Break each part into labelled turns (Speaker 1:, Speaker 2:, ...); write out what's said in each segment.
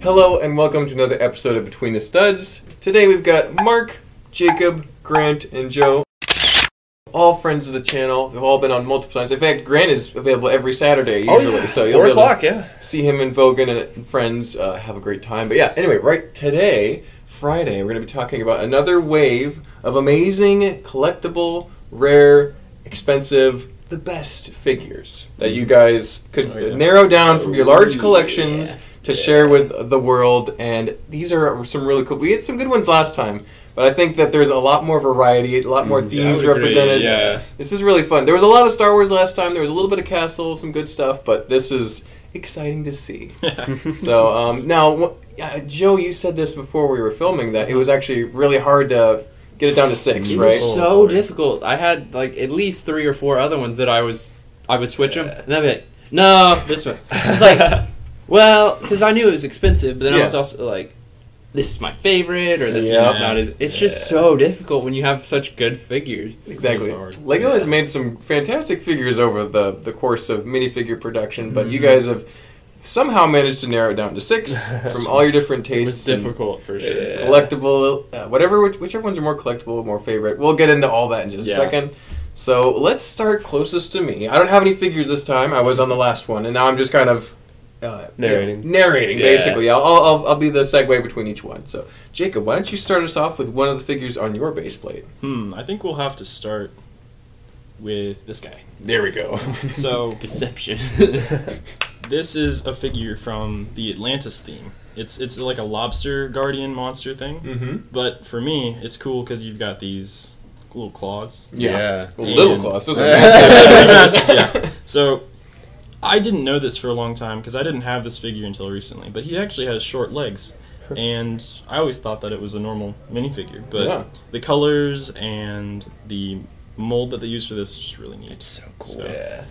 Speaker 1: Hello and welcome to another episode of Between the Studs. Today we've got Mark, Jacob, Grant, and Joe. All friends of the channel. They've all been on multiple times. In fact, Grant is available every Saturday
Speaker 2: Oh,
Speaker 1: usually,
Speaker 2: yeah.
Speaker 1: so you'll
Speaker 2: Four
Speaker 1: be able
Speaker 2: o'clock,
Speaker 1: to
Speaker 2: yeah.
Speaker 1: see him and Vogan and friends uh, have a great time. But yeah, anyway, right today, Friday, we're going to be talking about another wave of amazing, collectible, rare, expensive, the best figures that you guys could
Speaker 2: Oh, yeah.
Speaker 1: narrow down from your large
Speaker 2: Ooh,
Speaker 1: collections
Speaker 2: yeah.
Speaker 1: to share with the world. And these are some really cool. We had some good ones last time, but I think that there's a lot more variety, a lot more themes
Speaker 2: Mm, would agree,
Speaker 1: represented.
Speaker 2: yeah.
Speaker 1: This is really fun. There was a lot of Star Wars last time. There was a little bit of Castle, some good stuff, but this is exciting to see. so um, now, wh- uh, Joe, you said this before we were filming that it was actually really hard to get it down to six,
Speaker 3: It
Speaker 1: right?
Speaker 3: was
Speaker 4: so
Speaker 3: Oh, boy.
Speaker 4: difficult. I had like at least three or four other ones that I was I would switch them, and I'd be like, no, this one. It's like, well, because I knew it was expensive, but then I was
Speaker 1: Yeah.
Speaker 4: also like, this is my favorite, or this
Speaker 1: Yeah.
Speaker 4: one's not as. It's just so difficult when you have such good figures.
Speaker 1: Exactly.
Speaker 2: It was hard.
Speaker 1: Lego has made some fantastic figures over the, the course of minifigure production, but
Speaker 2: Mm-hmm.
Speaker 1: you guys have somehow managed to narrow it down to six from all your different
Speaker 4: It
Speaker 1: tastes.
Speaker 4: was difficult for sure.
Speaker 2: Yeah.
Speaker 1: collectible, uh, whatever, which, whichever ones are more collectible, more favorite. We'll get into all that in just
Speaker 2: Yeah.
Speaker 1: a second. So let's start closest to me. I don't have any figures this time. I was on the last one, and now I'm just kind of uh, you know,
Speaker 2: Narrating.
Speaker 1: narrating,
Speaker 2: Yeah.
Speaker 1: basically. I'll, I'll, I'll- I'll be the segue between each one. So, Jacob, why don't you start us off with one of the figures on your base plate?
Speaker 2: Hmm. I think we'll have to start with this guy.
Speaker 1: There we go.
Speaker 2: So
Speaker 4: Deception.
Speaker 2: this is a figure from the Atlantis theme. It's it's like a lobster guardian monster thing.
Speaker 1: mm-hmm.
Speaker 2: But for me, it's cool because you've got these little claws.
Speaker 1: Yeah. Well,
Speaker 2: And-
Speaker 1: little claws. Those are
Speaker 2: Massive,
Speaker 1: massive.
Speaker 2: yeah. So I didn't know this for a long time because I didn't have this figure until recently. But he actually has short legs, and I always thought that it was a normal minifigure. But
Speaker 1: Yeah.
Speaker 2: the colors and the mold that they use for this is just really neat. It's
Speaker 3: so cool.
Speaker 4: yeah.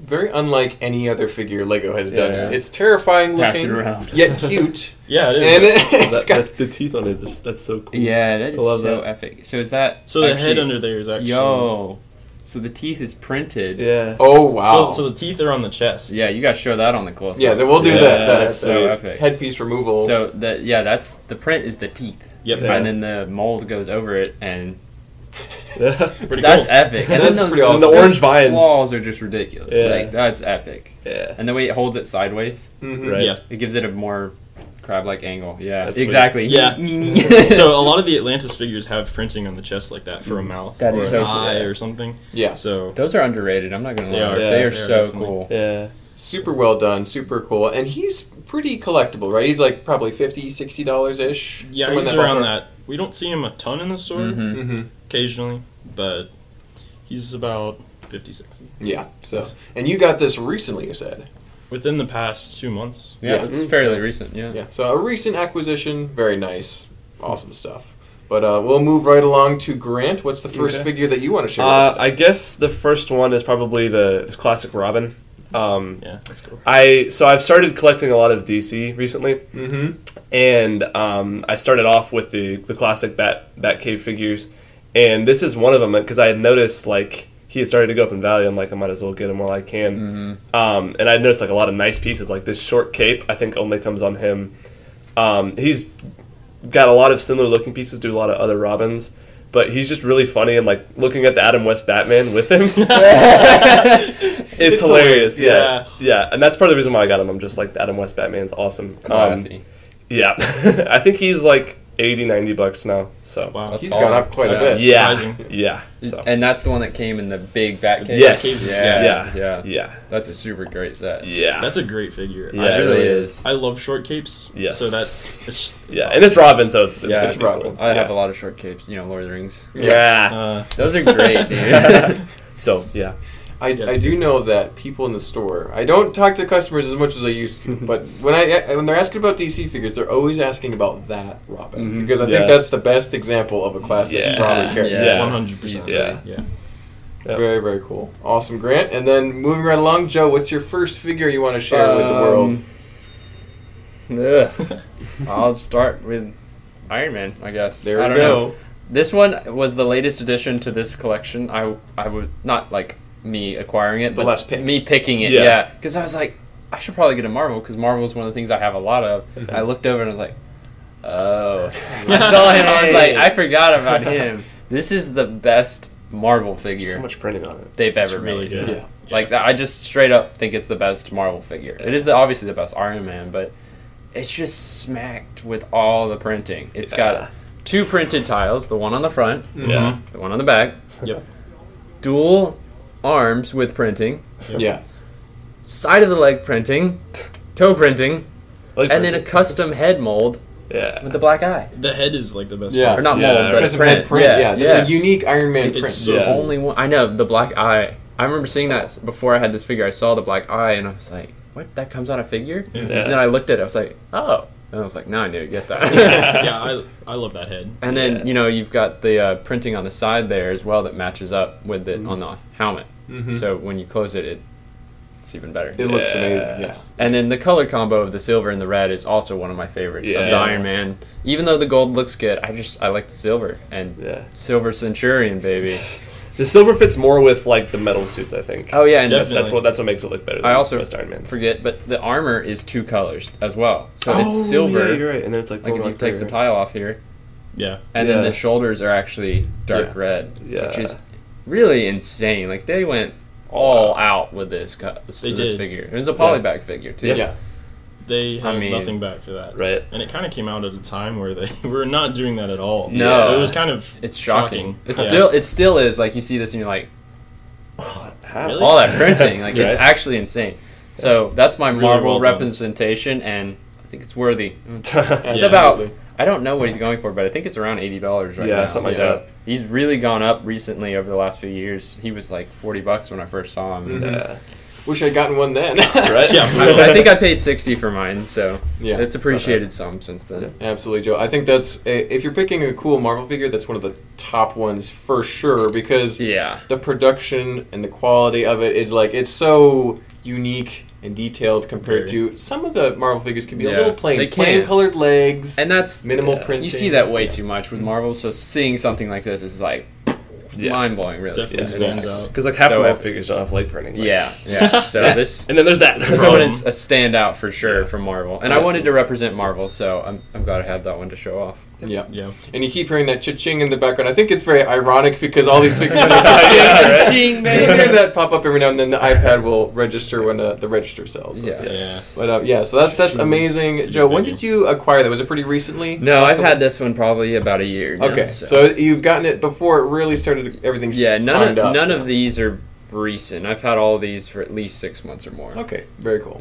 Speaker 1: Very unlike any other figure Lego has done.
Speaker 3: Yeah.
Speaker 1: It's terrifying looking,
Speaker 3: Pass it around.
Speaker 1: yet cute.
Speaker 2: yeah, it
Speaker 1: and
Speaker 2: is.
Speaker 1: it, has
Speaker 3: That-
Speaker 1: got
Speaker 3: that- the teeth on it, that's, that's so cool.
Speaker 4: Yeah, that
Speaker 3: is I love so that.
Speaker 4: epic. So is that
Speaker 2: so the head under there is actually
Speaker 4: So the teeth is printed.
Speaker 3: Yeah.
Speaker 1: Oh wow!
Speaker 2: So, so the teeth are on the chest.
Speaker 4: you gotta show that on the close.
Speaker 1: yeah, then we'll do
Speaker 3: Yeah,
Speaker 1: that. That's
Speaker 3: that's
Speaker 4: so
Speaker 1: uh,
Speaker 4: epic.
Speaker 1: Headpiece removal.
Speaker 4: So the yeah, that's the print is the teeth,
Speaker 2: Yep.
Speaker 3: Yeah.
Speaker 4: and then the mold goes over it, and
Speaker 2: Pretty
Speaker 4: that's
Speaker 2: cool.
Speaker 4: epic. And
Speaker 1: That's
Speaker 4: then those,
Speaker 1: pretty awesome.
Speaker 3: And the
Speaker 4: those
Speaker 3: orange vines.
Speaker 4: claws are just ridiculous.
Speaker 3: Yeah.
Speaker 4: Like that's epic.
Speaker 3: Yeah.
Speaker 4: And the way it holds it sideways,
Speaker 1: Mhm.
Speaker 3: Right.
Speaker 2: Yeah.
Speaker 4: it gives it a more crab-like angle. Yeah,
Speaker 3: That's
Speaker 4: exactly.
Speaker 2: sweet.
Speaker 4: Yeah.
Speaker 2: so a lot of the Atlantis figures have printing on the chest like that for a mouth
Speaker 4: That
Speaker 2: or
Speaker 4: is
Speaker 2: an
Speaker 4: so cool.
Speaker 2: eye or something.
Speaker 1: Yeah.
Speaker 2: So
Speaker 4: those are underrated. I'm not gonna lie.
Speaker 2: They
Speaker 4: They
Speaker 2: are.
Speaker 4: are,
Speaker 3: Yeah,
Speaker 2: they are
Speaker 4: so
Speaker 2: definitely.
Speaker 4: cool.
Speaker 3: Yeah.
Speaker 1: Super well done. Super cool. And he's pretty collectible, right? He's like probably 50 60 dollars ish.
Speaker 2: yeah, he's around that. We don't see him a ton in the store
Speaker 4: Mhm.
Speaker 1: hmm
Speaker 2: occasionally, but he's about 50, 60.
Speaker 1: Yeah. So and you got this recently, you said.
Speaker 2: Within the past two months.
Speaker 4: Yeah,
Speaker 1: Yeah. Um,
Speaker 4: it's
Speaker 3: Mm.
Speaker 4: fairly recent. Yeah.
Speaker 1: Yeah. So a recent acquisition. Very nice. Awesome stuff. But uh, we'll move right along to Grant. What's the first
Speaker 3: Okay.
Speaker 1: figure that you want to share?
Speaker 3: Uh,
Speaker 1: with us?
Speaker 3: I guess the first one is probably the this classic Robin. Um,
Speaker 2: Yeah, that's cool.
Speaker 3: I so I've started collecting a lot of DC recently,
Speaker 1: Mm-hmm.
Speaker 3: and um, I started off with the the classic Bat Batcave figures, and this is one of them because I had noticed like he had started to go up in value. I'm like I might as well get him while I can.
Speaker 1: Mm-hmm.
Speaker 3: Um, and I noticed like a lot of nice pieces, like this short cape. I think only comes on him. Um, he's got a lot of similar looking pieces to a lot of other Robins, but he's just really funny and like looking at the Adam West Batman with him. it's,
Speaker 1: It's
Speaker 3: hilarious.
Speaker 1: hilarious,
Speaker 3: Yeah. yeah, and that's part of the reason why I got him. I'm just like the Adam West Batman's awesome. Um,
Speaker 4: Classy.
Speaker 3: yeah, I think he's like 80, 90 bucks now. So
Speaker 2: Wow.
Speaker 4: That's
Speaker 1: He's
Speaker 4: all.
Speaker 1: gone up quite a
Speaker 4: That's-
Speaker 1: bit.
Speaker 3: yeah,
Speaker 2: Surprising.
Speaker 3: yeah, so.
Speaker 4: And that's the one that came in the big bat case.
Speaker 3: yes,
Speaker 4: Yeah.
Speaker 3: yeah,
Speaker 4: yeah.
Speaker 3: yeah,
Speaker 4: That's a super great set.
Speaker 3: yeah.
Speaker 2: That's a great figure.
Speaker 3: Yeah,
Speaker 2: I,
Speaker 4: it really is.
Speaker 2: I love short capes.
Speaker 3: Yes.
Speaker 2: So that is.
Speaker 3: yeah, and it's Robin, so it's, it's
Speaker 4: Yeah,
Speaker 3: gonna
Speaker 4: it's
Speaker 3: be
Speaker 1: Robin.
Speaker 3: cool.
Speaker 4: I have
Speaker 3: Yeah.
Speaker 4: a lot of short capes. You know, Lord of the Rings.
Speaker 3: Yeah.
Speaker 2: Uh,
Speaker 4: Those are Ah, great, dude.
Speaker 3: so yeah,
Speaker 1: I,
Speaker 2: Yeah,
Speaker 1: I
Speaker 2: it's
Speaker 1: do know that people in the store. I don't talk to customers as much as I used to, but when I when they're asking about DC figures, they're always asking about that Robin
Speaker 4: Mhm.
Speaker 1: because I
Speaker 3: Yeah.
Speaker 1: think that's the best example of a classic
Speaker 3: Yeah.
Speaker 1: Robin character.
Speaker 4: Yeah.
Speaker 2: 100%.
Speaker 3: Yeah.
Speaker 2: Yeah.
Speaker 3: Yeah.
Speaker 1: Very very cool, awesome Grant. And then moving right along, Joe, what's your first figure you want to share with the
Speaker 4: Um,
Speaker 1: world?
Speaker 4: world. Um, I'll start with Iron Man, I guess.
Speaker 1: There
Speaker 4: I
Speaker 1: we
Speaker 4: don't know.
Speaker 1: go.
Speaker 4: This one was the latest addition to this collection. I I would not like me acquiring it,
Speaker 1: The
Speaker 4: but
Speaker 1: last pick.
Speaker 4: me picking it.
Speaker 3: Yeah.
Speaker 4: Yeah, because I was like, I should probably get a Marvel because Marvel is one of the things I have a lot of. I looked over and I was like, oh, I saw him. I was like, I forgot about him. This is the best Marvel figure
Speaker 3: So much printing on it.
Speaker 4: they've
Speaker 2: It's
Speaker 4: ever
Speaker 2: really
Speaker 4: made.
Speaker 2: good.
Speaker 1: Yeah.
Speaker 4: Like I just straight up think it's the best Marvel figure. It is the, obviously the best Iron Man, but it's just smacked with all the printing. It's
Speaker 3: Yeah.
Speaker 4: got two printed tiles, the one on the front,
Speaker 3: Yeah.
Speaker 4: the one on the back.
Speaker 2: Yep.
Speaker 4: Dual arms with printing,
Speaker 1: Yeah.
Speaker 4: side of the leg printing, toe printing,
Speaker 3: Like
Speaker 4: and then a custom head mold
Speaker 3: yeah.
Speaker 4: with the black eye.
Speaker 2: The head is like the best
Speaker 1: Yeah.
Speaker 4: Or
Speaker 2: part.
Speaker 4: not
Speaker 3: Yeah,
Speaker 4: mold, but
Speaker 1: Because of that
Speaker 4: print.
Speaker 1: print, yeah,
Speaker 4: yeah.
Speaker 1: it's a unique Iron Man
Speaker 2: It's
Speaker 1: print.
Speaker 2: so-
Speaker 4: the
Speaker 3: Yeah.
Speaker 4: only one I know the black eye. I remember seeing that before I had this figure. I saw the black eye and I was like, "What? That comes on a figure?"
Speaker 2: Yeah.
Speaker 4: And then I looked at it. I was like, "Oh!" And I was like, "Now I need to get that."
Speaker 3: Yeah.
Speaker 2: yeah, I, I love that head.
Speaker 4: and then you know you've got the uh, printing on the side there as well that matches up with
Speaker 3: Mm-hmm.
Speaker 4: it on the helmet.
Speaker 1: Mhm.
Speaker 4: So when you close it, it it's even better.
Speaker 1: It looks
Speaker 3: Yeah.
Speaker 1: amazing. Yeah.
Speaker 4: And then the color combo of the silver and the red is also one of my favorites of the
Speaker 3: Yeah.
Speaker 4: Iron Man. Even though the gold looks good, I just I like the silver and
Speaker 3: Yeah.
Speaker 4: silver Centurion baby.
Speaker 3: The silver fits more with like the metal suits, I think.
Speaker 4: Oh yeah, and
Speaker 3: That- that's
Speaker 2: Definitely.
Speaker 3: what that's what makes it look better. Than
Speaker 4: I also
Speaker 3: most Iron Man.
Speaker 4: forget, but the armor is two colors as well. So it's silver.
Speaker 3: Oh, you're right. And then it's like,
Speaker 4: like if you
Speaker 3: Golden
Speaker 4: take the
Speaker 3: October.
Speaker 4: tile off here,
Speaker 2: Yeah.
Speaker 4: and then
Speaker 3: Yeah.
Speaker 4: the shoulders are actually dark
Speaker 1: Yeah.
Speaker 4: red,
Speaker 3: Yeah.
Speaker 4: which is really insane. Like they went all out with this, co- this
Speaker 2: They
Speaker 4: this
Speaker 2: did.
Speaker 4: figure. It was a polybag figure too.
Speaker 1: Yeah.
Speaker 2: They
Speaker 4: I
Speaker 2: have
Speaker 4: mean-
Speaker 2: nothing back for that.
Speaker 3: Right.
Speaker 2: And it kind of came out at a time where they were not doing that at all.
Speaker 4: No.
Speaker 2: So it was kind of
Speaker 4: It's shocking. It's
Speaker 2: Yeah.
Speaker 4: still it still is like you see this and you're like
Speaker 3: How?
Speaker 2: Really?
Speaker 4: all that printing like it's
Speaker 3: Right.
Speaker 4: actually insane. So that's my
Speaker 2: Really
Speaker 4: Marvel
Speaker 2: well done.
Speaker 4: representation, and I think it's worthy. It's
Speaker 2: Yeah.
Speaker 4: about I don't know what he's going for, but I think it's around eighty dollars right
Speaker 3: Yeah,
Speaker 4: now.
Speaker 3: something like
Speaker 4: so
Speaker 3: that.
Speaker 4: He's really gone up recently over the last few years. He was like forty bucks when I first saw him.
Speaker 3: Yeah.
Speaker 1: Mm-hmm. Wish I'd gotten one then.
Speaker 3: Right.
Speaker 2: Yeah, for real.
Speaker 4: I, I think I paid sixty for mine, so
Speaker 1: Yeah.
Speaker 4: it's appreciated some since then.
Speaker 1: Absolutely, Joe. I think that's a, if you're picking a cool Marvel figure, that's one of the top ones for sure because
Speaker 4: Yeah,
Speaker 1: the production and the quality of it is like it's so unique and detailed compared
Speaker 2: Very.
Speaker 1: to some of the Marvel figures can be
Speaker 4: Yeah,
Speaker 1: a little plain,
Speaker 4: they
Speaker 1: plain
Speaker 4: can.
Speaker 1: colored legs,
Speaker 4: and that's
Speaker 1: minimal
Speaker 3: yeah.
Speaker 1: printing.
Speaker 4: you see that way too much with Marvel. So seeing something like this is like
Speaker 3: Yeah.
Speaker 4: mind blowing, really.
Speaker 2: Definitely
Speaker 4: It's-
Speaker 2: stands out.
Speaker 3: Because like half
Speaker 4: So
Speaker 3: of my
Speaker 4: epic.
Speaker 3: figures don't have leg printing. like-
Speaker 4: Yeah, yeah. So this.
Speaker 3: And then there's that.
Speaker 4: This one
Speaker 2: problem.
Speaker 4: is a standout for sure for Marvel, and I wanted to represent Marvel, so I'm, I'm glad I had that one to show off.
Speaker 1: Yeah.
Speaker 2: Yeah.
Speaker 1: And you keep hearing that cha-ching in the background. I think it's very ironic because all these figures are cha-ching.
Speaker 3: Yeah, right.
Speaker 1: Ching, so you hear that pop up every now and then. The iPad will register when uh, the register sells. So.
Speaker 4: Yeah.
Speaker 2: Yeah.
Speaker 1: But uh, yeah, so that's that's amazing,
Speaker 2: a
Speaker 1: Joe.
Speaker 2: good
Speaker 1: When
Speaker 2: figure.
Speaker 1: did you acquire that? Was it pretty recently?
Speaker 4: No,
Speaker 1: Last
Speaker 4: I've
Speaker 1: couple-
Speaker 4: had this one probably about a year. now,
Speaker 1: Okay, so. you've gotten it before it really started. Everything's
Speaker 4: yeah, none of
Speaker 1: climbed up,
Speaker 4: none
Speaker 1: so.
Speaker 4: of these are recent. I've had all these for at least six months or more.
Speaker 1: Okay, very cool.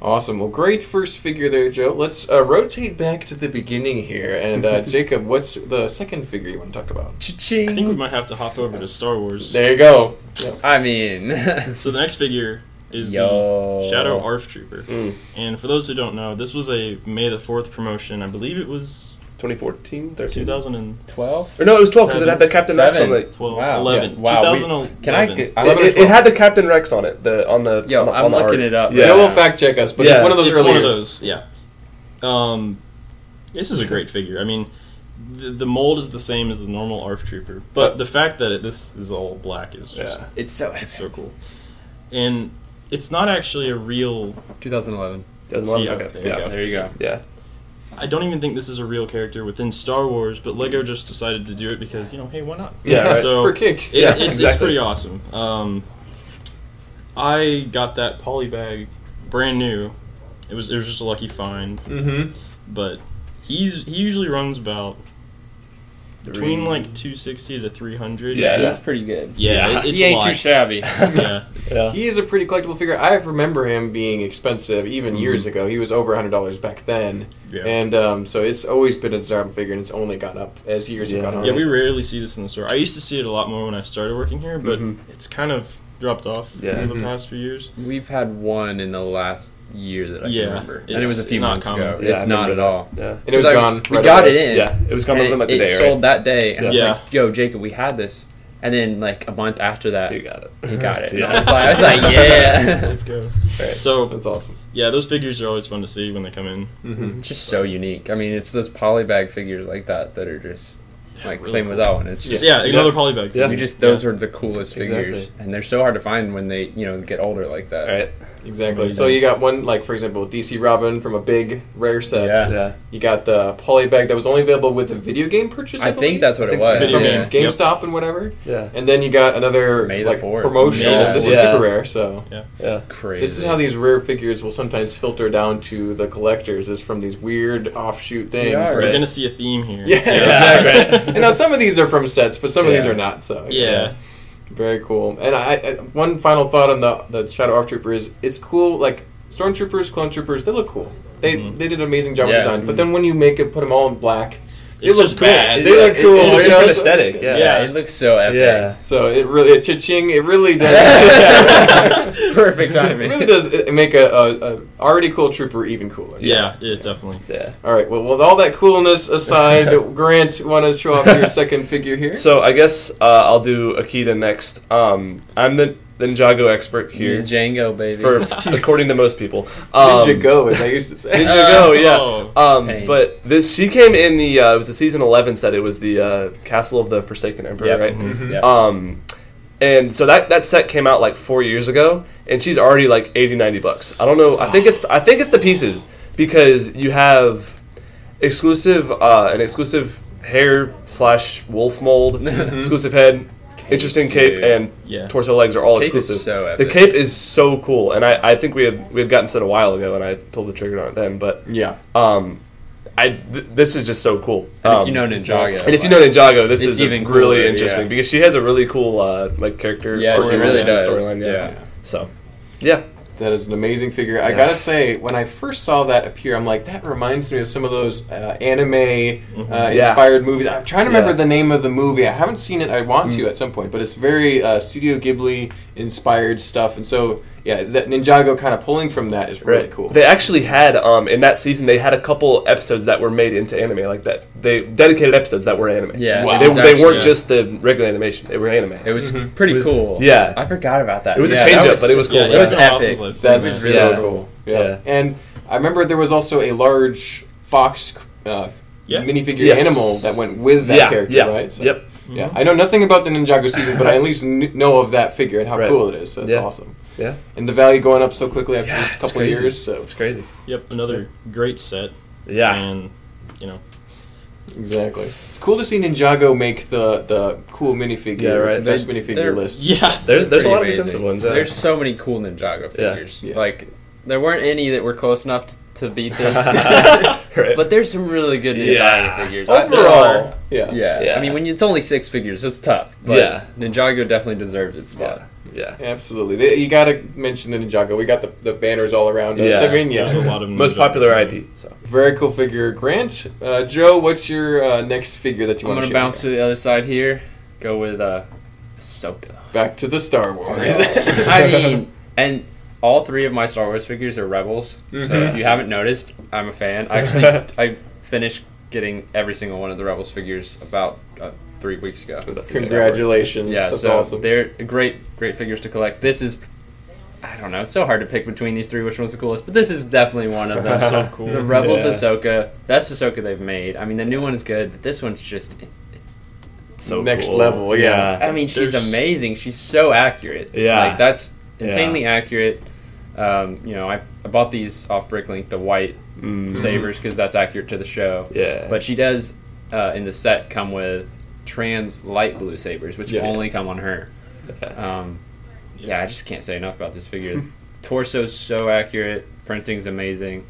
Speaker 1: Awesome. Well, great first figure there, Joe. Let's uh, rotate back to the beginning here, and uh, Jacob, what's the second figure you want to talk about?
Speaker 2: I think we might have to hop over to Star Wars.
Speaker 4: There you go. I mean,
Speaker 2: So the next figure is
Speaker 4: Yo.
Speaker 2: the Shadow Arf Trooper.
Speaker 3: Mm.
Speaker 2: And for those who don't know, this was a May the 4th promotion. I believe it was
Speaker 3: 2014, 13.
Speaker 2: 2012.
Speaker 4: twelve.
Speaker 3: Or no, it was 12 because it had the Captain Rex on
Speaker 4: Seven.
Speaker 3: the.
Speaker 2: 11.
Speaker 4: Yeah. Wow, we-
Speaker 2: 2011.
Speaker 4: Can I? Get, I
Speaker 3: It, it, it had the Captain Rex on it. The on the.
Speaker 4: Yo,
Speaker 3: on the,
Speaker 4: I'm
Speaker 3: on the
Speaker 4: looking
Speaker 3: art.
Speaker 4: it up.
Speaker 3: Yeah.
Speaker 1: Joe will fact check us, but
Speaker 3: Yeah.
Speaker 1: it's one of those
Speaker 2: it's
Speaker 1: earlier.
Speaker 2: one of those, yeah. Um, this is a great figure. I mean, the, the mold is the same as the normal ARF Trooper, but the fact that it, this is all black is just
Speaker 3: Yeah.
Speaker 4: It's so
Speaker 2: it's so cool. And it's not actually a real.
Speaker 4: 2011.
Speaker 2: See,
Speaker 3: 2011?
Speaker 2: Oh, there
Speaker 3: Okay.
Speaker 2: you
Speaker 3: Yeah.
Speaker 2: go.
Speaker 4: There you go.
Speaker 3: Yeah.
Speaker 2: I don't even think this is a real character within Star Wars, but Lego just decided to do it because you know, hey, why not?
Speaker 3: Yeah, right.
Speaker 2: So
Speaker 1: for kicks.
Speaker 2: It,
Speaker 3: Yeah,
Speaker 2: it's, it's
Speaker 3: exactly.
Speaker 2: pretty awesome. Um, I got that poly bag brand new. It was it was just a lucky find,
Speaker 1: Mm-hmm.
Speaker 2: but he's he usually runs about between
Speaker 3: Three-
Speaker 2: like 260 to 300.
Speaker 3: Yeah.
Speaker 4: He's pretty good.
Speaker 2: yeah,
Speaker 3: Yeah.
Speaker 2: it- it's
Speaker 4: he
Speaker 2: a
Speaker 4: ain't
Speaker 2: lot.
Speaker 4: too shabby.
Speaker 2: yeah,
Speaker 3: Yeah.
Speaker 1: He is a pretty collectible figure. I remember him being expensive even years ago. He was over hundred dollars back then,
Speaker 2: yeah.
Speaker 1: and um, so it's always been a desirable figure, and it's only gone up as years
Speaker 3: Yeah.
Speaker 1: have gone on.
Speaker 2: yeah, we rarely see this in the store. I used to see it a lot more when I started working here, but
Speaker 3: Mhm.
Speaker 2: it's kind of dropped off
Speaker 3: Yeah.
Speaker 2: over the
Speaker 1: Mhm.
Speaker 2: past few years.
Speaker 4: We've had one in the last year that I
Speaker 2: Yeah,
Speaker 4: can remember, and it
Speaker 2: it's
Speaker 4: was a few
Speaker 2: not
Speaker 4: months
Speaker 2: common.
Speaker 4: ago.
Speaker 3: Yeah,
Speaker 4: it's
Speaker 3: I
Speaker 4: not
Speaker 3: remember
Speaker 4: at all.
Speaker 3: Yeah.
Speaker 1: And it was
Speaker 4: Because I-
Speaker 1: gone.
Speaker 4: We
Speaker 1: right
Speaker 4: got
Speaker 1: away.
Speaker 4: it in.
Speaker 3: Yeah. It was gone
Speaker 4: And
Speaker 3: within like the
Speaker 4: it
Speaker 3: day,
Speaker 4: sold
Speaker 3: right?
Speaker 4: that day. And I was
Speaker 2: Yeah.
Speaker 4: like, yo, Jacob, we had this. And then like a month after that,
Speaker 3: You got it.
Speaker 4: he got it.
Speaker 3: Yeah.
Speaker 4: I, was like, I was like, yeah.
Speaker 2: Let's go.
Speaker 3: Right.
Speaker 2: So
Speaker 1: That's awesome.
Speaker 2: yeah, those figures are always fun to see when they come in.
Speaker 1: Mm-hmm.
Speaker 4: It's just so unique. I mean, it's those polybag figures like that that are just like
Speaker 2: really
Speaker 4: same with that one. It's just
Speaker 2: Yeah,
Speaker 3: Yeah.
Speaker 2: another poly bag.
Speaker 3: Yeah.
Speaker 4: you just those are the coolest
Speaker 3: Exactly.
Speaker 4: figures, and they're so hard to find when they you know get older like that.
Speaker 3: All right.
Speaker 1: Exactly.
Speaker 2: It's
Speaker 1: So
Speaker 2: amazing.
Speaker 1: you got one, like for example, DC Robin from a big rare set.
Speaker 2: Yeah.
Speaker 4: Yeah.
Speaker 1: You got the poly bag that was only available with the video game purchase.
Speaker 4: I think that's what it
Speaker 1: believe?
Speaker 4: was,
Speaker 1: From
Speaker 2: yeah. Video game.
Speaker 1: GameStop and whatever.
Speaker 3: Yeah,
Speaker 1: And then you got another
Speaker 4: May the
Speaker 1: like
Speaker 4: fourth.
Speaker 1: promotional.
Speaker 2: May the
Speaker 1: This is
Speaker 3: fourth.
Speaker 1: super rare, so
Speaker 3: yeah.
Speaker 4: Crazy.
Speaker 1: this is how these rare figures will sometimes filter down to the collectors. Is from these weird offshoot things.
Speaker 4: Yeah,
Speaker 2: We're
Speaker 4: right.
Speaker 2: gonna see a theme here.
Speaker 1: Yeah, exactly. and now some of these are from sets, but some of these
Speaker 4: Yeah.
Speaker 1: are not. So
Speaker 2: Yeah.
Speaker 1: very cool. And I, I one final thought on the the Shadow Off Trooper is it's cool. Like stormtroopers, clone troopers, they look cool. They
Speaker 2: Mhm.
Speaker 1: they did an amazing job
Speaker 3: Yeah.
Speaker 1: of design. But then when you make it, put them all in black, it
Speaker 2: It's
Speaker 1: looks
Speaker 2: just cool.
Speaker 1: bad. They
Speaker 3: It's-
Speaker 1: look
Speaker 3: it's-
Speaker 1: cool.
Speaker 3: it's a
Speaker 1: you
Speaker 3: different
Speaker 1: know?
Speaker 3: aesthetic, yeah.
Speaker 4: Yeah, it looks so epic.
Speaker 3: Yeah.
Speaker 1: So it really, it cha-ching, it really does.
Speaker 4: Perfect
Speaker 1: It
Speaker 4: timing.
Speaker 1: really does uh, make a, a, a already cool trooper even cooler.
Speaker 2: Yeah, yeah, definitely.
Speaker 3: yeah.
Speaker 1: All right. Well, with all that coolness aside, Grant, want to show off your second figure here?
Speaker 3: So I guess uh, I'll do Akita next. Um, I'm the, the Ninjago expert here,
Speaker 4: Django, baby.
Speaker 3: for according to most people. Um,
Speaker 1: Did you go, as I used to say.
Speaker 4: Ninja-
Speaker 3: Ninjago, yeah.
Speaker 2: Oh.
Speaker 3: Um,
Speaker 4: Pain.
Speaker 3: but this she came in the uh, it was the season eleven set. It was the uh, Castle of the Forsaken Emperor,
Speaker 4: Yep. Mm-hmm.
Speaker 3: right?
Speaker 2: Mhm.
Speaker 4: Yep.
Speaker 3: Um, and so that that set came out like four years ago, and she's already like 80, 90 bucks. I don't know. I think it's I think it's the pieces because you have exclusive uh, an exclusive hair slash wolf mold, exclusive head, interesting cape,
Speaker 4: dude.
Speaker 3: and
Speaker 2: Yeah.
Speaker 3: torso legs are all
Speaker 4: Cape is
Speaker 3: exclusive.
Speaker 4: so
Speaker 3: the
Speaker 4: epic.
Speaker 3: cape is so cool, and I, I think we had we had gotten set a while ago, and I pulled the trigger on it then, but
Speaker 1: Yeah.
Speaker 3: um, I th- this is just so cool.
Speaker 4: And
Speaker 3: Um,
Speaker 4: if you know Ninjago.
Speaker 3: and if you know Ninjago, this
Speaker 4: It's
Speaker 3: is even
Speaker 4: even
Speaker 3: really
Speaker 4: cooler,
Speaker 3: interesting
Speaker 4: yeah.
Speaker 3: because she has a really cool uh, like character.
Speaker 4: Yeah, she
Speaker 3: storyline
Speaker 4: really
Speaker 3: and
Speaker 4: does,
Speaker 3: Storyline, yeah.
Speaker 4: yeah.
Speaker 3: So, yeah,
Speaker 1: That is an amazing figure. I gotta say, when I first saw that appear, I'm like, that reminds me of some of those uh, anime uh, inspired movies. I'm trying to remember
Speaker 3: Mm-hmm. Yeah.
Speaker 1: the
Speaker 3: Mm.
Speaker 1: name of the movie. I haven't seen it. I want to at some point, but it's very uh, Studio Ghibli inspired stuff. And so, yeah, that Ninjago kind of pulling from that is really cool.
Speaker 3: They actually had um in that season they had a couple episodes that were made into anime like that. They dedicated episodes that were anime.
Speaker 4: Yeah,
Speaker 1: Wow.
Speaker 4: it
Speaker 3: They,
Speaker 4: was
Speaker 3: they
Speaker 4: actually-
Speaker 3: weren't
Speaker 4: yeah.
Speaker 3: just the regular animation; they were anime.
Speaker 4: It was pretty
Speaker 3: Mm-hmm. It was-
Speaker 4: cool.
Speaker 3: yeah.
Speaker 4: I forgot about that.
Speaker 3: It was a
Speaker 4: Yeah, that
Speaker 3: change-up, but it was cool.
Speaker 2: Yeah,
Speaker 4: It
Speaker 2: it's
Speaker 4: was
Speaker 2: been a while since
Speaker 4: epic.
Speaker 2: I've seen
Speaker 1: That's
Speaker 2: that.
Speaker 1: so
Speaker 4: really Yeah.
Speaker 1: cool. Yeah.
Speaker 3: Yeah.
Speaker 1: And I remember there was also a large fox uh,
Speaker 2: Yeah.
Speaker 1: minifigure
Speaker 3: Yes.
Speaker 1: animal that went with that
Speaker 3: yeah,
Speaker 1: character,
Speaker 3: yeah,
Speaker 1: right? So-
Speaker 3: yep.
Speaker 2: Mm-hmm.
Speaker 1: Yeah. I know nothing about the Ninjago season, but I at least kn- know of that figure and how
Speaker 3: Right.
Speaker 1: cool it is. So it's
Speaker 3: Yeah.
Speaker 1: awesome.
Speaker 3: Yeah.
Speaker 1: And the value going up so quickly after
Speaker 3: Yeah,
Speaker 1: just a
Speaker 3: it's
Speaker 1: couple
Speaker 3: crazy.
Speaker 1: years. So
Speaker 3: It's crazy.
Speaker 2: Yep, another great set.
Speaker 4: Mm.
Speaker 3: Yeah,
Speaker 2: And you know,
Speaker 1: exactly. It's cool to see Ninjago make the the cool minifigure,
Speaker 3: Yeah, right.
Speaker 1: best
Speaker 4: They-
Speaker 1: minifigure
Speaker 4: they're-
Speaker 1: list.
Speaker 2: yeah,
Speaker 3: there's there's a
Speaker 4: Pretty
Speaker 3: lot of
Speaker 4: amazing.
Speaker 3: expensive ones. Yeah.
Speaker 4: There's so many cool Ninjago
Speaker 3: Yeah.
Speaker 4: figures.
Speaker 1: Yeah.
Speaker 4: Like there weren't any that were close enough to, to beat this,
Speaker 3: Right.
Speaker 4: but there's some really good Ninjago
Speaker 3: Yeah.
Speaker 4: figures. I- there
Speaker 1: Overall,
Speaker 4: are-
Speaker 1: Uh, yeah.
Speaker 4: yeah.
Speaker 3: Yeah.
Speaker 4: I mean, when it's only six figures, it's tough. But
Speaker 3: Yeah.
Speaker 4: Ninjago definitely deserves its spot.
Speaker 3: yeah.
Speaker 1: absolutely. They- You gotta mention the Ninjago. We got the, the banners all around us.
Speaker 3: Yeah.
Speaker 1: I mean,
Speaker 2: there's a
Speaker 1: yeah,
Speaker 2: lot of
Speaker 3: Most
Speaker 2: Ninjago.
Speaker 3: popular IP. So.
Speaker 1: very cool figure. Grant, uh, Joe, what's your uh, next figure that you
Speaker 4: I'm
Speaker 1: want
Speaker 4: gonna
Speaker 1: to
Speaker 4: bounce to the other side here. Go with uh, Ahsoka.
Speaker 1: Back to the Star Wars.
Speaker 4: I mean, and all three of my Star Wars figures are Rebels. So
Speaker 1: Mhm.
Speaker 3: Mm-hmm.
Speaker 4: if you haven't noticed, I'm a fan. I actually, I finished getting every single one of the Rebels figures about uh, three weeks ago.
Speaker 1: Congratulations.
Speaker 4: Yeah,
Speaker 1: That's
Speaker 4: so
Speaker 1: awesome.
Speaker 4: they're great, great figures to collect. This is, I don't know, it's so hard to pick between these three which one's the coolest, but this is definitely one of them.
Speaker 2: That's so cool.
Speaker 4: The Rebels
Speaker 3: Yeah.
Speaker 4: Ahsoka, best Ahsoka they've made. I mean, the new one is good, but this one's just, it's
Speaker 3: so
Speaker 1: Next level, yeah.
Speaker 4: I mean, she's
Speaker 2: There's-
Speaker 4: amazing. She's so accurate.
Speaker 3: Yeah.
Speaker 4: like that's
Speaker 3: Yeah.
Speaker 4: insanely accurate. Um, you know, I, I bought these off Bricklink, the white
Speaker 2: Mm-hmm.
Speaker 3: Mm.
Speaker 4: sabers, because that's accurate to the show.
Speaker 3: Yeah.
Speaker 4: But she does uh, in the set come with trans light blue sabers, which
Speaker 1: Yeah.
Speaker 4: only come on her.
Speaker 3: Yeah.
Speaker 4: Um, yeah, I just can't say enough about this figure. Torso's so accurate. Printing's amazing.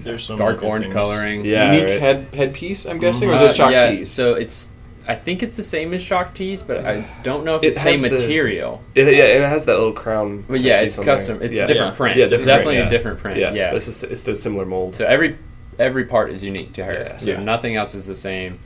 Speaker 2: There's so many
Speaker 4: Dark
Speaker 2: good
Speaker 4: orange
Speaker 2: things.
Speaker 4: coloring.
Speaker 3: Yeah,
Speaker 1: Unique
Speaker 3: right.
Speaker 1: head headpiece, I'm guessing, or is
Speaker 4: Uh,
Speaker 1: it shock
Speaker 4: yeah,
Speaker 1: tees?
Speaker 4: So it's, I think it's the same as shock tees, but I don't know if
Speaker 3: It
Speaker 4: it's the same
Speaker 3: has the-
Speaker 4: material.
Speaker 3: It, yeah, and it has that little crown.
Speaker 4: But yeah, it's
Speaker 3: piece on there.
Speaker 4: custom. It's
Speaker 3: yeah.
Speaker 4: a different
Speaker 2: Yeah.
Speaker 4: print.
Speaker 3: Yeah, different
Speaker 4: definitely
Speaker 3: print,
Speaker 4: a different print.
Speaker 3: Yeah,
Speaker 4: Yeah.
Speaker 3: It's, the s- it's the similar mold.
Speaker 4: So every every part is unique to her.
Speaker 3: Yeah.
Speaker 4: So
Speaker 1: Yeah.
Speaker 4: nothing else is the same.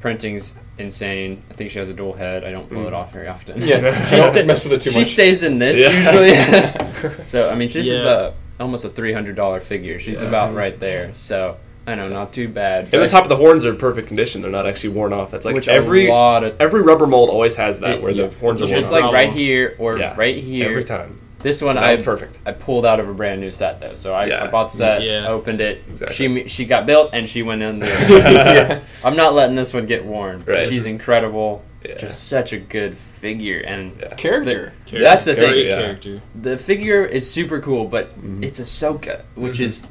Speaker 4: Printing's insane. I think she has a dual head. I don't blow
Speaker 3: Mm.
Speaker 4: it off very often.
Speaker 1: Yeah,
Speaker 4: she,
Speaker 1: don't
Speaker 4: sta-
Speaker 1: mess with it too
Speaker 4: she
Speaker 1: much.
Speaker 4: stays in this
Speaker 3: Yeah.
Speaker 4: usually. so I mean, this is
Speaker 2: Yeah.
Speaker 4: a almost a three hundred dollar figure. She's
Speaker 3: Yeah.
Speaker 4: about right there. So I know, not too bad.
Speaker 3: and the
Speaker 4: but-
Speaker 3: top of the horns are in perfect condition. They're not actually worn off. That's like
Speaker 4: which
Speaker 3: every
Speaker 4: a lot of
Speaker 3: every rubber mold always has that
Speaker 4: It-
Speaker 3: where the
Speaker 4: yeah.
Speaker 3: horns are
Speaker 2: It's
Speaker 3: worn
Speaker 4: just
Speaker 3: off.
Speaker 4: like
Speaker 2: off.
Speaker 4: right here or
Speaker 3: Yeah.
Speaker 4: right here.
Speaker 3: every time.
Speaker 4: This one I
Speaker 3: That's perfect.
Speaker 4: I pulled out of a brand new set though, so I,
Speaker 3: Yeah.
Speaker 4: I bought the set,
Speaker 2: Yeah.
Speaker 4: opened it.
Speaker 3: Exactly.
Speaker 4: She she got built and she went in there.
Speaker 1: yeah.
Speaker 4: I'm not letting this one get worn.
Speaker 3: Right.
Speaker 4: She's incredible.
Speaker 3: Yeah.
Speaker 4: just such a good figure, and
Speaker 1: Character.
Speaker 2: Character.
Speaker 4: That's the
Speaker 2: Great
Speaker 4: thing.
Speaker 3: Yeah.
Speaker 2: Character.
Speaker 4: the figure is super cool, but it's Ahsoka, which
Speaker 3: Mm-hmm.
Speaker 4: is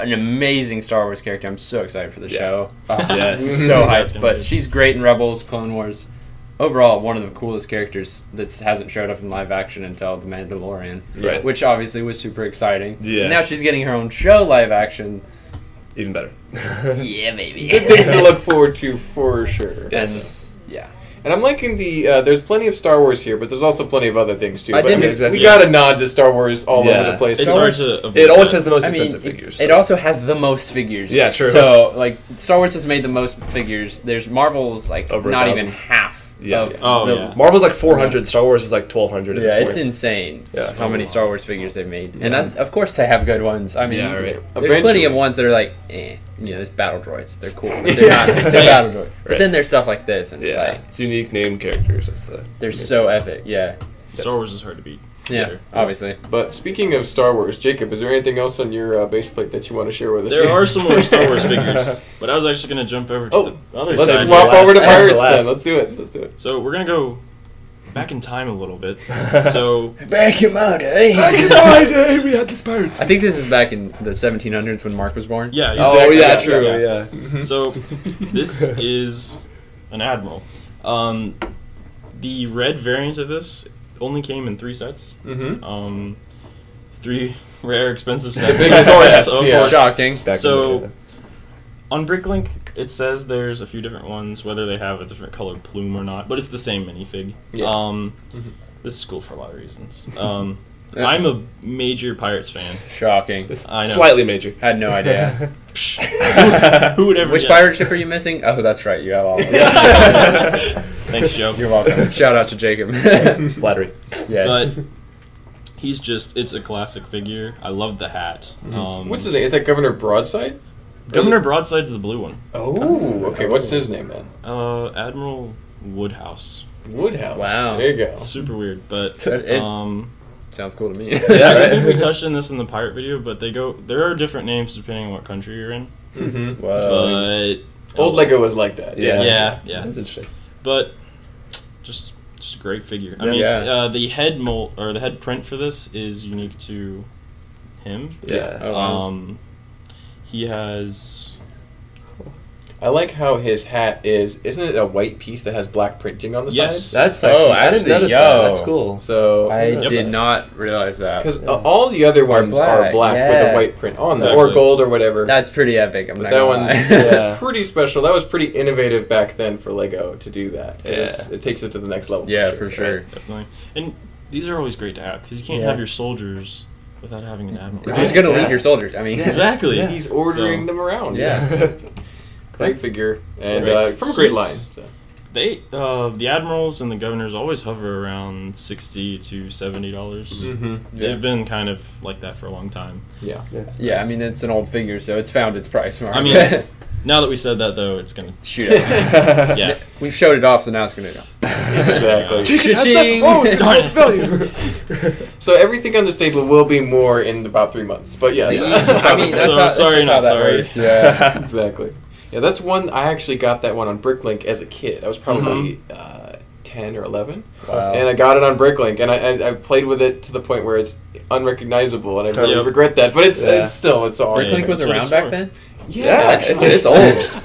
Speaker 4: an amazing Star Wars character. I'm so excited for the
Speaker 3: Yeah.
Speaker 4: show. Oh,
Speaker 3: Yes.
Speaker 4: so
Speaker 2: That's
Speaker 4: hyped.
Speaker 2: gonna be-
Speaker 4: But she's great in Rebels, Clone Wars. Overall, one of the coolest characters that hasn't showed up in live action until The Mandalorian,
Speaker 3: Right.
Speaker 4: which obviously was super exciting.
Speaker 3: Yeah.
Speaker 4: Now she's getting her own show live action.
Speaker 3: Even better.
Speaker 4: yeah, baby.
Speaker 1: Good things to look forward to for sure.
Speaker 4: Yes. Yeah.
Speaker 1: And I'm liking the. Uh, there's plenty of Star Wars here, but there's also plenty of other things too.
Speaker 4: I
Speaker 1: but,
Speaker 4: didn't-
Speaker 1: mean,
Speaker 3: exactly,
Speaker 1: We
Speaker 3: yeah.
Speaker 1: got a nod to Star Wars all
Speaker 3: Yeah.
Speaker 1: over the place.
Speaker 2: It's
Speaker 1: Star
Speaker 2: hard
Speaker 1: Wars,
Speaker 2: to avoid
Speaker 3: It always
Speaker 2: that.
Speaker 3: has the most
Speaker 4: I mean,
Speaker 3: expensive
Speaker 4: it,
Speaker 3: figures.
Speaker 4: it
Speaker 3: so-
Speaker 4: also has the most figures.
Speaker 3: Yeah, true.
Speaker 4: So, like, Star Wars has made the most figures. There's Marvel's, like,
Speaker 3: Over a
Speaker 4: not
Speaker 3: thousand.
Speaker 4: even half
Speaker 3: Yeah.
Speaker 4: of
Speaker 2: Oh,
Speaker 4: the
Speaker 2: yeah.
Speaker 3: Marvel's like 400. Star Wars is like 1200 at
Speaker 4: Yeah,
Speaker 3: this
Speaker 4: it's
Speaker 3: point.
Speaker 4: insane
Speaker 3: Yeah.
Speaker 4: how many Star Wars figures they've made, and that's of course they have good ones. I mean,
Speaker 3: Yeah, right.
Speaker 4: there's plenty
Speaker 1: Eventually.
Speaker 4: of ones that are like, eh, you know, there's battle droids. They're cool, but they're not. They're battle droids. But
Speaker 3: Right.
Speaker 4: then there's stuff like this, and it's
Speaker 3: yeah,
Speaker 4: like
Speaker 3: it's unique named characters. That's the
Speaker 4: they're so epic. Yeah,
Speaker 2: Star Wars is hard to beat.
Speaker 4: yeah,
Speaker 2: Sure.
Speaker 4: obviously.
Speaker 1: But speaking of Star Wars, Jacob, is there anything else on your uh, base plate that you want to share with us?
Speaker 2: There are some more Star Wars figures, but I was actually going to jump over to
Speaker 1: Oh,
Speaker 2: the other
Speaker 1: Let's
Speaker 2: side.
Speaker 1: swap
Speaker 3: Last-
Speaker 1: over to
Speaker 3: that's the
Speaker 1: pirates
Speaker 3: last.
Speaker 1: then. Let's do it. Let's do it.
Speaker 2: So we're going to go back in time a little bit. So
Speaker 4: Back him out,
Speaker 3: back in my day. We had the pirates.
Speaker 4: I think this is back in the 1700s when Mark was born.
Speaker 2: yeah,
Speaker 3: Oh
Speaker 2: exactly.
Speaker 3: yeah, true. Yeah,
Speaker 2: So this is an admiral. Um, the red variant of this only came in three sets.
Speaker 1: Mm-hmm.
Speaker 2: Um, three rare, expensive sets.
Speaker 1: big sets,
Speaker 2: Of
Speaker 1: yeah.
Speaker 2: course.
Speaker 4: shocking.
Speaker 3: Back in
Speaker 2: So-
Speaker 3: the day.
Speaker 2: On Bricklink, it says there's a few different ones, whether they have a different colored plume or not, but it's the same minifig.
Speaker 1: Yeah.
Speaker 2: Um, This is cool for a lot of reasons. Um, I'm a major Pirates fan.
Speaker 4: Shocking.
Speaker 3: Just
Speaker 2: I know.
Speaker 3: slightly major.
Speaker 4: Had no idea.
Speaker 2: Who would ever
Speaker 4: Which
Speaker 2: guess?
Speaker 4: pirate ship are you missing? Oh, that's right. You have all. Of them.
Speaker 2: Thanks, Joe.
Speaker 4: You're welcome. Shout out to Jacob. yes.
Speaker 3: Flattery.
Speaker 2: But he's just, it's a classic figure. I love the hat. Um,
Speaker 1: What's his name? Is that Governor Broadside?
Speaker 2: Governor Broadside's the blue one.
Speaker 1: Oh, okay. What's his name then?
Speaker 2: Uh, Admiral Woodhouse.
Speaker 1: Woodhouse.
Speaker 4: Wow.
Speaker 1: There you go.
Speaker 2: Super weird, but.
Speaker 4: It- it-
Speaker 2: Um,
Speaker 4: Sounds cool to me.
Speaker 3: Yeah,
Speaker 2: I think we
Speaker 3: right.
Speaker 2: touched on this in the pirate video, but they go. There are different names depending on what country you're in.
Speaker 1: Mm-hmm.
Speaker 4: Uh, Wow.
Speaker 2: But
Speaker 1: Old Lego was like that.
Speaker 3: Yeah.
Speaker 2: yeah, yeah.
Speaker 3: That's interesting.
Speaker 2: But just just a great figure. I
Speaker 4: Yeah.
Speaker 2: mean,
Speaker 4: Yeah.
Speaker 2: uh, the head mold or the head print for this is unique to him.
Speaker 3: Yeah.
Speaker 4: Oh, wow.
Speaker 2: Um, he has
Speaker 1: I like how his hat is. Isn't it a white piece that has black printing on the
Speaker 2: Yes.
Speaker 1: sides?
Speaker 3: That's
Speaker 4: Oh,
Speaker 3: actually, I didn't
Speaker 4: actually,
Speaker 3: notice
Speaker 4: yo.
Speaker 3: that. That's cool.
Speaker 1: So
Speaker 4: I
Speaker 3: Yep.
Speaker 4: did not realize that.
Speaker 1: because all the other ones are
Speaker 4: black,
Speaker 1: black with
Speaker 4: yeah.
Speaker 1: a white print on them,
Speaker 2: Exactly.
Speaker 1: or gold, or whatever.
Speaker 4: That's pretty epic. I'm
Speaker 1: but
Speaker 4: not
Speaker 1: that
Speaker 4: gonna
Speaker 1: one's
Speaker 4: lie.
Speaker 3: Yeah.
Speaker 1: pretty special. That was pretty innovative back then for Lego to do that. It
Speaker 3: Yeah.
Speaker 1: is- it takes it to the next level.
Speaker 4: yeah, for sure.
Speaker 2: definitely, and these are always great to have because you can't
Speaker 4: Yeah.
Speaker 2: have your soldiers without having an admiral.
Speaker 4: Who's gonna
Speaker 3: Yeah.
Speaker 4: lead your soldiers? I mean,
Speaker 2: Exactly.
Speaker 3: Yeah.
Speaker 1: He's ordering
Speaker 2: So-
Speaker 1: them around.
Speaker 4: Yeah.
Speaker 1: Great figure and
Speaker 2: Great.
Speaker 1: uh, from a great
Speaker 2: He's-
Speaker 1: line. so.
Speaker 2: They uh, the admirals and the governors always hover around sixty to seventy dollars.
Speaker 4: Yeah.
Speaker 1: mm-hmm.
Speaker 2: They've been kind of like that for a long time.
Speaker 4: yeah. I mean, it's an old figure, so it's found its price mark.
Speaker 2: I mean- Now that we said that, though, it's gonna
Speaker 4: shoot. it.
Speaker 2: yeah.
Speaker 4: We've showed it off, so now it's gonna go.
Speaker 1: Exactly.
Speaker 3: Chicken has
Speaker 4: Cha-ching.
Speaker 3: that- Oh, it's
Speaker 2: Darn
Speaker 3: darn
Speaker 2: it.
Speaker 3: value.
Speaker 1: so everything on this table will be more in about three months. But yes.
Speaker 4: I mean, that's
Speaker 2: So,
Speaker 4: how, that's
Speaker 2: sorry,
Speaker 4: just how
Speaker 2: not
Speaker 4: that
Speaker 2: sorry.
Speaker 4: works. Yeah.
Speaker 1: exactly. Yeah, that's one. I actually got that one on Bricklink as a kid. I was probably
Speaker 4: Mm-hmm.
Speaker 1: uh, ten or eleven,
Speaker 4: Wow.
Speaker 1: and I got it on Bricklink, and I, and I played with it to the point where it's unrecognizable, and I really
Speaker 2: Yep.
Speaker 1: regret that. But it's
Speaker 3: Yeah.
Speaker 1: it's still it's awesome.
Speaker 4: Bricklink was
Speaker 2: That's what
Speaker 4: around
Speaker 2: it's
Speaker 4: back
Speaker 2: for.
Speaker 4: then.
Speaker 1: yeah,
Speaker 3: Yeah, it's,
Speaker 1: actually.
Speaker 3: it's old.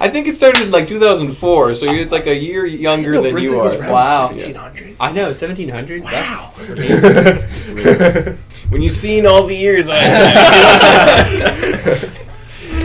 Speaker 1: I think it started in like 2004, so it's like a year younger than you are.
Speaker 5: Wow.
Speaker 1: Yeah.
Speaker 5: I know, 1700s. Wow.
Speaker 1: When you've seen all the years, I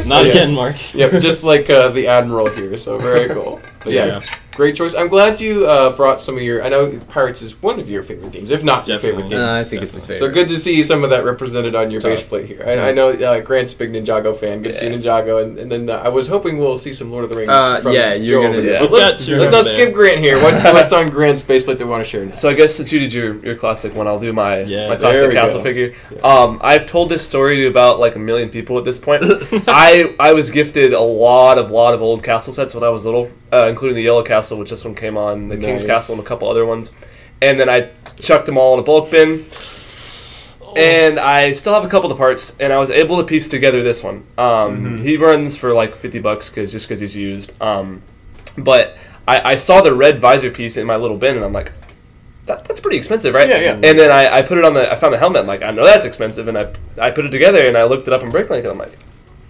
Speaker 2: Not
Speaker 1: Yeah.
Speaker 2: again, Mark.
Speaker 1: yep, just like uh, the admiral here. So very cool. But yeah, great choice. I'm glad you uh, brought some of your. I know pirates is one of your favorite themes, if not your favorite
Speaker 2: Definitely.
Speaker 1: theme.
Speaker 4: Uh, I think it's his favorite.
Speaker 1: So good to see some of that represented on your
Speaker 4: tough.
Speaker 1: base plate here. I, I know uh, Grant's a big Ninjago fan. Good to see
Speaker 3: Mm-hmm. Yeah.
Speaker 1: Ninjago, and, and then uh, I was hoping we'll see some Lord of the Rings.
Speaker 4: Uh,
Speaker 1: from
Speaker 4: yeah, you're
Speaker 1: Joel.
Speaker 4: gonna-
Speaker 1: But
Speaker 3: yeah.
Speaker 2: We've got
Speaker 1: Let's,
Speaker 2: two
Speaker 1: let's
Speaker 2: over
Speaker 1: not
Speaker 2: there.
Speaker 1: skip Grant here. What's what's on Grant's base plate that we want to share? Next?
Speaker 3: So I guess since you did your, your classic one, I'll do my
Speaker 2: Yes.
Speaker 3: my
Speaker 1: There
Speaker 3: classic
Speaker 1: we
Speaker 3: council
Speaker 1: go.
Speaker 3: figure. Um, I've told this story to about like a million people at this point. I I was gifted a lot of lot of old castle sets when I was little, uh, including the Yellow Castle, which this one came on, the King's
Speaker 1: Nice.
Speaker 3: Castle, and a couple other ones. And then I chucked them all in a bulk bin.
Speaker 1: Oh.
Speaker 3: And I still have a couple of the parts, and I was able to piece together this
Speaker 1: Mm-hmm.
Speaker 3: one. Um, He runs for like fifty bucks, cause just because he's used. Um, but I, I saw the red visor piece in my little bin, and I'm like, that, that's pretty expensive, right?
Speaker 1: Yeah, yeah.
Speaker 3: And then I, I put it on the, I found the helmet, and like, I know that's expensive, and I, I put it together, and I looked it up in Bricklink, and I'm like,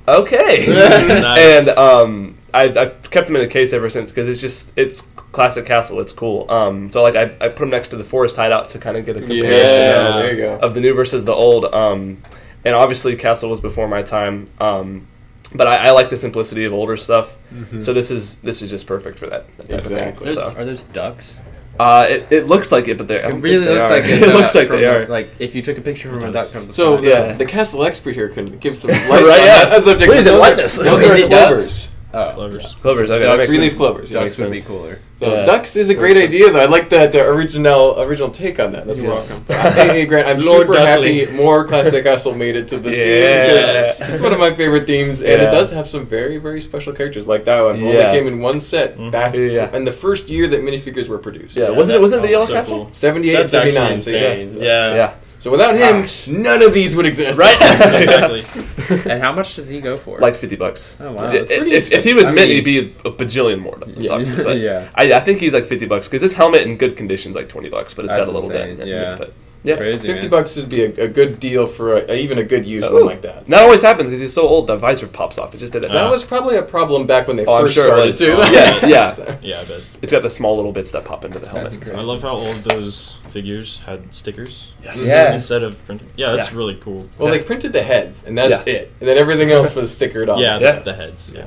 Speaker 3: okay.
Speaker 2: Nice.
Speaker 3: And um, I've, I've kept them in a case ever since, because it's just, it's classic castle, it's cool. Um, so like, I, I put them next to the forest hideout to kind of get a
Speaker 1: Yeah,
Speaker 3: comparison of,
Speaker 1: there you go.
Speaker 3: of the new versus the old. Um, and obviously, Castle was before my time. Um, but I, I like the simplicity of older stuff.
Speaker 2: Hmm.
Speaker 3: So this is this is just perfect for that, that type
Speaker 1: Exactly.
Speaker 3: of
Speaker 5: Those,
Speaker 3: thing. So
Speaker 5: Are those ducks?
Speaker 3: uh, it, it looks like it, but they're I
Speaker 4: It
Speaker 3: don't
Speaker 4: really
Speaker 3: think they
Speaker 4: looks like
Speaker 3: are. it looks like they are.
Speaker 4: Like if you took a picture from a duck from the
Speaker 1: So
Speaker 4: front.
Speaker 1: the,
Speaker 3: Yeah.
Speaker 1: the castle expert here can give some light
Speaker 3: Right,
Speaker 1: on
Speaker 3: yeah.
Speaker 1: that subject.
Speaker 3: Please
Speaker 1: Those are-
Speaker 3: enlighten us.
Speaker 1: Those
Speaker 4: Is
Speaker 1: are
Speaker 4: it
Speaker 1: clovers.
Speaker 4: oh,
Speaker 2: Clovers.
Speaker 3: Clovers. Okay, that
Speaker 1: Ducks,
Speaker 3: makes
Speaker 1: we leaf
Speaker 3: sense.
Speaker 1: clovers. yeah.
Speaker 4: ducks
Speaker 3: makes
Speaker 4: would be
Speaker 3: sense.
Speaker 4: cooler.
Speaker 1: So
Speaker 3: Yeah.
Speaker 1: ducks is a great
Speaker 3: Makes
Speaker 1: idea, though. I like that uh, original original take on that. That's
Speaker 2: You're
Speaker 1: awesome. hey, hey, Grant, I'm
Speaker 2: Lord
Speaker 1: super
Speaker 2: Dudley.
Speaker 1: happy more classic castle made it to the scene.
Speaker 3: Yes.
Speaker 1: 'cause It's one of my favorite themes, and it
Speaker 3: Yeah.
Speaker 1: does have some very very special characters like that one. who Only
Speaker 3: Yeah. Mm-hmm.
Speaker 1: came in one set back
Speaker 3: Yeah.
Speaker 1: in the first year that minifigures were produced.
Speaker 3: Yeah, wasn't it? Wasn't it the
Speaker 2: Oh,
Speaker 3: Yellow
Speaker 2: so
Speaker 3: Castle?
Speaker 2: cool.
Speaker 1: 78
Speaker 5: That's actually
Speaker 1: 79. So, yeah.
Speaker 5: insane. Yeah.
Speaker 3: Yeah.
Speaker 1: so without him,
Speaker 3: Gosh.
Speaker 1: none of these would exist.
Speaker 3: Right.
Speaker 2: exactly.
Speaker 4: and how much does he go for?
Speaker 3: Like fifty bucks.
Speaker 4: Oh, wow.
Speaker 3: I-
Speaker 4: That's
Speaker 1: pretty
Speaker 3: If, if he
Speaker 1: expensive.
Speaker 3: was
Speaker 4: I
Speaker 3: mint,
Speaker 4: mean-
Speaker 3: he'd be a bajillion more.
Speaker 4: Yeah.
Speaker 3: Obviously, but
Speaker 4: Yeah.
Speaker 3: I, I think he's like fifty bucks because his helmet in good condition is like twenty bucks, but it's
Speaker 4: That's
Speaker 3: got a little
Speaker 4: insane.
Speaker 3: dent.
Speaker 4: Yeah.
Speaker 3: But yeah.
Speaker 4: crazy.
Speaker 1: 50
Speaker 4: man.
Speaker 1: bucks would be a, a good deal for a, even a good used
Speaker 3: Ooh.
Speaker 1: one like that.
Speaker 3: That always happens because he's so old. The visor pops off. It just did it.
Speaker 4: Ah.
Speaker 1: That was probably a problem back when they
Speaker 3: Oh, I'm
Speaker 1: first
Speaker 3: sure
Speaker 1: started
Speaker 3: it is.
Speaker 1: too.
Speaker 3: Oh, yeah, yeah.
Speaker 2: Yeah, I bet.
Speaker 3: It's got the small little bits that pop into the helmet.
Speaker 4: That's
Speaker 2: I
Speaker 4: great.
Speaker 2: love how all of those figures had stickers.
Speaker 3: Yes.
Speaker 4: Yeah.
Speaker 2: Instead of printed. Yeah, that's
Speaker 3: Yeah.
Speaker 2: really cool.
Speaker 1: Well, they printed the heads, and that's
Speaker 3: Yeah.
Speaker 1: it. And then everything else was stickered on.
Speaker 2: Yeah,
Speaker 3: Yeah.
Speaker 2: that's the heads. Yeah.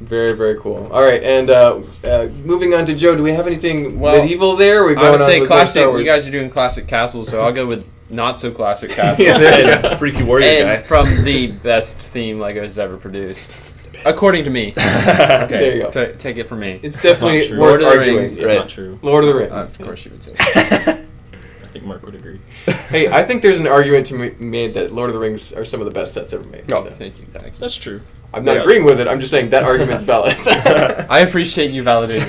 Speaker 1: Very, very cool. All right, and uh, uh, moving on to Joe. Do we have anything
Speaker 4: Well,
Speaker 1: medieval there? Or are we going
Speaker 4: I would
Speaker 1: on
Speaker 4: say
Speaker 1: with our
Speaker 4: classic.
Speaker 1: Star Wars?
Speaker 4: You guys are doing classic castles, so I'll go with not so classic castles.
Speaker 1: Yeah, there you
Speaker 3: And Freaky warrior guy.
Speaker 4: and from the best theme Legos ever produced, according to me. Okay,
Speaker 1: There you go.
Speaker 4: ta- take it from me.
Speaker 1: It's
Speaker 2: It's not
Speaker 1: definitely
Speaker 2: true.
Speaker 1: worth
Speaker 4: Lord of the
Speaker 1: arguing.
Speaker 4: Rings.
Speaker 2: It's
Speaker 3: Right.
Speaker 2: not true.
Speaker 1: Lord of the Rings.
Speaker 4: Uh, of course, you would say.
Speaker 2: I think Mark would agree.
Speaker 1: hey, I think there's an argument to be made that Lord of the Rings are some of the best sets ever made.
Speaker 3: Oh.
Speaker 1: So,
Speaker 4: Thank you. Thank you.
Speaker 2: That's true.
Speaker 1: I'm not
Speaker 3: Yeah.
Speaker 1: agreeing with it. I'm just saying that argument's valid.
Speaker 4: I appreciate you validating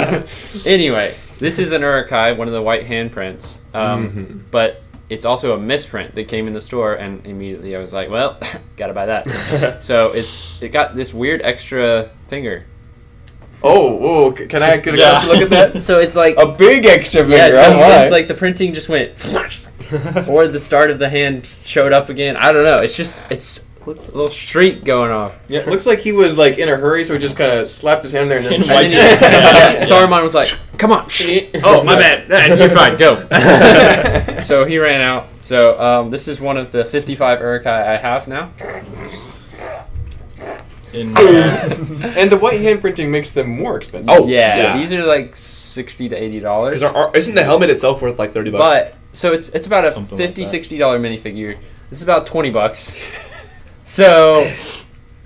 Speaker 4: argument. anyway, this is an Urukai, one of the white handprints, um,
Speaker 1: Mm-hmm.
Speaker 4: but it's also a misprint that came in the store, and immediately I was like, "Well, gotta buy that." so it's it got this weird extra finger.
Speaker 1: oh, whoa! c- Can I get a
Speaker 2: Yeah.
Speaker 1: closer look at that?
Speaker 4: So it's like
Speaker 1: A big extra finger.
Speaker 4: Yeah,
Speaker 1: oh
Speaker 4: so
Speaker 1: my.
Speaker 4: it's like the printing just went, or the start of the hand showed up again. I don't know. It's just it's looks a little streak going off.
Speaker 1: yeah, it looks like he was like in a hurry, so he just kind of slapped his hand there and then.
Speaker 2: And
Speaker 4: And then
Speaker 2: wiped
Speaker 4: he-
Speaker 2: it.
Speaker 4: yeah,
Speaker 2: Yeah.
Speaker 4: Saruman was like, "Come on!" oh, my bad. Nah, You're fine. Go. so he ran out. So um, this is one of the 55 Urukai I have now.
Speaker 2: In, uh,
Speaker 1: And the white hand printing makes them more expensive.
Speaker 3: Oh,
Speaker 4: yeah,
Speaker 3: yeah.
Speaker 4: these are like 60 to 80 dollars.
Speaker 3: Is there- are- Isn't the helmet itself worth like thirty bucks?
Speaker 4: But so it's it's about a
Speaker 2: Something like
Speaker 4: fifty
Speaker 2: that.
Speaker 4: sixty dollar minifigure. This is about twenty bucks. so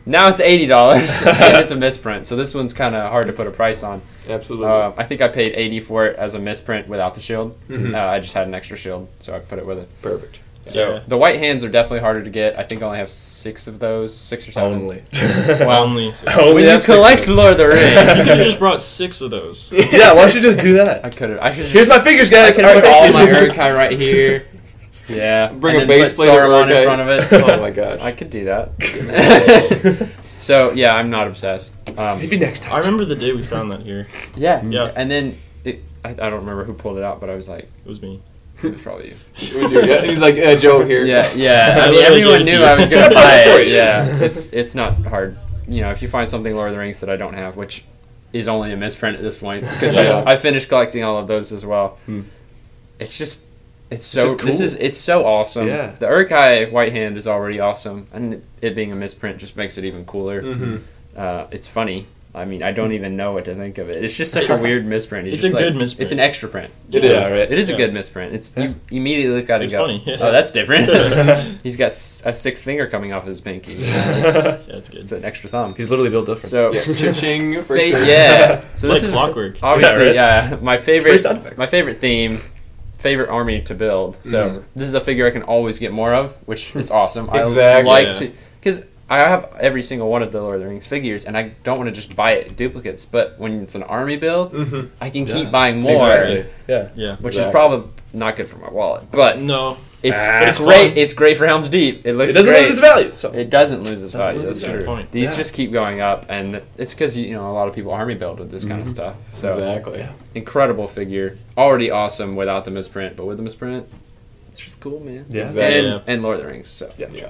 Speaker 4: now it's eighty dollars and it's a misprint. So this one's kind of hard to put a price on.
Speaker 1: Absolutely.
Speaker 4: Uh, I think I paid eighty for it as a misprint without the shield.
Speaker 3: Mm-hmm.
Speaker 4: Uh, I just had an extra shield, so I put it with it.
Speaker 1: Perfect.
Speaker 4: So
Speaker 2: Yeah.
Speaker 4: the white hands are definitely harder to get. I think I only have six of those, six or seven.
Speaker 1: Only.
Speaker 4: Wow. Oh.
Speaker 2: only six.
Speaker 3: Only
Speaker 4: when you
Speaker 3: have six
Speaker 4: collect
Speaker 3: of
Speaker 4: Lord of the
Speaker 2: You
Speaker 4: Rings,
Speaker 2: could have just brought six of those.
Speaker 3: them. yeah, why don't you just do that?
Speaker 4: I could have. I should just.
Speaker 3: Here's my fingers,
Speaker 4: I
Speaker 3: guys.
Speaker 4: could
Speaker 3: All
Speaker 4: have
Speaker 3: right,
Speaker 4: put all
Speaker 3: thank
Speaker 4: my
Speaker 3: you.
Speaker 4: Urukai right here. Yeah,
Speaker 1: Bring
Speaker 4: and
Speaker 1: a
Speaker 4: then
Speaker 1: base
Speaker 4: put
Speaker 1: plate of
Speaker 4: Sauron
Speaker 1: Urukai.
Speaker 4: in front of it.
Speaker 1: oh my gosh.
Speaker 4: I could do that. so yeah, I'm not obsessed. Um,
Speaker 3: Maybe next
Speaker 2: I
Speaker 3: time.
Speaker 2: remember the day we found that here.
Speaker 4: yeah,
Speaker 2: Yeah.
Speaker 4: And then it, I, I don't remember who pulled it out, but I was like,
Speaker 2: It was me.
Speaker 4: it was probably you.
Speaker 1: It was you, yeah? He's like, uh, Joe here.
Speaker 4: Yeah, yeah.
Speaker 2: I
Speaker 4: I mean,
Speaker 2: literally gave
Speaker 4: everyone
Speaker 2: it
Speaker 4: knew
Speaker 2: to you.
Speaker 4: I was gonna buy
Speaker 3: Of course.
Speaker 4: it. Yeah, it's it's not hard. You know, if you find something Lord of the Rings that I don't have, which is only a misprint at this point, because
Speaker 1: Yeah.
Speaker 4: I, I finished collecting all of those as well. It's just. It's so
Speaker 3: just
Speaker 4: this
Speaker 3: cool.
Speaker 4: is it's so awesome.
Speaker 3: Yeah.
Speaker 4: The Urkai White Hand is already awesome, and it being a misprint just makes it even cooler.
Speaker 1: Mm-hmm.
Speaker 4: Uh, it's funny. I mean, I don't even know what to think of it. It's just such a weird misprint. You
Speaker 2: It's
Speaker 4: just
Speaker 2: a
Speaker 4: like-
Speaker 2: good misprint.
Speaker 4: It's an extra print.
Speaker 1: It
Speaker 3: Yeah,
Speaker 1: is.
Speaker 3: right.
Speaker 4: It is a
Speaker 2: Yeah.
Speaker 4: good misprint. It's you immediately got to
Speaker 2: It's
Speaker 4: go.
Speaker 2: funny.
Speaker 4: Oh, that's different. He's got s- a sixth finger coming off his pinky.
Speaker 2: yeah, it's good.
Speaker 4: It's an extra thumb.
Speaker 3: He's literally built different.
Speaker 4: So
Speaker 1: Yeah. Cha-ching for
Speaker 4: fa-
Speaker 1: sure.
Speaker 4: yeah. So this
Speaker 2: like
Speaker 4: is
Speaker 2: clockwork.
Speaker 4: obviously yeah,
Speaker 3: Yeah,
Speaker 4: my
Speaker 3: free
Speaker 4: favorite
Speaker 3: sound effects.
Speaker 4: my favorite theme, favorite army to build. So
Speaker 3: Mm-hmm.
Speaker 4: this is a figure I can always get more of, which
Speaker 3: Hmm.
Speaker 4: is awesome. I
Speaker 1: Exactly.
Speaker 4: like
Speaker 2: Yeah.
Speaker 4: to because. I have every single one of the Lord of the Rings figures, and I don't want to just buy it duplicates. But when it's an army build, I can keep buying more,
Speaker 3: Mm-hmm. Exactly. Yeah.
Speaker 2: Yeah.
Speaker 4: which is
Speaker 1: Exactly.
Speaker 4: probably not good for my wallet. But
Speaker 2: No,
Speaker 4: It's
Speaker 3: Ah,
Speaker 4: it's
Speaker 3: fun.
Speaker 4: great. It's great for Helm's Deep. It looks
Speaker 3: It doesn't
Speaker 4: great.
Speaker 3: lose its value. So
Speaker 4: It doesn't lose its
Speaker 3: Doesn't
Speaker 4: value.
Speaker 3: lose
Speaker 4: That's
Speaker 3: its
Speaker 4: true.
Speaker 3: value.
Speaker 2: Point.
Speaker 4: These
Speaker 1: Yeah.
Speaker 4: just keep going up, and it's because you know a lot of people army build with this
Speaker 3: Mm-hmm.
Speaker 4: kind of stuff. So
Speaker 1: exactly.
Speaker 4: incredible figure, already awesome without the misprint, but with the misprint, it's just cool, man.
Speaker 3: Yeah.
Speaker 1: Exactly.
Speaker 4: And,
Speaker 2: Yeah.
Speaker 4: and Lord of the Rings. So
Speaker 3: Yeah.
Speaker 1: Yeah.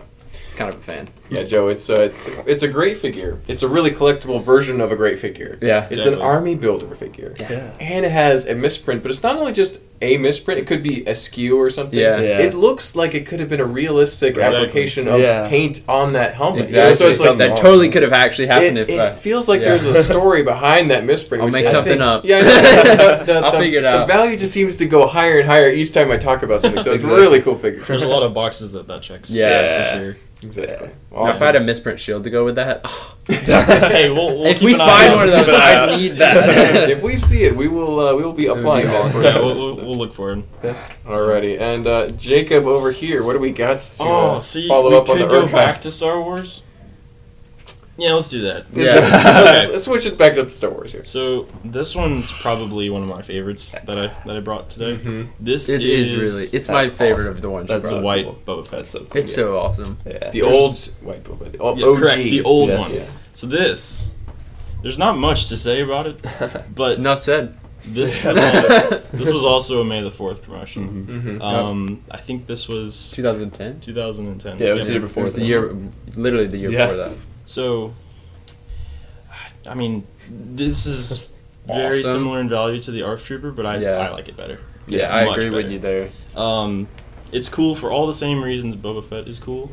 Speaker 4: kind of a fan.
Speaker 1: Yeah, Joe, it's a, it's, it's a great figure. It's a really collectible version of a great figure.
Speaker 4: Yeah.
Speaker 1: It's an
Speaker 2: Definitely.
Speaker 1: army builder figure.
Speaker 3: Yeah.
Speaker 1: And it has a misprint, but it's not only just a misprint, it could be askew or something.
Speaker 4: Yeah.
Speaker 3: Yeah.
Speaker 1: It looks like it could have been a realistic
Speaker 2: Exactly.
Speaker 1: application of
Speaker 3: Yeah.
Speaker 1: paint on that helmet.
Speaker 4: Exactly.
Speaker 1: Oh So it's
Speaker 3: Just
Speaker 1: like,
Speaker 3: done
Speaker 4: that
Speaker 3: wrong.
Speaker 4: totally could have actually happened
Speaker 1: it,
Speaker 4: if.
Speaker 1: it
Speaker 4: Uh,
Speaker 1: feels like
Speaker 4: yeah.
Speaker 1: there's a story behind that misprint.
Speaker 4: I'll
Speaker 1: which
Speaker 4: make
Speaker 1: I
Speaker 4: something
Speaker 1: think-
Speaker 4: up.
Speaker 1: Yeah, I know. the,
Speaker 4: I'll
Speaker 1: the-
Speaker 4: figure it
Speaker 1: the
Speaker 4: out.
Speaker 1: value just seems to go higher and higher each time I talk about something. So it's a
Speaker 4: Exactly.
Speaker 1: really cool figure.
Speaker 2: There's a lot of boxes that that checks.
Speaker 4: Yeah,
Speaker 3: Yeah.
Speaker 2: for sure.
Speaker 1: Exactly.
Speaker 4: now, if I had a misprint shield to go with that, Oh,
Speaker 2: hey, we'll, we'll
Speaker 4: if
Speaker 2: keep
Speaker 4: we
Speaker 2: an eye
Speaker 4: find
Speaker 2: out.
Speaker 4: one of those,
Speaker 3: Keep an eye out.
Speaker 4: I need that.
Speaker 1: if we see it, we will uh, we will be applying that. For
Speaker 2: Yeah, we'll, we'll, we'll look for it.
Speaker 1: Alrighty, and uh, Jacob over here, what do we got to uh,
Speaker 2: Oh, see,
Speaker 1: follow
Speaker 2: we
Speaker 1: up on
Speaker 2: could
Speaker 1: the
Speaker 2: go
Speaker 1: Urquhart?
Speaker 2: back to Star Wars. Yeah, let's do that.
Speaker 4: Yeah.
Speaker 1: Let's- let's,
Speaker 2: Okay.
Speaker 1: let's switch it back up to Star Wars here.
Speaker 2: So this one's probably one of my favorites that I that I brought today. This
Speaker 4: Mm-hmm. it is really. It's my
Speaker 3: that's
Speaker 4: favorite
Speaker 3: awesome.
Speaker 4: of the ones. you
Speaker 3: That's
Speaker 2: the
Speaker 4: brought.
Speaker 2: white
Speaker 3: cool.
Speaker 2: Boba Fett.
Speaker 3: that's so cool.
Speaker 4: It's so awesome.
Speaker 3: Yeah.
Speaker 1: The
Speaker 2: There's-
Speaker 1: old white book, the old
Speaker 2: Yeah,
Speaker 1: OG.
Speaker 2: correct, the old
Speaker 3: Yes.
Speaker 2: one.
Speaker 1: Yeah.
Speaker 2: So this, there's not much to say about it, but
Speaker 4: Enough said.
Speaker 2: this was also, this was also a May the Fourth promotion.
Speaker 4: Mm-hmm.
Speaker 1: Mhm.
Speaker 2: Um, I think this was
Speaker 4: 2010.
Speaker 2: 2010.
Speaker 3: Yeah, it was the year
Speaker 4: It
Speaker 3: before.
Speaker 4: was the
Speaker 3: that.
Speaker 4: year, literally the year
Speaker 3: Yeah.
Speaker 4: before that.
Speaker 2: So, I mean, this is very
Speaker 4: Awesome.
Speaker 2: similar in value to the ARF Trooper, but I,
Speaker 4: Yeah.
Speaker 2: I like it better.
Speaker 4: Yeah, I
Speaker 2: much
Speaker 4: agree with
Speaker 2: better.
Speaker 4: you there.
Speaker 2: Um, it's cool for all the same reasons Boba Fett is cool,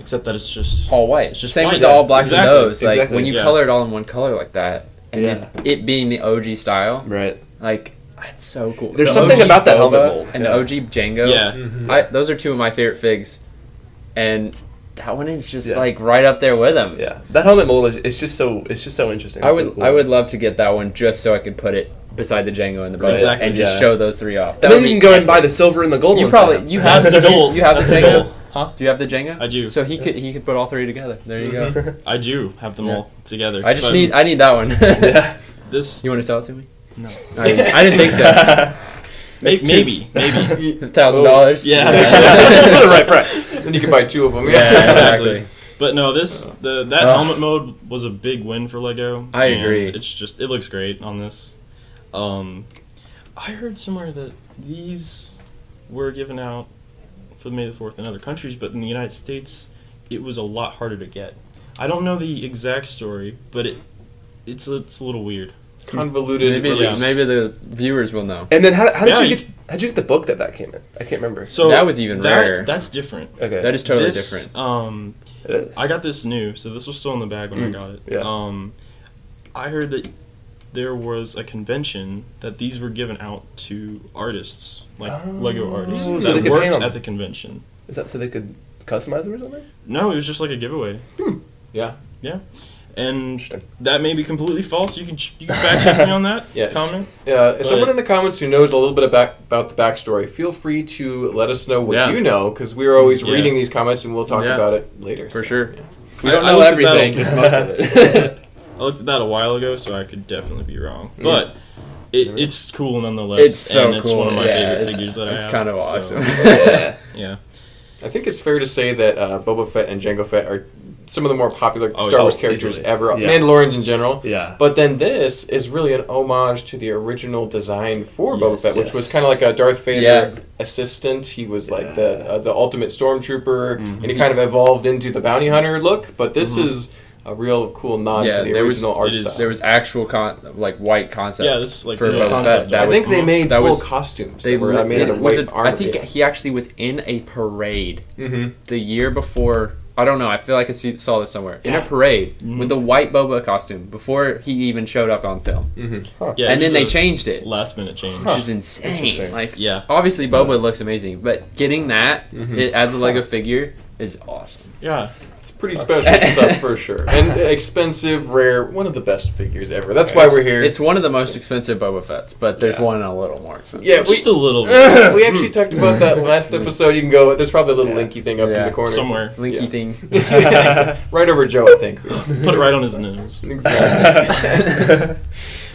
Speaker 2: except that it's just
Speaker 4: all white.
Speaker 2: It's just
Speaker 4: Same
Speaker 2: white,
Speaker 4: with the
Speaker 2: yeah.
Speaker 4: all blacks
Speaker 2: Exactly,
Speaker 4: and those. Like
Speaker 3: exactly,
Speaker 4: when you
Speaker 2: yeah.
Speaker 4: color it all in one color like that, and
Speaker 3: Yeah.
Speaker 4: it, it being the OG style,
Speaker 3: Right.
Speaker 4: like that's so cool.
Speaker 3: There's
Speaker 4: The
Speaker 3: something
Speaker 4: OG
Speaker 3: about that
Speaker 4: Boba
Speaker 3: helmet mold,
Speaker 4: and
Speaker 3: yeah.
Speaker 4: the OG Django.
Speaker 2: yeah.
Speaker 3: Mm-hmm.
Speaker 4: I, those are two of my favorite figs, and that one is just
Speaker 3: Yeah.
Speaker 4: like right up there with them.
Speaker 3: Yeah. That helmet mold is it's just so it's just so interesting.
Speaker 4: I
Speaker 3: It's so
Speaker 4: would
Speaker 3: cool.
Speaker 4: I would love to get that one just so I could put it beside the Django and the Boba
Speaker 2: Exactly,
Speaker 4: and just
Speaker 3: yeah.
Speaker 4: show those three off. That
Speaker 3: then
Speaker 4: would
Speaker 3: you
Speaker 4: be
Speaker 3: can go and buy
Speaker 4: epic.
Speaker 3: the silver and the gold.
Speaker 4: You
Speaker 3: ones
Speaker 4: probably
Speaker 3: now.
Speaker 4: you have
Speaker 2: That's the goal.
Speaker 4: You have
Speaker 2: That's
Speaker 4: the
Speaker 2: the
Speaker 4: Django.
Speaker 2: goal. Huh?
Speaker 4: Do you have the Django?
Speaker 2: I do.
Speaker 4: So he could he could put all three together. There you go.
Speaker 3: Mm-hmm.
Speaker 2: I do have them
Speaker 4: Yeah.
Speaker 2: all together.
Speaker 4: I just
Speaker 2: but
Speaker 4: need I need that one.
Speaker 3: Yeah.
Speaker 2: this.
Speaker 4: You want to sell it to me?
Speaker 2: No.
Speaker 4: I didn't, I didn't think so.
Speaker 2: may-
Speaker 4: two.
Speaker 2: maybe, maybe.
Speaker 4: Thousand dollars.
Speaker 2: Yeah.
Speaker 3: For the right price.
Speaker 1: Then you can buy two of them.
Speaker 4: Yeah,
Speaker 1: Yeah.
Speaker 4: exactly.
Speaker 2: But no, this the that
Speaker 4: Ugh.
Speaker 2: helmet mode was a big win for Lego.
Speaker 4: Uh. I
Speaker 2: and
Speaker 4: agree.
Speaker 2: It's just it looks great on this. Um, I heard somewhere that these were given out for May the Fourth in other countries, but in the United States, it was a lot harder to get. I don't know the exact story, but it it's it's a little weird.
Speaker 1: Convoluted.
Speaker 4: Maybe
Speaker 1: release.
Speaker 4: maybe the viewers will know.
Speaker 3: And then how, how did
Speaker 2: Yeah,
Speaker 3: you
Speaker 2: you-
Speaker 3: get how did you get the book that that came in? I can't remember.
Speaker 2: So
Speaker 4: That was even
Speaker 2: that-
Speaker 4: rarer.
Speaker 2: That's different.
Speaker 3: Okay.
Speaker 4: That is totally
Speaker 2: This,
Speaker 4: different.
Speaker 2: Um,
Speaker 3: it is.
Speaker 2: I got this new, so this was still in the bag when I
Speaker 3: Mm,
Speaker 2: got it.
Speaker 3: yeah.
Speaker 2: Um, I heard that there was a convention that these were given out to artists, like
Speaker 3: Oh,
Speaker 2: Lego artists
Speaker 3: so they
Speaker 2: that
Speaker 3: could paint
Speaker 2: worked
Speaker 3: 'em.
Speaker 2: at the convention.
Speaker 3: Is that so they could customize it or something?
Speaker 2: No, it was just like a giveaway,
Speaker 4: Hmm.
Speaker 1: Yeah.
Speaker 2: and
Speaker 3: Interesting.
Speaker 2: that may be completely false. You can ch- you can fact check me on that
Speaker 1: Yes.
Speaker 2: comment.
Speaker 1: Yeah, Uh, if
Speaker 2: But-
Speaker 1: someone in the comments who knows a little bit about, about the backstory, feel free to let us know what
Speaker 4: Yeah.
Speaker 1: you know, because we're always
Speaker 2: Yeah.
Speaker 1: reading these comments and we'll talk
Speaker 4: Yeah.
Speaker 1: about it later.
Speaker 4: For sure.
Speaker 2: I-
Speaker 4: We don't
Speaker 2: I
Speaker 4: know
Speaker 2: looked at that
Speaker 4: everything,
Speaker 2: a-
Speaker 4: just most of it.
Speaker 2: I looked at that a while ago, so I could definitely be wrong, but. It, it's cool nonetheless.
Speaker 4: it's so
Speaker 2: and it's
Speaker 4: cool.
Speaker 2: one of my
Speaker 4: yeah,
Speaker 2: favorite
Speaker 4: it's,
Speaker 2: figures that I
Speaker 4: it's
Speaker 2: have,
Speaker 4: kind of
Speaker 2: so,
Speaker 4: awesome.
Speaker 2: yeah.
Speaker 1: I think it's fair to say that uh, Boba Fett and Jango Fett are some of the more popular
Speaker 2: Oh,
Speaker 1: Star
Speaker 2: yeah.
Speaker 1: Wars
Speaker 2: Oh,
Speaker 1: characters
Speaker 2: easily.
Speaker 1: ever,
Speaker 3: Yeah.
Speaker 1: Mandalorians in general.
Speaker 3: Yeah.
Speaker 1: But then this is really an homage to the original design for Boba
Speaker 2: Yes,
Speaker 1: Fett, which
Speaker 3: yes.
Speaker 1: was kind of like a Darth Vader
Speaker 4: Yeah.
Speaker 1: assistant. He was like
Speaker 3: Yeah.
Speaker 1: the uh, the ultimate stormtrooper, and he kind of evolved into the bounty hunter look. But this is a real cool nod
Speaker 4: Yeah,
Speaker 1: to the
Speaker 4: there was-
Speaker 1: original art
Speaker 2: it is-
Speaker 1: style.
Speaker 4: there was actual con like white concept.
Speaker 2: Yeah, this is like
Speaker 4: for
Speaker 2: the
Speaker 4: Boba
Speaker 2: concept
Speaker 4: Fett. That
Speaker 1: I
Speaker 4: was,
Speaker 1: think they made
Speaker 4: that
Speaker 1: full
Speaker 4: was-
Speaker 1: costumes.
Speaker 4: they
Speaker 1: They were uh, made out
Speaker 4: it
Speaker 1: of
Speaker 4: was
Speaker 1: white
Speaker 4: a-
Speaker 1: armor.
Speaker 4: I think he actually was in a parade
Speaker 1: Mhm.
Speaker 4: the year before. I don't know. I feel like I see, saw this somewhere in
Speaker 1: Yeah.
Speaker 4: a parade
Speaker 2: Mm-hmm.
Speaker 4: with the white Boba costume before he even showed up on film,
Speaker 2: Yeah, it
Speaker 4: and then
Speaker 2: was
Speaker 4: they
Speaker 2: a
Speaker 4: changed it.
Speaker 2: Last minute change.
Speaker 4: which is insane.
Speaker 3: Interesting.
Speaker 4: Like,
Speaker 2: Yeah.
Speaker 4: obviously Boba looks amazing, but getting that
Speaker 3: Mm-hmm.
Speaker 4: it, as a Lego figure is awesome.
Speaker 2: Yeah.
Speaker 1: It's pretty special stuff for sure, and expensive, rare, one of the best figures ever. That's why we're here.
Speaker 4: It's one of the most expensive Boba Fett's, but there's
Speaker 3: Yeah.
Speaker 4: one a little more expensive.
Speaker 1: Yeah, we-
Speaker 2: Just a little bit.
Speaker 1: we actually talked about that last episode. You can go. There's probably a little
Speaker 3: Yeah.
Speaker 1: linky thing up in
Speaker 4: Yeah.
Speaker 1: the corner
Speaker 2: somewhere.
Speaker 4: Linky
Speaker 1: Yeah.
Speaker 4: thing.
Speaker 1: right over Joe, I think.
Speaker 2: Put it right on his nose.
Speaker 1: exactly.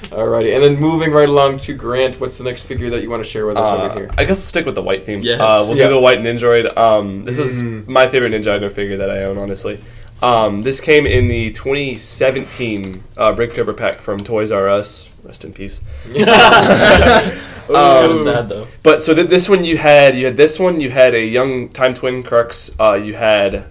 Speaker 1: Alrighty, and then moving right along to Grant, what's the next figure that you want to share with us
Speaker 3: Uh,
Speaker 1: over here?
Speaker 3: I guess we'll stick with the white theme.
Speaker 2: Yes.
Speaker 3: Uh, we'll
Speaker 1: Yeah.
Speaker 3: do the white Ninjoid. Um, this is
Speaker 1: Mm.
Speaker 3: my favorite Ninjago figure that I own, honestly. Um, this came in the 2017 uh, Brick Cover Pack from Toys R Us. Rest in peace.
Speaker 2: kind of
Speaker 3: Um,
Speaker 2: sad though.
Speaker 3: But so th- this one you had, you had this one, you had a young Time Twin Crux, uh, you had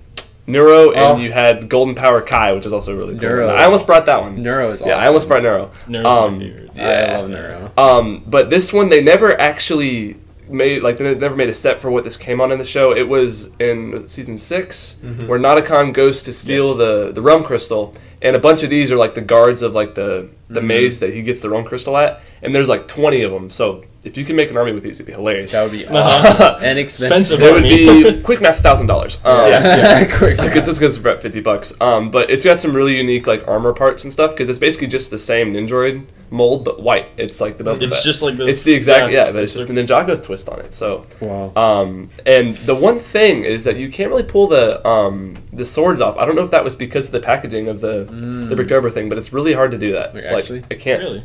Speaker 3: Neuro,
Speaker 4: Oh.
Speaker 3: and you had Golden Power Kai, which is also really cool.
Speaker 4: Neuro.
Speaker 3: I almost brought that one.
Speaker 4: Neuro is awesome.
Speaker 3: Yeah, I almost brought Neuro.
Speaker 2: Neuro's
Speaker 3: um,
Speaker 2: my favorite.
Speaker 4: I
Speaker 3: Yeah.
Speaker 4: love Neuro.
Speaker 3: Um, but this one they never actually made like they never made a set for what this came on in the show. It was in was it season 6 where Nauticon goes to steal
Speaker 2: Yes.
Speaker 3: the the rum crystal, and a bunch of these are like the guards of like the the maze that he gets the rum crystal at, and there's like twenty of them. So if you can make an army with these, it'd be hilarious.
Speaker 4: That would be
Speaker 2: Uh-huh.
Speaker 4: awesome. and expensive.
Speaker 2: Expensive.
Speaker 3: It would
Speaker 2: Army.
Speaker 3: be quick math, thousand dollars. Um,
Speaker 4: Yeah, quick.
Speaker 3: Because this gets about fifty bucks, um, but it's got some really unique like armor parts and stuff. Because it's basically just the same Ninjroid mold, but white. It's like the Boba
Speaker 2: It's
Speaker 3: Fett.
Speaker 2: just like this.
Speaker 3: It's the exact yeah, but it's just the Ninjago twist on it. So,
Speaker 4: Wow.
Speaker 3: um, and the one thing is that you can't really pull the um, the swords off. I don't know if that was because of the packaging of the the Bricktober thing, but it's really hard to do that.
Speaker 4: Wait,
Speaker 3: like
Speaker 4: actually?
Speaker 3: I can't.
Speaker 2: Mm. Really,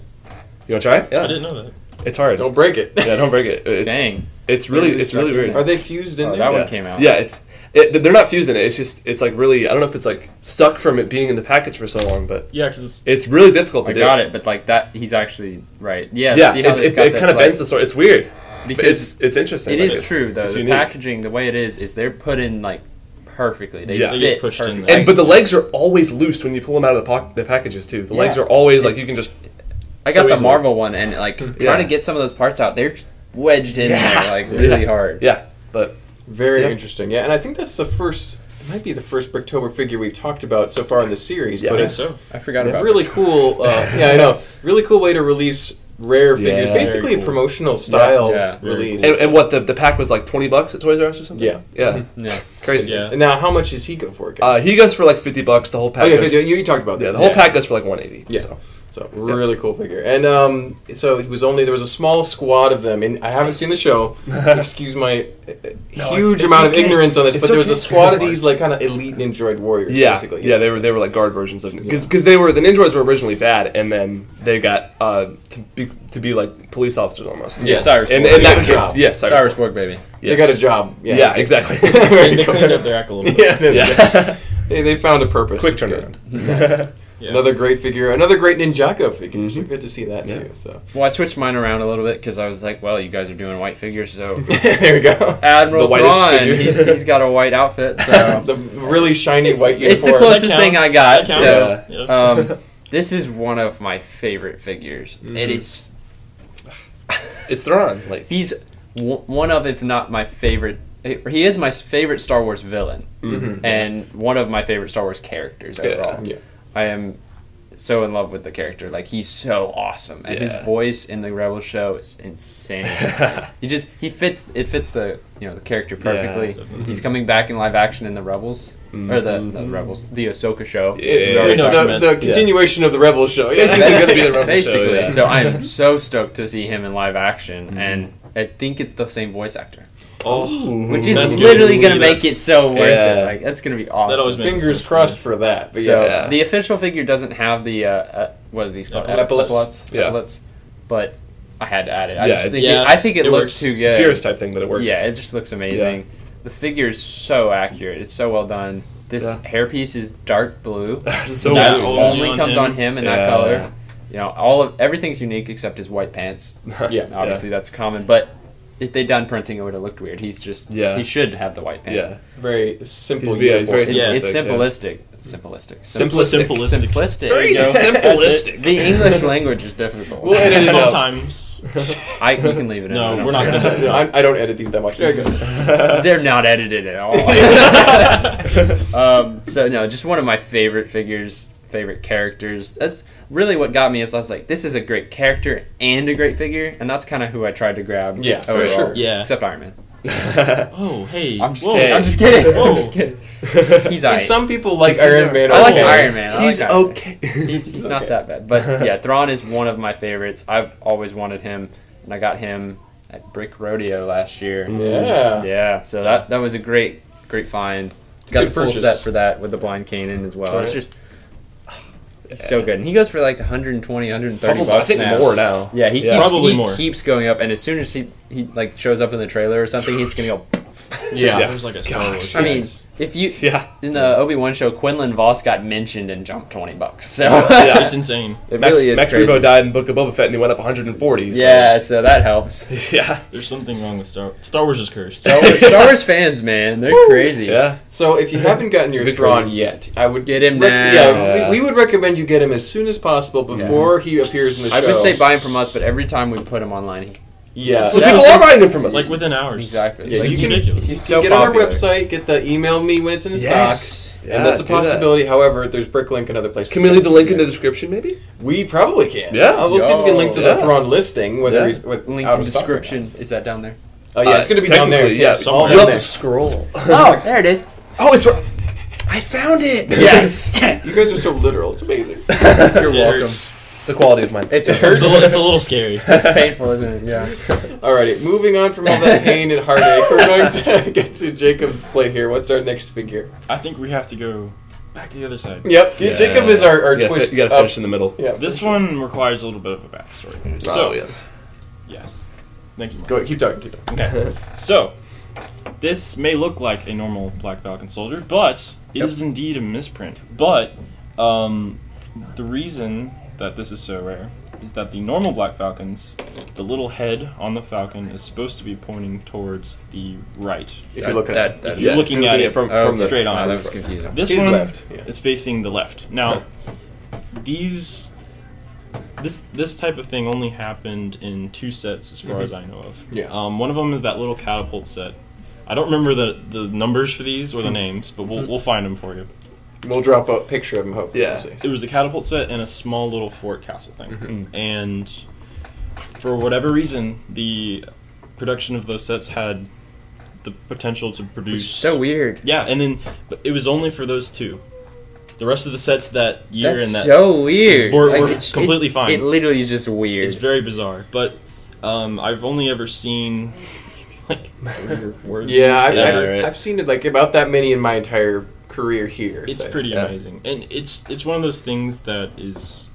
Speaker 3: You want to try? it?
Speaker 2: I
Speaker 3: Yeah,
Speaker 2: didn't know that.
Speaker 3: it's hard.
Speaker 1: Don't break it.
Speaker 3: yeah, don't break it. It's,
Speaker 4: Dang.
Speaker 3: it's really
Speaker 4: Yeah,
Speaker 3: it's really
Speaker 4: it's-
Speaker 3: weird.
Speaker 1: Are they fused in
Speaker 4: Oh,
Speaker 1: there?
Speaker 4: that
Speaker 3: yeah.
Speaker 4: one came out.
Speaker 3: Yeah, it's it, they're not fused in it. It's just it's like really I don't know if it's like stuck from it being in the package for so long, but
Speaker 2: Yeah, because
Speaker 3: it's really difficult to
Speaker 4: I
Speaker 3: do.
Speaker 4: got it, but like that, he's actually right. Yeah,
Speaker 3: Yeah,
Speaker 4: see how
Speaker 3: it,
Speaker 4: it's
Speaker 3: it,
Speaker 4: got
Speaker 3: it
Speaker 4: that,
Speaker 3: kind of
Speaker 4: like-
Speaker 3: bends the sword. It's weird. But
Speaker 4: because
Speaker 3: it's it's interesting.
Speaker 4: it
Speaker 3: but
Speaker 4: is
Speaker 3: it's-
Speaker 4: true though.
Speaker 3: it's
Speaker 4: The
Speaker 3: unique.
Speaker 4: packaging, the way it is, is they're put in like perfectly. They
Speaker 3: Yeah.
Speaker 2: They
Speaker 4: fit
Speaker 2: get pushed in
Speaker 4: perfectly.
Speaker 2: there.
Speaker 3: And but the legs are always loose when you pull them out of the, poc- the packages too. The legs
Speaker 4: Yeah.
Speaker 3: are always like
Speaker 4: It's-
Speaker 3: you can just.
Speaker 4: I got
Speaker 3: so
Speaker 4: the
Speaker 3: easily.
Speaker 4: Marvel one, and like trying to get some of those parts out, they're just wedged in there like really
Speaker 3: Yeah.
Speaker 4: hard.
Speaker 3: Yeah, but
Speaker 1: Very
Speaker 3: Yeah.
Speaker 1: interesting. Yeah, and I think that's the first. It might be the first Bricktober figure we've talked about so far in the series,
Speaker 3: Yeah,
Speaker 1: but
Speaker 3: I
Speaker 1: it's
Speaker 3: think
Speaker 2: so.
Speaker 4: I forgot
Speaker 1: a
Speaker 4: about
Speaker 1: really cool. Uh, yeah, I know. Really cool way to release rare figures.
Speaker 4: Yeah.
Speaker 1: Basically,
Speaker 2: Very
Speaker 1: a
Speaker 2: cool.
Speaker 1: promotional style
Speaker 4: yeah.
Speaker 2: Very
Speaker 1: release.
Speaker 3: and, and what the, the pack was like twenty bucks at Toys R Us or something.
Speaker 1: Yeah.
Speaker 3: yeah,
Speaker 4: Mm-hmm. Yeah.
Speaker 3: crazy.
Speaker 2: Yeah.
Speaker 1: And now, how much does he go for? Again?
Speaker 3: Uh, he goes for like fifty bucks. The whole pack.
Speaker 1: oh, yeah,
Speaker 3: goes,
Speaker 1: you, you talked about that.
Speaker 3: yeah, the whole pack goes for like one eighty.
Speaker 1: Yeah.
Speaker 3: Yeah. So.
Speaker 1: So really cool figure, and um, so he was only there was a small squad of them, and I haven't seen the show. Excuse my uh, huge
Speaker 3: it's
Speaker 1: amount
Speaker 3: okay.
Speaker 1: of ignorance on this,
Speaker 3: It's
Speaker 1: but there was
Speaker 3: okay.
Speaker 1: a squad of these like kind of elite ninjoid warriors,
Speaker 3: Yeah,
Speaker 1: basically.
Speaker 3: yeah, they were they were like guard versions of because because they were the ninjas were originally bad and then they got uh, to be to be like police officers almost.
Speaker 1: Yes.
Speaker 4: Cyrus
Speaker 3: and
Speaker 4: Borg.
Speaker 1: They
Speaker 3: in that
Speaker 1: got a job.
Speaker 3: case, yes,
Speaker 4: Cyrus
Speaker 3: Cyrus.
Speaker 4: Borg, baby.
Speaker 1: They got a job. Yeah,
Speaker 3: Yeah,
Speaker 1: that's good.
Speaker 3: exactly.
Speaker 2: they, they cleaned up their act a little bit.
Speaker 1: Yeah, that's good.
Speaker 3: yeah,
Speaker 1: They, they found a purpose.
Speaker 3: quick
Speaker 1: That's good.
Speaker 3: turnaround.
Speaker 2: Yeah.
Speaker 1: Another great figure, another great Ninjago figure.
Speaker 3: Mm-hmm.
Speaker 1: So good to see that too. So
Speaker 4: Well, I switched mine around a little bit because I was like, well, you guys are doing white figures, so
Speaker 1: there we go.
Speaker 4: Admiral
Speaker 3: The whitest
Speaker 4: Thrawn,
Speaker 3: figure.
Speaker 4: he's, he's got a white outfit, so
Speaker 3: Uh,
Speaker 1: The really shiny white
Speaker 4: it's the
Speaker 1: uniform.
Speaker 4: closest
Speaker 2: That
Speaker 4: thing I
Speaker 2: counts.
Speaker 4: got.
Speaker 2: That counts.
Speaker 4: So,
Speaker 2: Yeah.
Speaker 4: um, this is one of my favorite figures.
Speaker 3: Mm-hmm.
Speaker 4: It is
Speaker 3: It's Thrawn. Like
Speaker 4: he's w- one of, if not my favorite. He is my favorite Star Wars villain, and one of my favorite Star Wars characters
Speaker 3: Mm-hmm. Yeah.
Speaker 4: overall.
Speaker 1: Yeah.
Speaker 4: I am so in love with the character. Like he's so awesome, and
Speaker 3: Yeah.
Speaker 4: his voice in the Rebel show is insane. he just he fits it fits the you know the character perfectly.
Speaker 2: definitely.
Speaker 4: He's coming back in live action in the Rebels or the, the Rebels the Ahsoka show.
Speaker 3: Mm-hmm. Yeah.
Speaker 4: We already
Speaker 2: No,
Speaker 4: talked
Speaker 2: no,
Speaker 4: about
Speaker 1: the,
Speaker 2: meant-
Speaker 1: the continuation of the Rebel Show. Yeah.
Speaker 3: Basically gonna be the Rebel show,
Speaker 4: Basically,
Speaker 3: yeah. Mm-hmm.
Speaker 4: so I am so stoked to see him in live action, and I think it's the same voice actor,
Speaker 2: Oh,
Speaker 4: which is
Speaker 2: that's good.
Speaker 4: literally
Speaker 2: See,
Speaker 4: gonna make
Speaker 2: that's-
Speaker 4: it so worth
Speaker 3: yeah.
Speaker 4: it. Like that's gonna be awesome.
Speaker 2: That always makes
Speaker 1: Fingers
Speaker 2: sense.
Speaker 1: crossed for that. But
Speaker 4: So
Speaker 1: yeah.
Speaker 3: Yeah.
Speaker 4: the official figure doesn't have the uh, uh, what are these called?
Speaker 2: Epaulets.
Speaker 4: Epaulets.
Speaker 3: Yeah.
Speaker 4: Epaulets. But I had to add it. I
Speaker 3: Yeah,
Speaker 4: just
Speaker 3: it-
Speaker 4: think
Speaker 2: yeah,
Speaker 4: it, I think it,
Speaker 2: it
Speaker 4: looks
Speaker 2: works.
Speaker 4: too
Speaker 3: it's a
Speaker 4: good.
Speaker 3: Pierce type thing, but it works.
Speaker 4: Yeah, it just looks amazing. The figure is so accurate. It's so well done. This
Speaker 3: Yeah.
Speaker 4: hairpiece is dark blue.
Speaker 3: It's so
Speaker 4: that
Speaker 2: weird.
Speaker 3: weird.
Speaker 2: Only
Speaker 4: only
Speaker 2: on
Speaker 4: comes
Speaker 2: him.
Speaker 4: on him in
Speaker 3: Yeah.
Speaker 4: that color. You know, all of everything's unique except his white pants.
Speaker 1: Yeah.
Speaker 4: Obviously, that's common. But if they'd done printing, it would have looked weird. He's just
Speaker 3: Yeah.
Speaker 4: he should have the white pants.
Speaker 3: yeah.
Speaker 1: Very simple.
Speaker 3: He's- yeah, he's
Speaker 1: uniform.
Speaker 3: very
Speaker 4: It's,
Speaker 2: Yeah.
Speaker 4: it's
Speaker 3: Simplistic, yeah.
Speaker 4: simplistic. Simplistic.
Speaker 3: Simplistic.
Speaker 2: Simplistic.
Speaker 4: Simplistic.
Speaker 3: Very
Speaker 4: There you go.
Speaker 3: simplistic.
Speaker 4: The English language is difficult.
Speaker 1: We'll edit it out.
Speaker 2: Sometimes.
Speaker 4: I, you can leave it in.
Speaker 2: No, we're not gonna-
Speaker 1: no, I'm, I don't edit these that much. There you go.
Speaker 4: They're not edited at all. um, so no, just one of my favorite figures, favorite characters. That's really what got me. Is I was like, this is a great character and a great figure, and that's kind of who I tried to grab.
Speaker 1: Yeah, for
Speaker 4: overall,
Speaker 1: sure.
Speaker 2: Yeah.
Speaker 4: Except Iron Man.
Speaker 2: Oh, hey.
Speaker 4: I'm just
Speaker 2: Whoa.
Speaker 4: kidding. I'm just kidding.
Speaker 2: Whoa.
Speaker 4: I'm just kidding. He's alright.
Speaker 1: Some people like
Speaker 4: He's-
Speaker 1: Iron Man.
Speaker 4: I like
Speaker 1: okay.
Speaker 4: Iron Man. I
Speaker 3: He's
Speaker 4: like Iron Man.
Speaker 3: okay.
Speaker 4: he's, he's not that bad. But yeah, Thrawn is one of my favorites. I've always wanted him, and I got him at Brick Rodeo last year.
Speaker 1: Yeah.
Speaker 4: Yeah, so that that was a great great find.
Speaker 1: a
Speaker 4: got
Speaker 1: good
Speaker 4: the full
Speaker 1: purchase.
Speaker 3: Oh,
Speaker 4: set for that with the blind Kanan as well.
Speaker 3: Alright.
Speaker 4: It's just It's so good. And he goes for like 120, 130
Speaker 3: Probably, I
Speaker 4: bucks
Speaker 3: think
Speaker 4: now.
Speaker 3: more now.
Speaker 4: Yeah, he keeps,
Speaker 2: Probably
Speaker 4: he
Speaker 2: more.
Speaker 4: keeps going up, and as soon as he, he like shows up in the trailer or something, he's gonna go.
Speaker 1: Yeah.
Speaker 2: There's like a Star
Speaker 3: Gosh.
Speaker 2: Wars.
Speaker 4: I mean,
Speaker 2: reference.
Speaker 4: if you
Speaker 3: Yeah.
Speaker 4: in the Obi wan show, Quinlan Voss got mentioned and jumped twenty bucks. So
Speaker 3: Yeah.
Speaker 2: it's insane.
Speaker 4: it
Speaker 3: Max,
Speaker 4: really is
Speaker 3: Max
Speaker 4: crazy.
Speaker 3: Rebo died in Book of Boba Fett, and he went up 140. so-
Speaker 4: Yeah, so that helps.
Speaker 3: yeah,
Speaker 2: There's something wrong with Star Star Wars is cursed.
Speaker 4: Star Wars, Star Wars fans, man, they're crazy.
Speaker 3: yeah.
Speaker 1: So if you haven't gotten
Speaker 3: It's a
Speaker 1: your
Speaker 3: big
Speaker 1: Thrawn
Speaker 3: question.
Speaker 1: yet, I would
Speaker 4: Get him
Speaker 1: rec-
Speaker 4: now.
Speaker 1: Yeah, we, we would recommend you get him as soon as possible before he appears in the show.
Speaker 4: I would say buy him from us, but every time we put him online, he,
Speaker 1: yeah.
Speaker 3: So
Speaker 4: Yeah.
Speaker 3: people are buying them from us.
Speaker 2: Like within hours.
Speaker 4: exactly.
Speaker 1: Yeah,
Speaker 4: Like,
Speaker 1: you
Speaker 4: he's,
Speaker 1: can-
Speaker 2: ridiculous.
Speaker 4: he's
Speaker 1: So
Speaker 4: so
Speaker 1: get on
Speaker 4: popular.
Speaker 1: our website, get the email me when it's in stock.
Speaker 3: Yes. Yeah,
Speaker 1: and that's a
Speaker 3: do that.
Speaker 1: possibility. However, there's Bricklink and other places.
Speaker 3: Can we leave the link in the description, maybe?
Speaker 1: We probably can.
Speaker 3: Yeah.
Speaker 1: Uh, we'll see if we can link to the
Speaker 3: Yeah.
Speaker 1: Thron listing. Whether
Speaker 3: Yeah. Uh,
Speaker 1: he's with
Speaker 4: Link
Speaker 1: out
Speaker 4: in
Speaker 1: of stock or
Speaker 4: description.
Speaker 1: not.
Speaker 4: Is that down there?
Speaker 1: Oh yeah, it's gonna be down there.
Speaker 3: Technically, Yeah,
Speaker 1: It's all
Speaker 2: somewhere.
Speaker 3: you
Speaker 1: down
Speaker 3: have
Speaker 1: there.
Speaker 3: to scroll.
Speaker 4: Oh, there it is.
Speaker 3: Oh, it's. right- I found it.
Speaker 4: Yes.
Speaker 1: You guys are so literal. It's amazing.
Speaker 4: You're
Speaker 2: Yeah,
Speaker 4: welcome.
Speaker 2: It's,
Speaker 3: It's a quality of mine.
Speaker 4: It's,
Speaker 2: it's, a, li- it's a little scary.
Speaker 4: It's painful, isn't it? Yeah.
Speaker 1: Alrighty, moving on from all that pain and heartache, we're going to get to Jacob's plate here. What's our next figure?
Speaker 2: I think we have to go back to the other side.
Speaker 1: Yep,
Speaker 3: Yeah.
Speaker 1: Jacob is our, our
Speaker 3: you gotta, fi-
Speaker 1: twist
Speaker 3: you gotta
Speaker 1: up.
Speaker 3: finish in the middle.
Speaker 1: Yeah,
Speaker 2: This one requires a little bit of a backstory. So
Speaker 3: oh, yes.
Speaker 2: yes, thank you. Mark.
Speaker 1: Go ahead, keep talking. Keep talking.
Speaker 2: Okay. So, this may look like a normal Black Falcon soldier, but it is indeed a misprint. But um, the reason that this is so rare is that the normal Black Falcons, the little head on the falcon is supposed to be pointing towards the right.
Speaker 1: If you're looking
Speaker 4: that-
Speaker 1: at
Speaker 4: that-
Speaker 1: it.
Speaker 2: If you're
Speaker 3: Yeah,
Speaker 2: looking
Speaker 3: you're
Speaker 2: at
Speaker 3: looking
Speaker 2: it
Speaker 3: at from-
Speaker 2: from,
Speaker 4: Oh,
Speaker 2: straight
Speaker 4: oh,
Speaker 2: on.
Speaker 4: that was confusing.
Speaker 2: This
Speaker 1: His
Speaker 2: one
Speaker 1: left, yeah.
Speaker 2: is facing the left. Now, these this this type of thing only happened in two sets, as far as I know of.
Speaker 1: Mm-hmm. Yeah.
Speaker 2: Um, one of them is that little catapult set. I don't remember the the numbers for these or the
Speaker 1: Hmm.
Speaker 2: names, but we'll we'll find them for you.
Speaker 1: We'll drop a picture of him, hopefully.
Speaker 3: Yeah.
Speaker 1: We'll see.
Speaker 2: It was a catapult set and a small little fort castle thing,
Speaker 1: Mm-hmm.
Speaker 2: and for whatever reason, the production of those sets had the potential to produce
Speaker 4: So weird.
Speaker 2: yeah, and then but it was only for those two. The rest of the sets that year
Speaker 4: That's
Speaker 2: and that
Speaker 4: so weird.
Speaker 2: We're- we're
Speaker 4: it's-
Speaker 2: completely
Speaker 4: it-
Speaker 2: fine.
Speaker 4: It literally is just weird.
Speaker 2: it's very bizarre. But um, I've only ever seen like words.
Speaker 1: Yeah, I've,
Speaker 3: Yeah,
Speaker 1: I've,
Speaker 3: right.
Speaker 1: I've seen it like about that many in my entire career here.
Speaker 2: it's
Speaker 1: so-
Speaker 2: pretty
Speaker 3: yeah.
Speaker 2: amazing, and it's it's one of those things that is.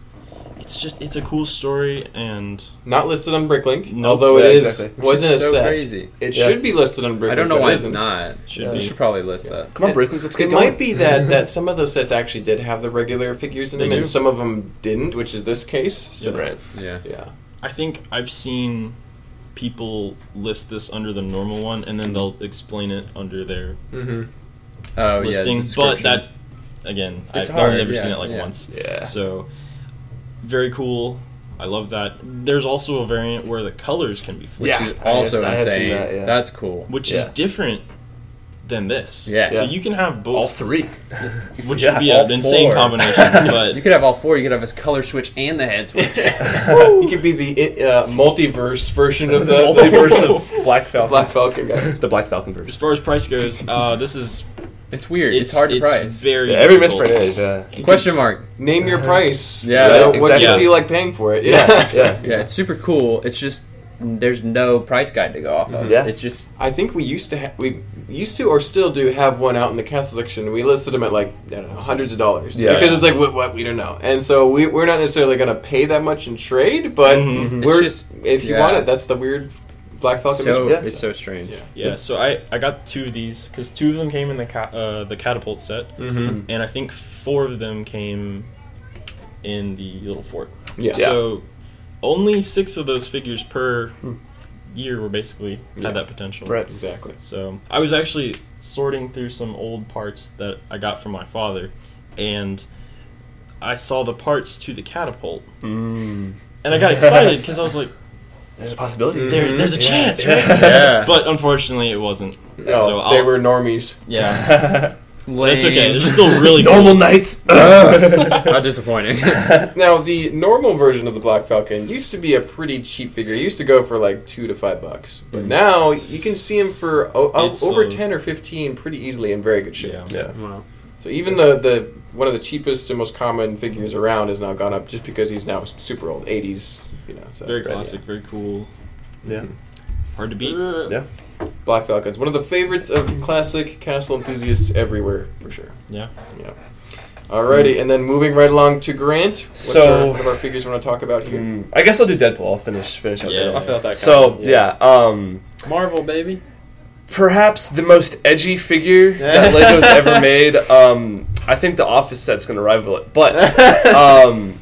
Speaker 2: It's just it's a cool story, and
Speaker 1: not listed on Bricklink,
Speaker 2: Nope.
Speaker 1: although it
Speaker 3: Yeah,
Speaker 1: is
Speaker 3: exactly. Which
Speaker 1: wasn't a
Speaker 4: so
Speaker 1: set.
Speaker 4: crazy.
Speaker 1: It
Speaker 3: Yeah.
Speaker 1: should be listed on Bricklink.
Speaker 4: I don't know
Speaker 1: but it
Speaker 4: why it's
Speaker 1: isn't.
Speaker 4: not.
Speaker 2: Should
Speaker 4: You
Speaker 2: be.
Speaker 4: should probably list that.
Speaker 3: Come on, Bricklink, let's
Speaker 1: It
Speaker 3: get going.
Speaker 1: might be that, that some of those sets actually did have the regular figures in them,
Speaker 2: They
Speaker 1: and
Speaker 2: do.
Speaker 1: some of them didn't, which is this case. So,
Speaker 3: Right.
Speaker 4: Yeah.
Speaker 1: Yeah.
Speaker 2: I think I've seen people list this under the normal one, and then they'll explain it under their
Speaker 1: Mm-hmm.
Speaker 4: Oh
Speaker 2: listing.
Speaker 4: yeah.
Speaker 2: but
Speaker 4: description.
Speaker 2: that's again,
Speaker 4: It's
Speaker 2: I've
Speaker 4: hard,
Speaker 2: only ever seen
Speaker 4: yeah,
Speaker 2: it like
Speaker 4: yeah.
Speaker 2: once.
Speaker 3: Yeah.
Speaker 2: So very cool. I love that. There's also a variant where the colors can be flipped,
Speaker 4: which
Speaker 3: Yeah,
Speaker 4: is
Speaker 3: I
Speaker 4: also
Speaker 3: have- I have seen
Speaker 4: insane.
Speaker 3: that, yeah.
Speaker 4: That's cool.
Speaker 2: which is
Speaker 3: Yeah.
Speaker 2: different than this.
Speaker 4: Yeah.
Speaker 2: So
Speaker 4: Yeah.
Speaker 2: you can have
Speaker 3: All
Speaker 2: both,
Speaker 3: three.
Speaker 2: which
Speaker 3: yeah,
Speaker 2: would be an
Speaker 4: all
Speaker 2: insane
Speaker 4: four.
Speaker 2: combination.
Speaker 4: You
Speaker 2: but
Speaker 4: could have all four. You could have his color switch and the head switch.
Speaker 1: it could be the uh, multiverse version of
Speaker 3: The
Speaker 1: the,
Speaker 3: multiverse of Black
Speaker 1: the
Speaker 3: Falcon.
Speaker 1: Black Falcon guy.
Speaker 3: the Black Falcon version.
Speaker 2: as far as price goes, uh, this is
Speaker 4: It's weird. It's, hard to price.
Speaker 2: Very
Speaker 3: Yeah, every
Speaker 2: difficult.
Speaker 3: misprint is. Yeah.
Speaker 4: Question mark.
Speaker 1: Name your price.
Speaker 4: Yeah,
Speaker 1: you know, What you
Speaker 3: exactly.
Speaker 1: feel like paying for it.
Speaker 3: Yeah. yeah.
Speaker 4: Yeah, it's super cool. It's just there's no price guide to go off of.
Speaker 3: Yeah.
Speaker 4: It's just
Speaker 1: I think we used to ha- we used to or still do have one out in the castle section. We listed them at like I don't know hundreds of dollars
Speaker 3: Yeah.
Speaker 1: because it's like what, what we don't know, and so we we're not necessarily going to pay that much in trade, but
Speaker 4: Mm-hmm.
Speaker 2: Mhm.
Speaker 1: we're
Speaker 4: It's just-
Speaker 1: if you
Speaker 4: yeah.
Speaker 1: want it, that's the weird Black Falcon.
Speaker 4: so
Speaker 1: mystery.
Speaker 3: yeah.
Speaker 4: it's so strange.
Speaker 1: Yeah.
Speaker 2: Yeah, so I, I got two of these because two of them came in the ca- uh, the catapult set,
Speaker 1: Mhm.
Speaker 2: and I think four of them came in the little fort.
Speaker 1: Yeah.
Speaker 2: So only six of those figures per year were basically
Speaker 1: Yeah.
Speaker 2: had that potential.
Speaker 3: Right.
Speaker 1: exactly.
Speaker 2: So I was actually sorting through some old parts that I got from my father, and I saw the parts to the catapult,
Speaker 1: Mm.
Speaker 2: and I got excited because I was like,
Speaker 3: There's a possibility.
Speaker 2: there, there's a chance, right?
Speaker 4: Yeah.
Speaker 2: But unfortunately, it wasn't.
Speaker 1: Mm-hmm. No,
Speaker 2: so
Speaker 1: they
Speaker 2: I'll-
Speaker 1: were normies.
Speaker 2: Yeah,
Speaker 4: Lame.
Speaker 2: that's okay. They're still really cool.
Speaker 3: Normal nights.
Speaker 4: How disappointing.
Speaker 3: Mm,
Speaker 1: Now the normal version of the Black Falcon used to be a pretty cheap figure. It used to go for like two to five bucks, but now you can see him for o- o-
Speaker 2: It's,
Speaker 1: over
Speaker 2: uh,
Speaker 1: ten or fifteen pretty easily in very good shape.
Speaker 2: Yeah.
Speaker 3: yeah.
Speaker 4: wow.
Speaker 1: So even the the one of the cheapest and most common figures around has now gone up just because he's now super old, eighties. You know, so
Speaker 2: Very classic, very cool.
Speaker 3: Yeah.
Speaker 2: Hard to beat.
Speaker 3: Yeah.
Speaker 1: Black Falcons, one of the favorites of classic castle enthusiasts everywhere for sure.
Speaker 2: Yeah.
Speaker 1: Yeah. Alrighty, and then moving right along to Grant. What's
Speaker 3: So-
Speaker 1: our, one of our figures we want to talk about here?
Speaker 3: Hmm, I guess I'll do Deadpool. I'll finish finish up
Speaker 2: Yeah.
Speaker 3: Deadpool.
Speaker 5: I felt that.
Speaker 3: So
Speaker 5: coming.
Speaker 3: yeah, um,
Speaker 5: Marvel baby.
Speaker 3: perhaps the most edgy figure that Lego's ever made. Um, I think the Office set's gonna rival it, but um,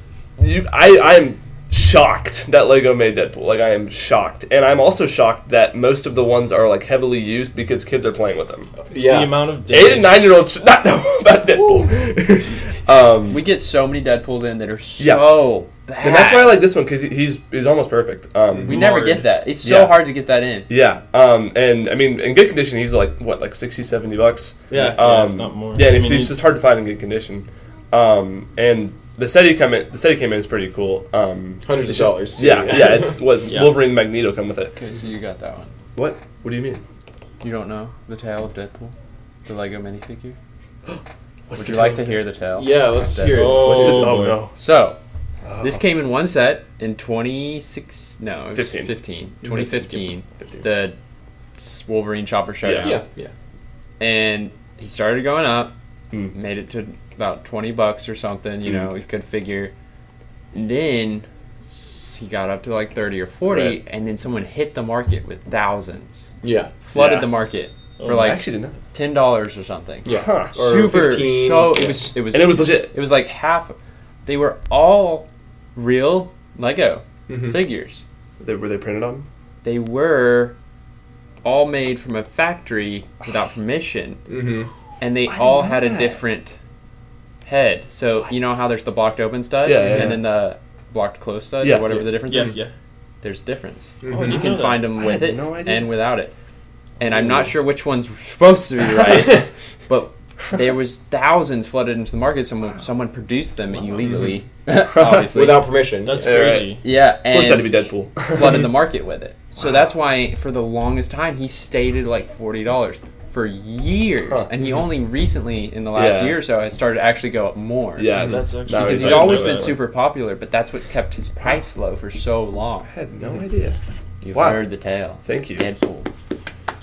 Speaker 3: you, I I'm shocked that Lego made Deadpool. Like I am shocked, and I'm also shocked that most of the ones are like heavily used because kids are playing with them.
Speaker 2: The
Speaker 1: Yeah.
Speaker 2: amount of
Speaker 3: Eight
Speaker 2: damage-
Speaker 3: and nine year olds should not know about Deadpool. um,
Speaker 4: We get so many Deadpools in that are
Speaker 3: Yeah.
Speaker 4: so bad.
Speaker 3: and that's why I like this one because he, he's he's almost perfect. Um,
Speaker 4: we never
Speaker 2: Marred.
Speaker 4: get that. It's so
Speaker 3: Yeah.
Speaker 4: hard to get that in.
Speaker 3: Yeah, um, and I mean, in good condition, he's like what, like 60, 70 bucks.
Speaker 5: Yeah.
Speaker 2: Yeah,
Speaker 3: um,
Speaker 2: if not more.
Speaker 3: yeah, and
Speaker 2: I
Speaker 3: it's,
Speaker 2: mean,
Speaker 3: it's
Speaker 2: he-
Speaker 3: just hard to find in good condition. Um, and the set he come in, the set he came in is pretty cool. Um,
Speaker 1: Hundreds of
Speaker 3: it's just-
Speaker 1: dollars.
Speaker 3: Yeah, yeah, it's was
Speaker 2: Yeah.
Speaker 3: Wolverine Magneto come with it.
Speaker 4: Okay, so you got that one.
Speaker 3: What? What do you mean?
Speaker 4: You don't know the tale of Deadpool, the Lego minifigure.
Speaker 3: What's
Speaker 4: Would you like to hear the tale?
Speaker 1: yeah, let's
Speaker 4: Deadpool.
Speaker 1: hear it.
Speaker 2: Oh.
Speaker 3: What's the, oh
Speaker 2: boy.
Speaker 3: no.
Speaker 4: So,
Speaker 1: oh,
Speaker 4: this came in one set in 26, no, it was
Speaker 3: 15.
Speaker 4: 15, 2015,
Speaker 3: 15.
Speaker 4: the s- Wolverine Chopper Showdown.
Speaker 1: Yeah, yeah.
Speaker 4: And he started going up,
Speaker 3: Mm.
Speaker 4: made it to about 20 bucks or something, you
Speaker 3: Mm.
Speaker 4: know, he could figure. And then s- he got up to like 30 or 40,
Speaker 3: Right.
Speaker 4: and then someone hit the market with thousands,
Speaker 1: Yeah.
Speaker 4: flooded
Speaker 3: Yeah.
Speaker 4: the market
Speaker 2: Oh,
Speaker 4: for
Speaker 3: I
Speaker 4: like
Speaker 3: actually didn't know.
Speaker 4: $10 or something.
Speaker 1: Yeah.
Speaker 3: Huh.
Speaker 1: Or
Speaker 4: Super,
Speaker 1: 15,
Speaker 4: so
Speaker 1: yeah.
Speaker 4: it was, it was,
Speaker 3: And it was legit.
Speaker 4: it was like half. They were all real Lego
Speaker 3: Mm-hmm.
Speaker 1: Mhm.
Speaker 4: figures.
Speaker 3: They, were they printed on? him?
Speaker 4: They were all made from a factory without permission,
Speaker 1: Mm-hmm.
Speaker 4: and they
Speaker 3: I didn't
Speaker 4: all
Speaker 3: know
Speaker 4: had a
Speaker 3: that.
Speaker 4: different head. So you know how there's the blocked open stud,
Speaker 3: Yeah, yeah,
Speaker 4: and
Speaker 3: yeah.
Speaker 4: then the blocked closed stud,
Speaker 3: Yeah,
Speaker 4: or whatever
Speaker 3: yeah. Mm-hmm.
Speaker 4: the difference
Speaker 2: Yeah,
Speaker 4: is.
Speaker 2: yeah.
Speaker 4: There's difference.
Speaker 2: Oh,
Speaker 4: You can find them
Speaker 3: I
Speaker 4: with
Speaker 3: had
Speaker 4: it
Speaker 3: no idea.
Speaker 4: and without it. And I'm not sure which one's supposed to be right, but there was thousands flooded into the market. Someone someone produced them illegally, obviously.
Speaker 1: Without permission.
Speaker 2: That's
Speaker 3: Yeah,
Speaker 2: crazy.
Speaker 4: yeah,
Speaker 3: Of
Speaker 4: and
Speaker 3: course, Mm-hmm. that'd be Deadpool.
Speaker 4: flooded the market with it. So that's why for the longest time he stayed at like forty dollars for years,
Speaker 3: Huh.
Speaker 4: and he only recently in the last
Speaker 3: Yeah.
Speaker 4: year or so has started to actually go up more.
Speaker 3: yeah,
Speaker 2: That's actually
Speaker 3: Mm-hmm. That
Speaker 4: because
Speaker 3: was-
Speaker 4: he's
Speaker 3: I didn't
Speaker 4: always
Speaker 3: know
Speaker 4: been
Speaker 3: that.
Speaker 4: super popular, but that's what's kept his price low for so long.
Speaker 3: I had no idea.
Speaker 4: You've
Speaker 3: Wow.
Speaker 4: heard the tale.
Speaker 3: Thank you.
Speaker 4: Deadpool.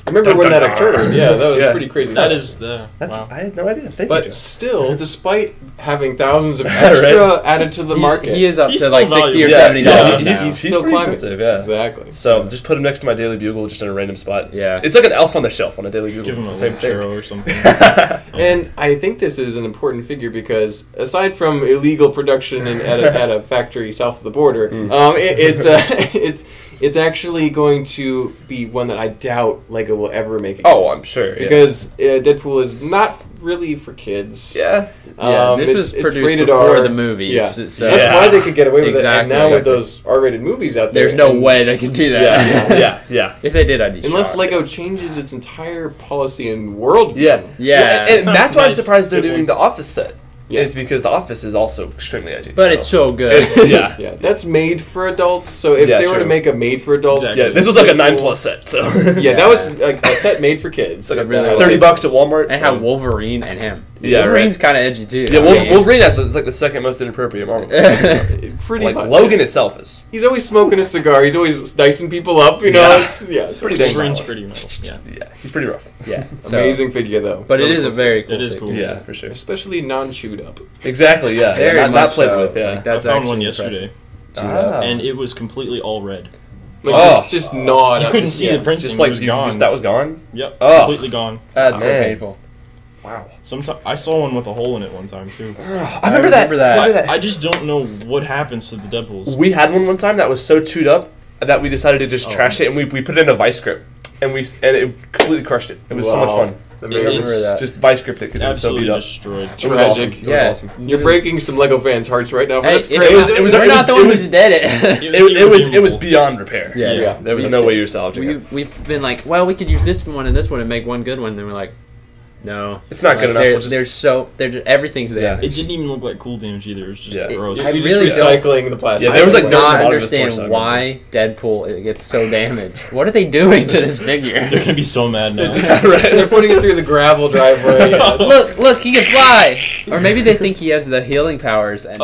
Speaker 1: I remember
Speaker 3: Dun,
Speaker 1: when
Speaker 3: dun,
Speaker 1: that
Speaker 3: dun.
Speaker 1: occurred. Yeah, that was
Speaker 3: Yeah.
Speaker 1: pretty crazy.
Speaker 2: That is the
Speaker 3: That's
Speaker 2: wow.
Speaker 3: I had no idea. Thank you.
Speaker 1: But
Speaker 3: Jeff.
Speaker 1: still, despite having thousands of
Speaker 3: Right.
Speaker 1: extra added to the
Speaker 4: He's-
Speaker 1: market,
Speaker 4: He is up
Speaker 2: He's
Speaker 4: to
Speaker 2: still
Speaker 4: like sixty or
Speaker 2: valuable.
Speaker 4: seventy dollars.
Speaker 1: Yeah,
Speaker 4: Yeah,
Speaker 1: he's- he's still
Speaker 3: pretty
Speaker 1: climbing.
Speaker 3: expensive, Yeah.
Speaker 1: exactly.
Speaker 3: So just put him next to my Daily Bugle, just in a random spot.
Speaker 4: Yeah.
Speaker 3: It's like an elf on the shelf on a Daily Bugle.
Speaker 2: Give him
Speaker 3: it's
Speaker 2: a
Speaker 3: the same thing.
Speaker 2: churro or something.
Speaker 1: And I think this is an important figure because, aside from illegal production and at, a, at a factory south of the border,
Speaker 3: Hmm.
Speaker 1: um, it, it's uh, it's it's actually going to be one that I doubt Lego will ever make. Again.
Speaker 3: Oh, I'm sure. yeah.
Speaker 1: because uh, Deadpool is not really for kids.
Speaker 3: yeah,
Speaker 1: Um,
Speaker 4: this
Speaker 1: it's-
Speaker 4: was
Speaker 1: it's
Speaker 4: produced
Speaker 1: rated
Speaker 4: before
Speaker 1: R.
Speaker 4: the movies.
Speaker 1: Yeah.
Speaker 4: So
Speaker 1: That's
Speaker 3: Yeah.
Speaker 1: why they could get away with it. And
Speaker 4: Exactly.
Speaker 1: now with
Speaker 3: Exactly.
Speaker 1: those R-rated movies out there,
Speaker 4: there's no
Speaker 1: and-
Speaker 4: way they can do that.
Speaker 3: yeah, yeah, yeah.
Speaker 4: If they did, I'd be
Speaker 1: Unless
Speaker 4: shocked.
Speaker 1: Lego changes its entire policy and worldview.
Speaker 3: Yeah.
Speaker 4: Yeah.
Speaker 3: and, and that's why I'm
Speaker 2: Nice.
Speaker 3: surprised they're
Speaker 2: Good
Speaker 3: doing
Speaker 2: one.
Speaker 3: the Office set.
Speaker 1: Yeah.
Speaker 3: It's because the Office is also extremely edgy.
Speaker 4: But
Speaker 3: so-
Speaker 4: it's so good.
Speaker 3: It's- yeah,
Speaker 1: Yeah, that's made for adults. So if
Speaker 3: Yeah,
Speaker 1: they were to
Speaker 3: true.
Speaker 1: make a made for adults,
Speaker 2: Exactly.
Speaker 3: yeah. This was like a nine plus set, so
Speaker 1: Yeah, that was like a set made for kids.
Speaker 4: like a
Speaker 1: And I
Speaker 4: really-
Speaker 3: thirty
Speaker 1: like-
Speaker 3: bucks at Walmart.
Speaker 4: And
Speaker 3: so-
Speaker 4: how Wolverine and him.
Speaker 3: Yeah,
Speaker 4: Wolverine's kind of edgy too.
Speaker 3: yeah,
Speaker 4: I
Speaker 3: Wolf,
Speaker 4: mean-
Speaker 3: Wolverine has it's like the second most inappropriate Marvel.
Speaker 1: Pretty
Speaker 3: like
Speaker 1: much.
Speaker 3: Logan itself is.
Speaker 1: He's always smoking a cigar. He's always dicing people up. You know,
Speaker 3: Yeah.
Speaker 1: it's, yeah, it's
Speaker 3: Pretty
Speaker 1: amazing.
Speaker 3: dang
Speaker 2: Wolverine's
Speaker 3: violent.
Speaker 2: pretty much. Yeah,
Speaker 3: Yeah, he's pretty rough.
Speaker 4: yeah, so-
Speaker 1: amazing figure though.
Speaker 4: But it is a very cool.
Speaker 2: it is
Speaker 4: thing.
Speaker 2: cool.
Speaker 3: Yeah, for sure.
Speaker 1: especially non chewed up.
Speaker 3: Exactly. Yeah,
Speaker 4: Very
Speaker 3: yeah, not, not
Speaker 4: much
Speaker 3: played
Speaker 4: so.
Speaker 3: with. Yeah,
Speaker 4: Like, that's
Speaker 2: I found
Speaker 4: actually
Speaker 2: one
Speaker 4: impressive.
Speaker 2: yesterday,
Speaker 3: Ah.
Speaker 2: and it was completely all red.
Speaker 1: Like
Speaker 3: Oh.
Speaker 1: just, just gnawed.
Speaker 2: You
Speaker 1: up.
Speaker 2: couldn't
Speaker 1: Just-
Speaker 2: see
Speaker 1: yeah.
Speaker 2: the print.
Speaker 3: just like
Speaker 2: was
Speaker 3: you
Speaker 2: gone.
Speaker 3: just that was gone.
Speaker 2: Yep,
Speaker 3: Oh.
Speaker 2: completely gone.
Speaker 4: That's so
Speaker 3: Man.
Speaker 4: painful.
Speaker 3: Wow.
Speaker 2: Sometimes I saw one with a hole in it one time too.
Speaker 3: I remember, that.
Speaker 4: remember that.
Speaker 3: I remember
Speaker 2: I, I just don't know what happens to the Deadpools.
Speaker 3: We had one one time that was so chewed up that we decided to just
Speaker 2: Oh.
Speaker 3: trash it, and we, we put it in a vice grip, and we and it completely crushed it. It was so much
Speaker 1: Wow.
Speaker 3: fun.
Speaker 4: I
Speaker 2: It's
Speaker 4: remember that.
Speaker 3: Just vice gripped it because it was so
Speaker 2: Absolutely
Speaker 3: beat up.
Speaker 2: destroyed.
Speaker 3: It was awesome.
Speaker 1: Tragic.
Speaker 3: It was
Speaker 4: Yeah.
Speaker 3: awesome.
Speaker 1: You're breaking some Lego fans' hearts right now. But
Speaker 4: Hey,
Speaker 1: that's
Speaker 4: it,
Speaker 1: great.
Speaker 4: was,
Speaker 3: It
Speaker 4: it was,
Speaker 3: was- it
Speaker 4: we're
Speaker 3: was-
Speaker 4: not the
Speaker 3: it
Speaker 4: one
Speaker 3: was-
Speaker 4: who did it.
Speaker 3: It, it was it was
Speaker 2: irredeemable.
Speaker 3: beyond repair.
Speaker 4: Yeah.
Speaker 1: Yeah.
Speaker 3: There was
Speaker 1: These
Speaker 3: no
Speaker 1: kids-
Speaker 3: way you're salvaging
Speaker 4: we,
Speaker 3: it.
Speaker 4: we've been like, well, we could use this one and this one and make one good one. And then we're like, no,
Speaker 3: It's not
Speaker 4: Like,
Speaker 3: good enough.
Speaker 4: They're,
Speaker 3: We'll just-
Speaker 4: they're so they're just, everything's there.
Speaker 2: It didn't even look like cool damage either. It was just
Speaker 3: Yeah. It-
Speaker 2: gross.
Speaker 4: I
Speaker 1: You're
Speaker 4: really
Speaker 1: just
Speaker 4: don't-
Speaker 1: recycling the plastic.
Speaker 3: Yeah, there was,
Speaker 4: I
Speaker 3: like,
Speaker 4: do
Speaker 3: dirt in
Speaker 4: not
Speaker 3: the bottom of his
Speaker 4: understand
Speaker 3: torso, I
Speaker 4: why Deadpool it gets so damaged. What are they doing to this
Speaker 2: They're
Speaker 4: figure?
Speaker 2: gonna be so mad now.
Speaker 1: they're
Speaker 3: right.
Speaker 1: putting it through the gravel driveway. yeah.
Speaker 4: look, look, he can fly. Or maybe they think he has the healing powers and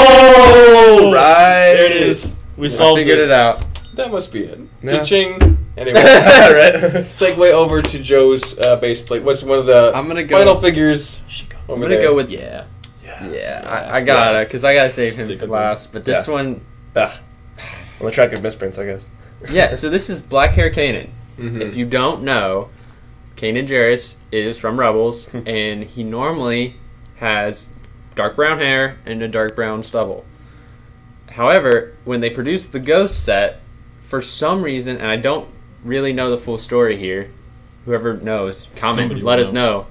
Speaker 3: Oh, right.
Speaker 2: there it is. We
Speaker 4: I
Speaker 2: solved
Speaker 4: figured it out.
Speaker 1: That must be it.
Speaker 3: Yeah.
Speaker 1: Cha-ching. Anyway,
Speaker 3: right.
Speaker 1: segue over to Joe's uh, base plate. What's one of the
Speaker 4: I'm gonna go-
Speaker 1: final figures?
Speaker 2: She
Speaker 1: Over
Speaker 4: I'm gonna
Speaker 1: there?
Speaker 4: go with
Speaker 2: Yeah.
Speaker 4: Yeah, I, I gotta, because I gotta save
Speaker 2: Stick
Speaker 4: him for
Speaker 2: with
Speaker 4: last. But this
Speaker 3: Yeah.
Speaker 4: one,
Speaker 3: Ugh. On the track of misprints, I guess.
Speaker 4: yeah, so this is Black Hair Kanan.
Speaker 1: Mhm.
Speaker 2: Mm-hmm.
Speaker 4: If you don't know, Kanan Jarrus is from Rebels,
Speaker 2: Hmm.
Speaker 4: and he normally has dark brown hair and a dark brown stubble. However, when they produced the Ghost set, for some reason, and I don't really know the full story here, whoever knows, comment,
Speaker 2: Somebody
Speaker 4: let
Speaker 2: will
Speaker 4: us know.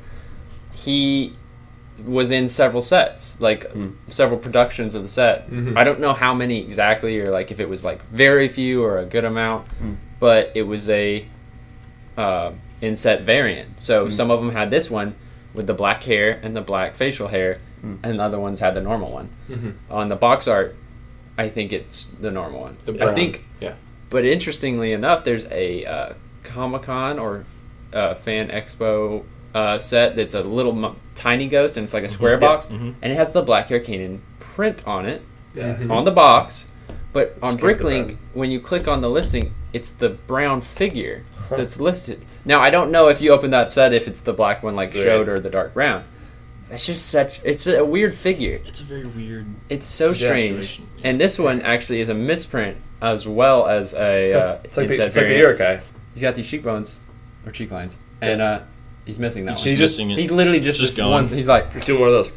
Speaker 4: He was in several sets, like
Speaker 2: Hmm.
Speaker 4: several productions of the set.
Speaker 2: Mm-hmm.
Speaker 4: I don't know how many exactly, or like if it was like very few or a good amount, but it was a uh, inset variant. So
Speaker 1: Mm-hmm.
Speaker 4: some of them had this one with the black hair and the black facial hair,
Speaker 1: Mm.
Speaker 4: and the other ones had the normal one.
Speaker 1: Mm-hmm.
Speaker 4: On the box art, I think it's the normal one.
Speaker 1: The
Speaker 4: I
Speaker 1: brown.
Speaker 4: think,
Speaker 1: Yeah.
Speaker 4: but interestingly enough, there's a uh, Comic Con or uh, Fan Expo uh, set that's a little mu tiny ghost, and it's like a square box,
Speaker 2: mhm.
Speaker 4: and it has the black hair Kanan print on it
Speaker 3: Yeah.
Speaker 4: on the box, but on
Speaker 3: Just get the
Speaker 4: Bricklink,
Speaker 3: brown.
Speaker 4: when you click on the listing, it's the brown figure that's listed. Now I don't know if you open that set if it's the black one like
Speaker 3: Right.
Speaker 4: showed or the dark brown. It's just such it's a weird figure.
Speaker 2: It's a very weird.
Speaker 4: It's so
Speaker 3: Yeah.
Speaker 4: strange. And this one actually is a misprint as well as a uh,
Speaker 3: Oh, it's like the,
Speaker 4: inset
Speaker 3: it's like the
Speaker 4: variant.
Speaker 3: Urukai.
Speaker 4: He's got these cheekbones or cheek lines, and uh, he's missing that
Speaker 2: He's
Speaker 4: one.
Speaker 3: He's just-
Speaker 2: missing it.
Speaker 4: He literally just,
Speaker 2: Just
Speaker 4: just
Speaker 2: gone.
Speaker 4: one. He's like,
Speaker 3: Just do one of those.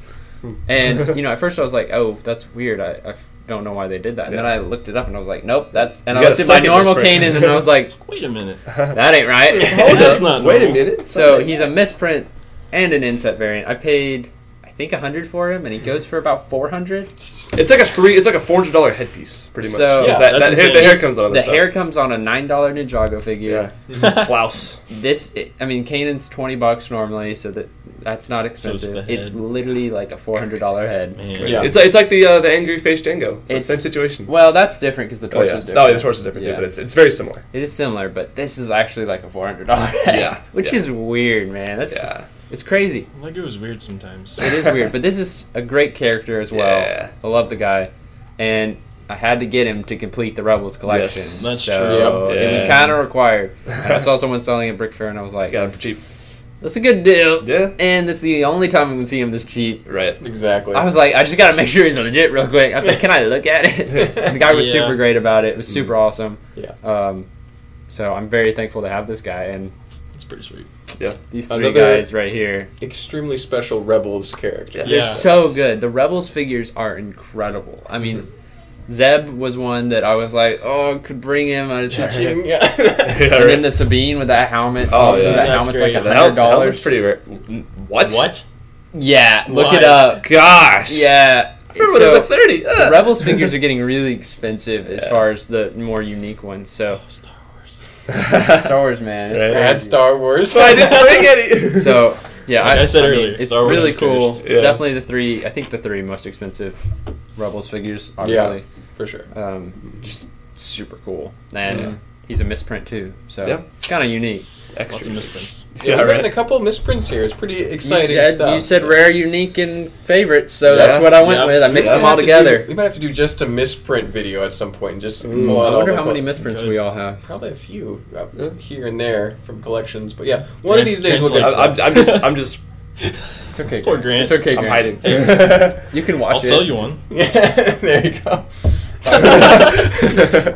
Speaker 4: and you know, at first I was like, "Oh, that's weird. I, I f- don't know why they did that." And then
Speaker 3: Yeah.
Speaker 4: I looked it up, and I was like, "Nope, that's." And
Speaker 3: You
Speaker 4: I
Speaker 3: got
Speaker 4: looked
Speaker 3: a
Speaker 4: at my
Speaker 3: psychic
Speaker 4: normal
Speaker 3: misprint.
Speaker 4: Kanan, and I was like,
Speaker 2: Wait a minute.
Speaker 3: Oh,
Speaker 4: "That ain't right."
Speaker 2: Hold That's not
Speaker 3: Wait a
Speaker 2: normal.
Speaker 3: minute.
Speaker 4: so he's a misprint and an inset variant. I paid, I think, a hundred for him, and he goes for about four hundred.
Speaker 3: It's like a three. It's like a four hundred dollar headpiece, pretty much.
Speaker 4: So-
Speaker 3: Is
Speaker 4: Yeah,
Speaker 3: that, that
Speaker 2: that's
Speaker 3: hair, the
Speaker 2: insane.
Speaker 3: hair comes on
Speaker 4: The
Speaker 3: this stuff.
Speaker 4: hair comes on a nine dollar Ninjago figure.
Speaker 3: Yeah. Klaus.
Speaker 4: This, i- I mean, Kanan's twenty bucks normally, so that that's not
Speaker 2: it's
Speaker 4: expensive.
Speaker 2: the
Speaker 4: it's
Speaker 2: head.
Speaker 4: literally like a four hundred dollar head.
Speaker 2: Man.
Speaker 1: Yeah.
Speaker 3: It's like, it's like the uh, the angry face Django. It's,
Speaker 4: It's-
Speaker 3: the same situation.
Speaker 4: Well, that's different because the
Speaker 3: oh,
Speaker 4: torso
Speaker 3: yeah.
Speaker 4: is
Speaker 3: No,
Speaker 4: different.
Speaker 3: the horse is different
Speaker 4: Yeah.
Speaker 3: too, but it's it's very similar.
Speaker 4: It is similar, but this is actually like a four hundred dollar head,
Speaker 3: Yeah,
Speaker 4: which
Speaker 3: yeah.
Speaker 4: is weird, man. That's
Speaker 3: Yeah.
Speaker 4: just- it's crazy.
Speaker 2: Lego is weird sometimes.
Speaker 4: It is weird, but this is a great character as well.
Speaker 3: Yeah.
Speaker 4: I love the guy, and I had to get him to complete the Rebels collection.
Speaker 3: Yes,
Speaker 2: that's
Speaker 4: so
Speaker 3: true. Yep.
Speaker 4: It was
Speaker 3: Yeah.
Speaker 4: kind of required. And I saw someone selling a brick fair, and I was like,
Speaker 3: Got him for cheap.
Speaker 4: "That's a good deal."
Speaker 3: Yeah.
Speaker 4: And it's the only time I'm gonna see him this cheap.
Speaker 3: Right.
Speaker 1: Exactly.
Speaker 4: I was like, I just gotta make sure he's legit real quick. I was like, can I look at it? And the guy was
Speaker 2: Yeah.
Speaker 4: super great about it. It was
Speaker 3: Mm.
Speaker 4: super awesome.
Speaker 1: Yeah.
Speaker 4: Um, so I'm very thankful to have this guy and
Speaker 2: It's pretty sweet.
Speaker 4: these three
Speaker 1: Another-
Speaker 4: guys right here.
Speaker 1: Extremely special Rebels character.
Speaker 2: Yeah.
Speaker 4: They're so good. The Rebels figures are incredible. I mean, Zeb was one that I was like, oh, I could bring him. I just, and
Speaker 1: Cha-ching. Yeah.
Speaker 3: Yeah, right.
Speaker 4: then the Sabine with that helmet.
Speaker 3: Oh,
Speaker 4: also,
Speaker 3: yeah.
Speaker 4: that
Speaker 2: That's
Speaker 4: helmet's
Speaker 2: great.
Speaker 4: like a
Speaker 3: The hel-
Speaker 4: hundred
Speaker 3: helmet's
Speaker 4: dollars.
Speaker 3: pretty rare. What?
Speaker 2: What?
Speaker 4: Yeah, look
Speaker 2: Why?
Speaker 4: it up.
Speaker 3: Gosh.
Speaker 4: Yeah.
Speaker 3: I
Speaker 4: So,
Speaker 3: remember when it was like thirty. Ah.
Speaker 4: the
Speaker 3: Ugh.
Speaker 4: Rebels figures are getting really expensive as
Speaker 3: Yeah.
Speaker 4: far as the more unique ones. So
Speaker 2: Star Wars.
Speaker 4: Star Wars, man, it's
Speaker 3: Right.
Speaker 4: crazy.
Speaker 1: Bad Star Wars.
Speaker 3: I didn't bring any.
Speaker 4: So yeah,
Speaker 2: Like I said
Speaker 4: mean,
Speaker 2: earlier,
Speaker 4: it's
Speaker 2: Star Wars
Speaker 4: really
Speaker 2: is
Speaker 4: cool.
Speaker 2: finished.
Speaker 3: Yeah.
Speaker 4: Definitely the three. I think the three most expensive Rebels figures, obviously.
Speaker 1: for sure.
Speaker 4: Um, just super cool, and
Speaker 1: Yeah.
Speaker 4: he's a misprint too. So
Speaker 3: Yeah.
Speaker 4: it's kind of unique.
Speaker 2: Lots
Speaker 3: Extra.
Speaker 2: of misprints.
Speaker 1: Yeah,
Speaker 3: Yeah,
Speaker 1: we've gotten
Speaker 3: right.
Speaker 1: a couple misprints here. It's pretty
Speaker 4: You
Speaker 1: exciting
Speaker 4: said,
Speaker 1: stuff.
Speaker 4: you said rare, unique, and favorite, so
Speaker 3: Yeah.
Speaker 4: that's what I went
Speaker 2: Yeah.
Speaker 4: with. I mixed
Speaker 1: We
Speaker 4: them
Speaker 1: might
Speaker 4: all
Speaker 1: have to
Speaker 4: together. Mm.
Speaker 1: do- we might have to do just a misprint video at some point and just
Speaker 4: I
Speaker 1: pull out all
Speaker 4: wonder
Speaker 1: the
Speaker 4: how
Speaker 1: col-
Speaker 4: many misprints
Speaker 2: Good.
Speaker 4: we all have.
Speaker 1: Probably a few uh, here and there from collections, but yeah, one of these days we'll get.
Speaker 2: Translate.
Speaker 1: To
Speaker 3: I-
Speaker 1: that.
Speaker 3: I'm, I'm just. I'm just.
Speaker 4: It's okay.
Speaker 2: Poor Grant.
Speaker 4: It's okay.
Speaker 3: I'm
Speaker 4: Grant.
Speaker 3: hiding.
Speaker 4: You can watch
Speaker 2: I'll
Speaker 4: it.
Speaker 2: sell you one.
Speaker 1: Yeah, there you go.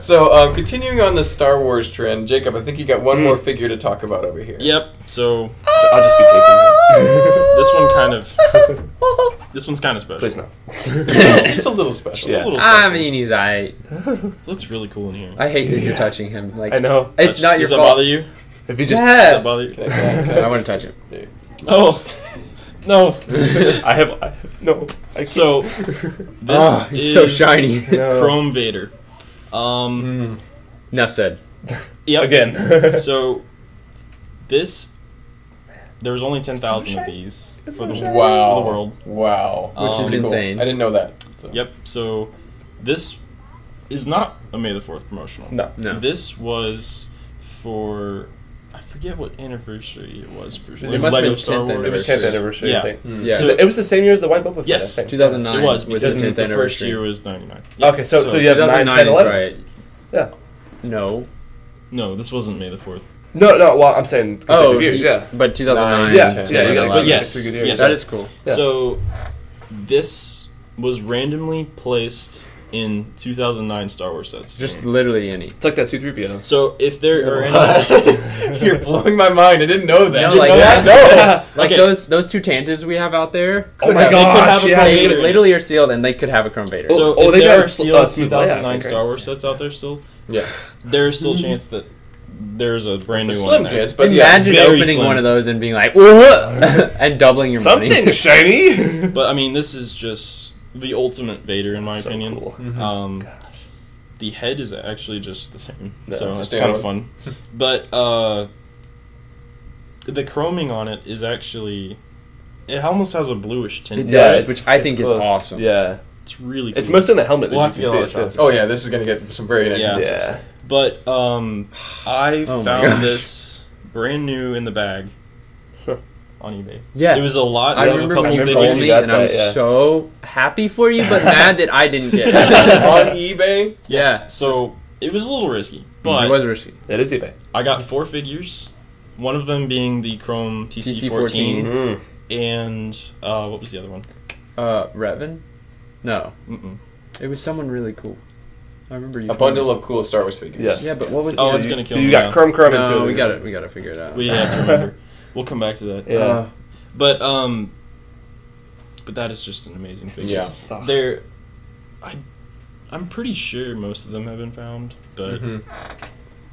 Speaker 1: so, um, continuing on the Star Wars trend, Jacob, I think you got
Speaker 4: Mm.
Speaker 1: one more figure to talk about over here.
Speaker 2: Yep. So
Speaker 3: I'll just be taking. it.
Speaker 2: this one kind of. This one's kind of special.
Speaker 3: Please no.
Speaker 1: just a little special.
Speaker 2: It's a
Speaker 3: Yeah.
Speaker 2: little
Speaker 4: I
Speaker 2: special.
Speaker 4: mean, he's I.
Speaker 2: looks really cool in here.
Speaker 4: I hate that you're touching him. Like
Speaker 3: I know.
Speaker 4: It's not your
Speaker 2: Does that bother
Speaker 4: fault.
Speaker 2: you?
Speaker 3: If you just,
Speaker 2: Does
Speaker 4: Yeah.
Speaker 2: that bother you?
Speaker 4: I want to touch it.
Speaker 2: Oh. No.
Speaker 3: I have. I, no. I can't.
Speaker 2: so this
Speaker 4: Oh, he's so
Speaker 2: is
Speaker 4: shiny.
Speaker 3: No.
Speaker 2: Chrome Vader. Um
Speaker 4: Enough said.
Speaker 2: yep.
Speaker 3: again.
Speaker 2: So this there was only 10,000 of these for the,
Speaker 1: Wow.
Speaker 2: for the world.
Speaker 1: Wow.
Speaker 4: Oh,
Speaker 2: Which is
Speaker 1: Pretty cool.
Speaker 4: insane.
Speaker 1: I didn't know that. So.
Speaker 2: Yep. So this is not a May the 4th promotional.
Speaker 3: No.
Speaker 4: No.
Speaker 2: This was for I forget what anniversary it was for.
Speaker 3: must have
Speaker 4: been 10th
Speaker 3: It was 10th anniversary,
Speaker 2: Yeah.
Speaker 3: I think.
Speaker 4: Yeah. Mm.
Speaker 3: So it was the same year as the White Boba Fett,
Speaker 2: Yes.
Speaker 3: I think.
Speaker 4: 2009
Speaker 2: It was
Speaker 4: was
Speaker 2: because
Speaker 4: the
Speaker 2: the,
Speaker 4: 10th
Speaker 2: first
Speaker 4: anniversary.
Speaker 2: year was 99.
Speaker 3: Okay, so, so, you have 9,
Speaker 4: 2009
Speaker 3: 10,
Speaker 4: is
Speaker 3: 11.
Speaker 4: right.
Speaker 3: Yeah.
Speaker 4: No.
Speaker 2: No, this wasn't May the 4th.
Speaker 3: No, no, well, I'm saying consecutive years, yeah.
Speaker 4: Oh, But 2009.
Speaker 1: Nine,
Speaker 3: Yeah,
Speaker 1: ten,
Speaker 3: yeah, you got
Speaker 4: eleven.
Speaker 3: like
Speaker 2: But yes,
Speaker 3: six good years.
Speaker 2: yes.
Speaker 4: That is cool.
Speaker 3: Yeah.
Speaker 2: So This was randomly placed in 2009 Star Wars sets.
Speaker 4: Just
Speaker 3: Mm.
Speaker 4: literally any.
Speaker 3: It's like that C3PO.
Speaker 2: so if there are any,
Speaker 1: You're blowing my mind. I didn't know that.
Speaker 4: No,
Speaker 1: Didn't
Speaker 4: like
Speaker 1: know
Speaker 4: that.
Speaker 1: that?
Speaker 4: Like
Speaker 2: Okay.
Speaker 4: those those two tantives we have out there.
Speaker 3: Oh my
Speaker 4: they could
Speaker 3: gosh,
Speaker 4: have a
Speaker 3: yeah,
Speaker 4: Crumb
Speaker 3: they
Speaker 4: Vader.
Speaker 2: could-
Speaker 4: Literally are sealed, and they could have a Crumb Vader.
Speaker 3: Oh,
Speaker 2: so
Speaker 3: oh,
Speaker 2: if
Speaker 3: they
Speaker 2: there
Speaker 3: got
Speaker 2: are
Speaker 3: a sl-
Speaker 2: sealed
Speaker 3: uh, smooth layout,
Speaker 2: 2009
Speaker 3: right?
Speaker 2: Star Wars sets out there still,
Speaker 1: No. Yeah.
Speaker 2: there's still a chance that there's a brand
Speaker 1: A
Speaker 2: new
Speaker 1: slim
Speaker 2: one. there.
Speaker 1: chance, but yeah.
Speaker 4: Imagine
Speaker 2: very
Speaker 4: opening
Speaker 2: slim.
Speaker 4: one of those and being like, "Whoa," and doubling your money.
Speaker 3: Something shiny.
Speaker 2: But I mean, this is just the ultimate Vader in my
Speaker 3: So
Speaker 2: opinion.
Speaker 3: cool.
Speaker 4: Mm-hmm.
Speaker 2: Um, the head is actually just the same,
Speaker 3: Yeah,
Speaker 2: so it's
Speaker 1: just
Speaker 2: kind of
Speaker 1: standalone.
Speaker 2: fun. But uh, the chroming on it is actually it almost has a bluish
Speaker 4: It
Speaker 2: tint.
Speaker 4: does,
Speaker 3: it's-
Speaker 4: which I
Speaker 3: it's
Speaker 4: think is
Speaker 3: close.
Speaker 4: awesome.
Speaker 3: Yeah,
Speaker 2: It's really cool.
Speaker 3: it's mostly in the helmet
Speaker 2: We'll have
Speaker 3: that you
Speaker 2: to
Speaker 3: can
Speaker 2: get
Speaker 3: see
Speaker 2: a lot
Speaker 3: it.
Speaker 2: of
Speaker 3: too.
Speaker 1: Oh yeah, this is gonna get some very nice.
Speaker 2: Oh, Yeah.
Speaker 1: hits.
Speaker 3: Yeah,
Speaker 2: But um, I
Speaker 4: Oh my gosh.
Speaker 2: found this brand new in the bag
Speaker 3: Huh.
Speaker 2: on eBay.
Speaker 4: Yeah.
Speaker 2: It was a lot.
Speaker 4: I
Speaker 2: I have
Speaker 4: remember
Speaker 2: a couple
Speaker 4: when you
Speaker 3: figures.
Speaker 4: told
Speaker 2: figures.
Speaker 4: me,
Speaker 3: You got
Speaker 4: and I'm
Speaker 3: that, yeah.
Speaker 4: so happy for you, but mad that I didn't get it.
Speaker 1: on eBay.
Speaker 4: Yeah.
Speaker 2: Yes. So it was a little risky, but
Speaker 4: it was risky.
Speaker 3: it is eBay.
Speaker 2: I got four figures. One of them being the Chrome
Speaker 4: TC14.
Speaker 2: TC14, and uh, what was the other one?
Speaker 4: Uh, Revan? No,
Speaker 2: Mm-mm.
Speaker 4: it was someone really cool. I remember you.
Speaker 1: A bundle of cool Star Wars figures.
Speaker 3: Yes.
Speaker 4: Yeah, but what was?
Speaker 2: Oh,
Speaker 4: the-
Speaker 2: it's gonna
Speaker 3: So
Speaker 2: kill
Speaker 3: you
Speaker 2: me
Speaker 3: got
Speaker 2: now.
Speaker 3: crumb crumb and two
Speaker 4: No,
Speaker 3: other
Speaker 4: we got it.
Speaker 3: ones.
Speaker 4: We got to figure it out.
Speaker 2: We have to remember. we'll come back to that.
Speaker 3: Yeah.
Speaker 4: Uh,
Speaker 2: But um, but that is just an amazing thing.
Speaker 1: Yeah.
Speaker 3: Ugh.
Speaker 2: They're, I, I'm pretty sure most of them have been found, but
Speaker 1: Mhm.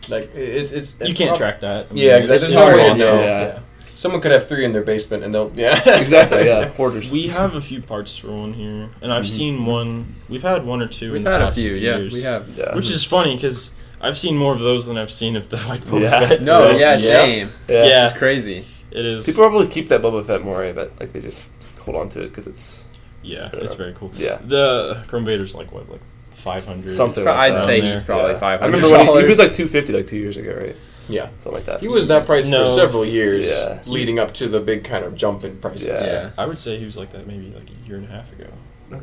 Speaker 1: Like it, it's
Speaker 2: you can't track that. I mean,
Speaker 1: Yeah,
Speaker 2: it's
Speaker 1: exactly. There's
Speaker 2: just
Speaker 1: no way to
Speaker 2: awesome.
Speaker 1: know.
Speaker 3: Yeah.
Speaker 1: Yeah. Someone could have three in their basement and they'll yeah
Speaker 3: exactly. Yeah, hoarders.
Speaker 2: We have a few parts for one here, and I've seen one. We've had one or 2
Speaker 4: we've
Speaker 2: in the
Speaker 4: had a
Speaker 2: past
Speaker 4: few. Yeah,
Speaker 2: years,
Speaker 4: we have.
Speaker 3: yeah. uh,
Speaker 2: Which is funny because I've seen more of those than I've seen of the white Boba
Speaker 3: Yeah.
Speaker 2: Fett,
Speaker 4: No,
Speaker 2: so-
Speaker 4: yeah,
Speaker 1: Yeah.
Speaker 4: same.
Speaker 3: yeah.
Speaker 2: yeah.
Speaker 4: It's crazy.
Speaker 2: It is.
Speaker 3: People probably keep that Boba Fett more, I bet. Like they just hold on to it because it's
Speaker 2: yeah, it's very cool.
Speaker 3: yeah.
Speaker 2: The Chrome Vader's like what, like five hundred
Speaker 3: Something. like
Speaker 4: I'd
Speaker 3: that.
Speaker 4: say
Speaker 2: there.
Speaker 4: he's probably
Speaker 3: Yeah.
Speaker 4: five
Speaker 3: I
Speaker 4: hundred.
Speaker 3: remember when he, he was like two fifty like two years ago, right?
Speaker 1: Yeah.
Speaker 3: something like that.
Speaker 1: He was not priced
Speaker 2: No.
Speaker 1: for several years
Speaker 3: Yeah.
Speaker 1: leading up to the big kind of jump in prices.
Speaker 3: Yeah.
Speaker 4: yeah.
Speaker 2: I would say he was like that maybe like a year and a half ago.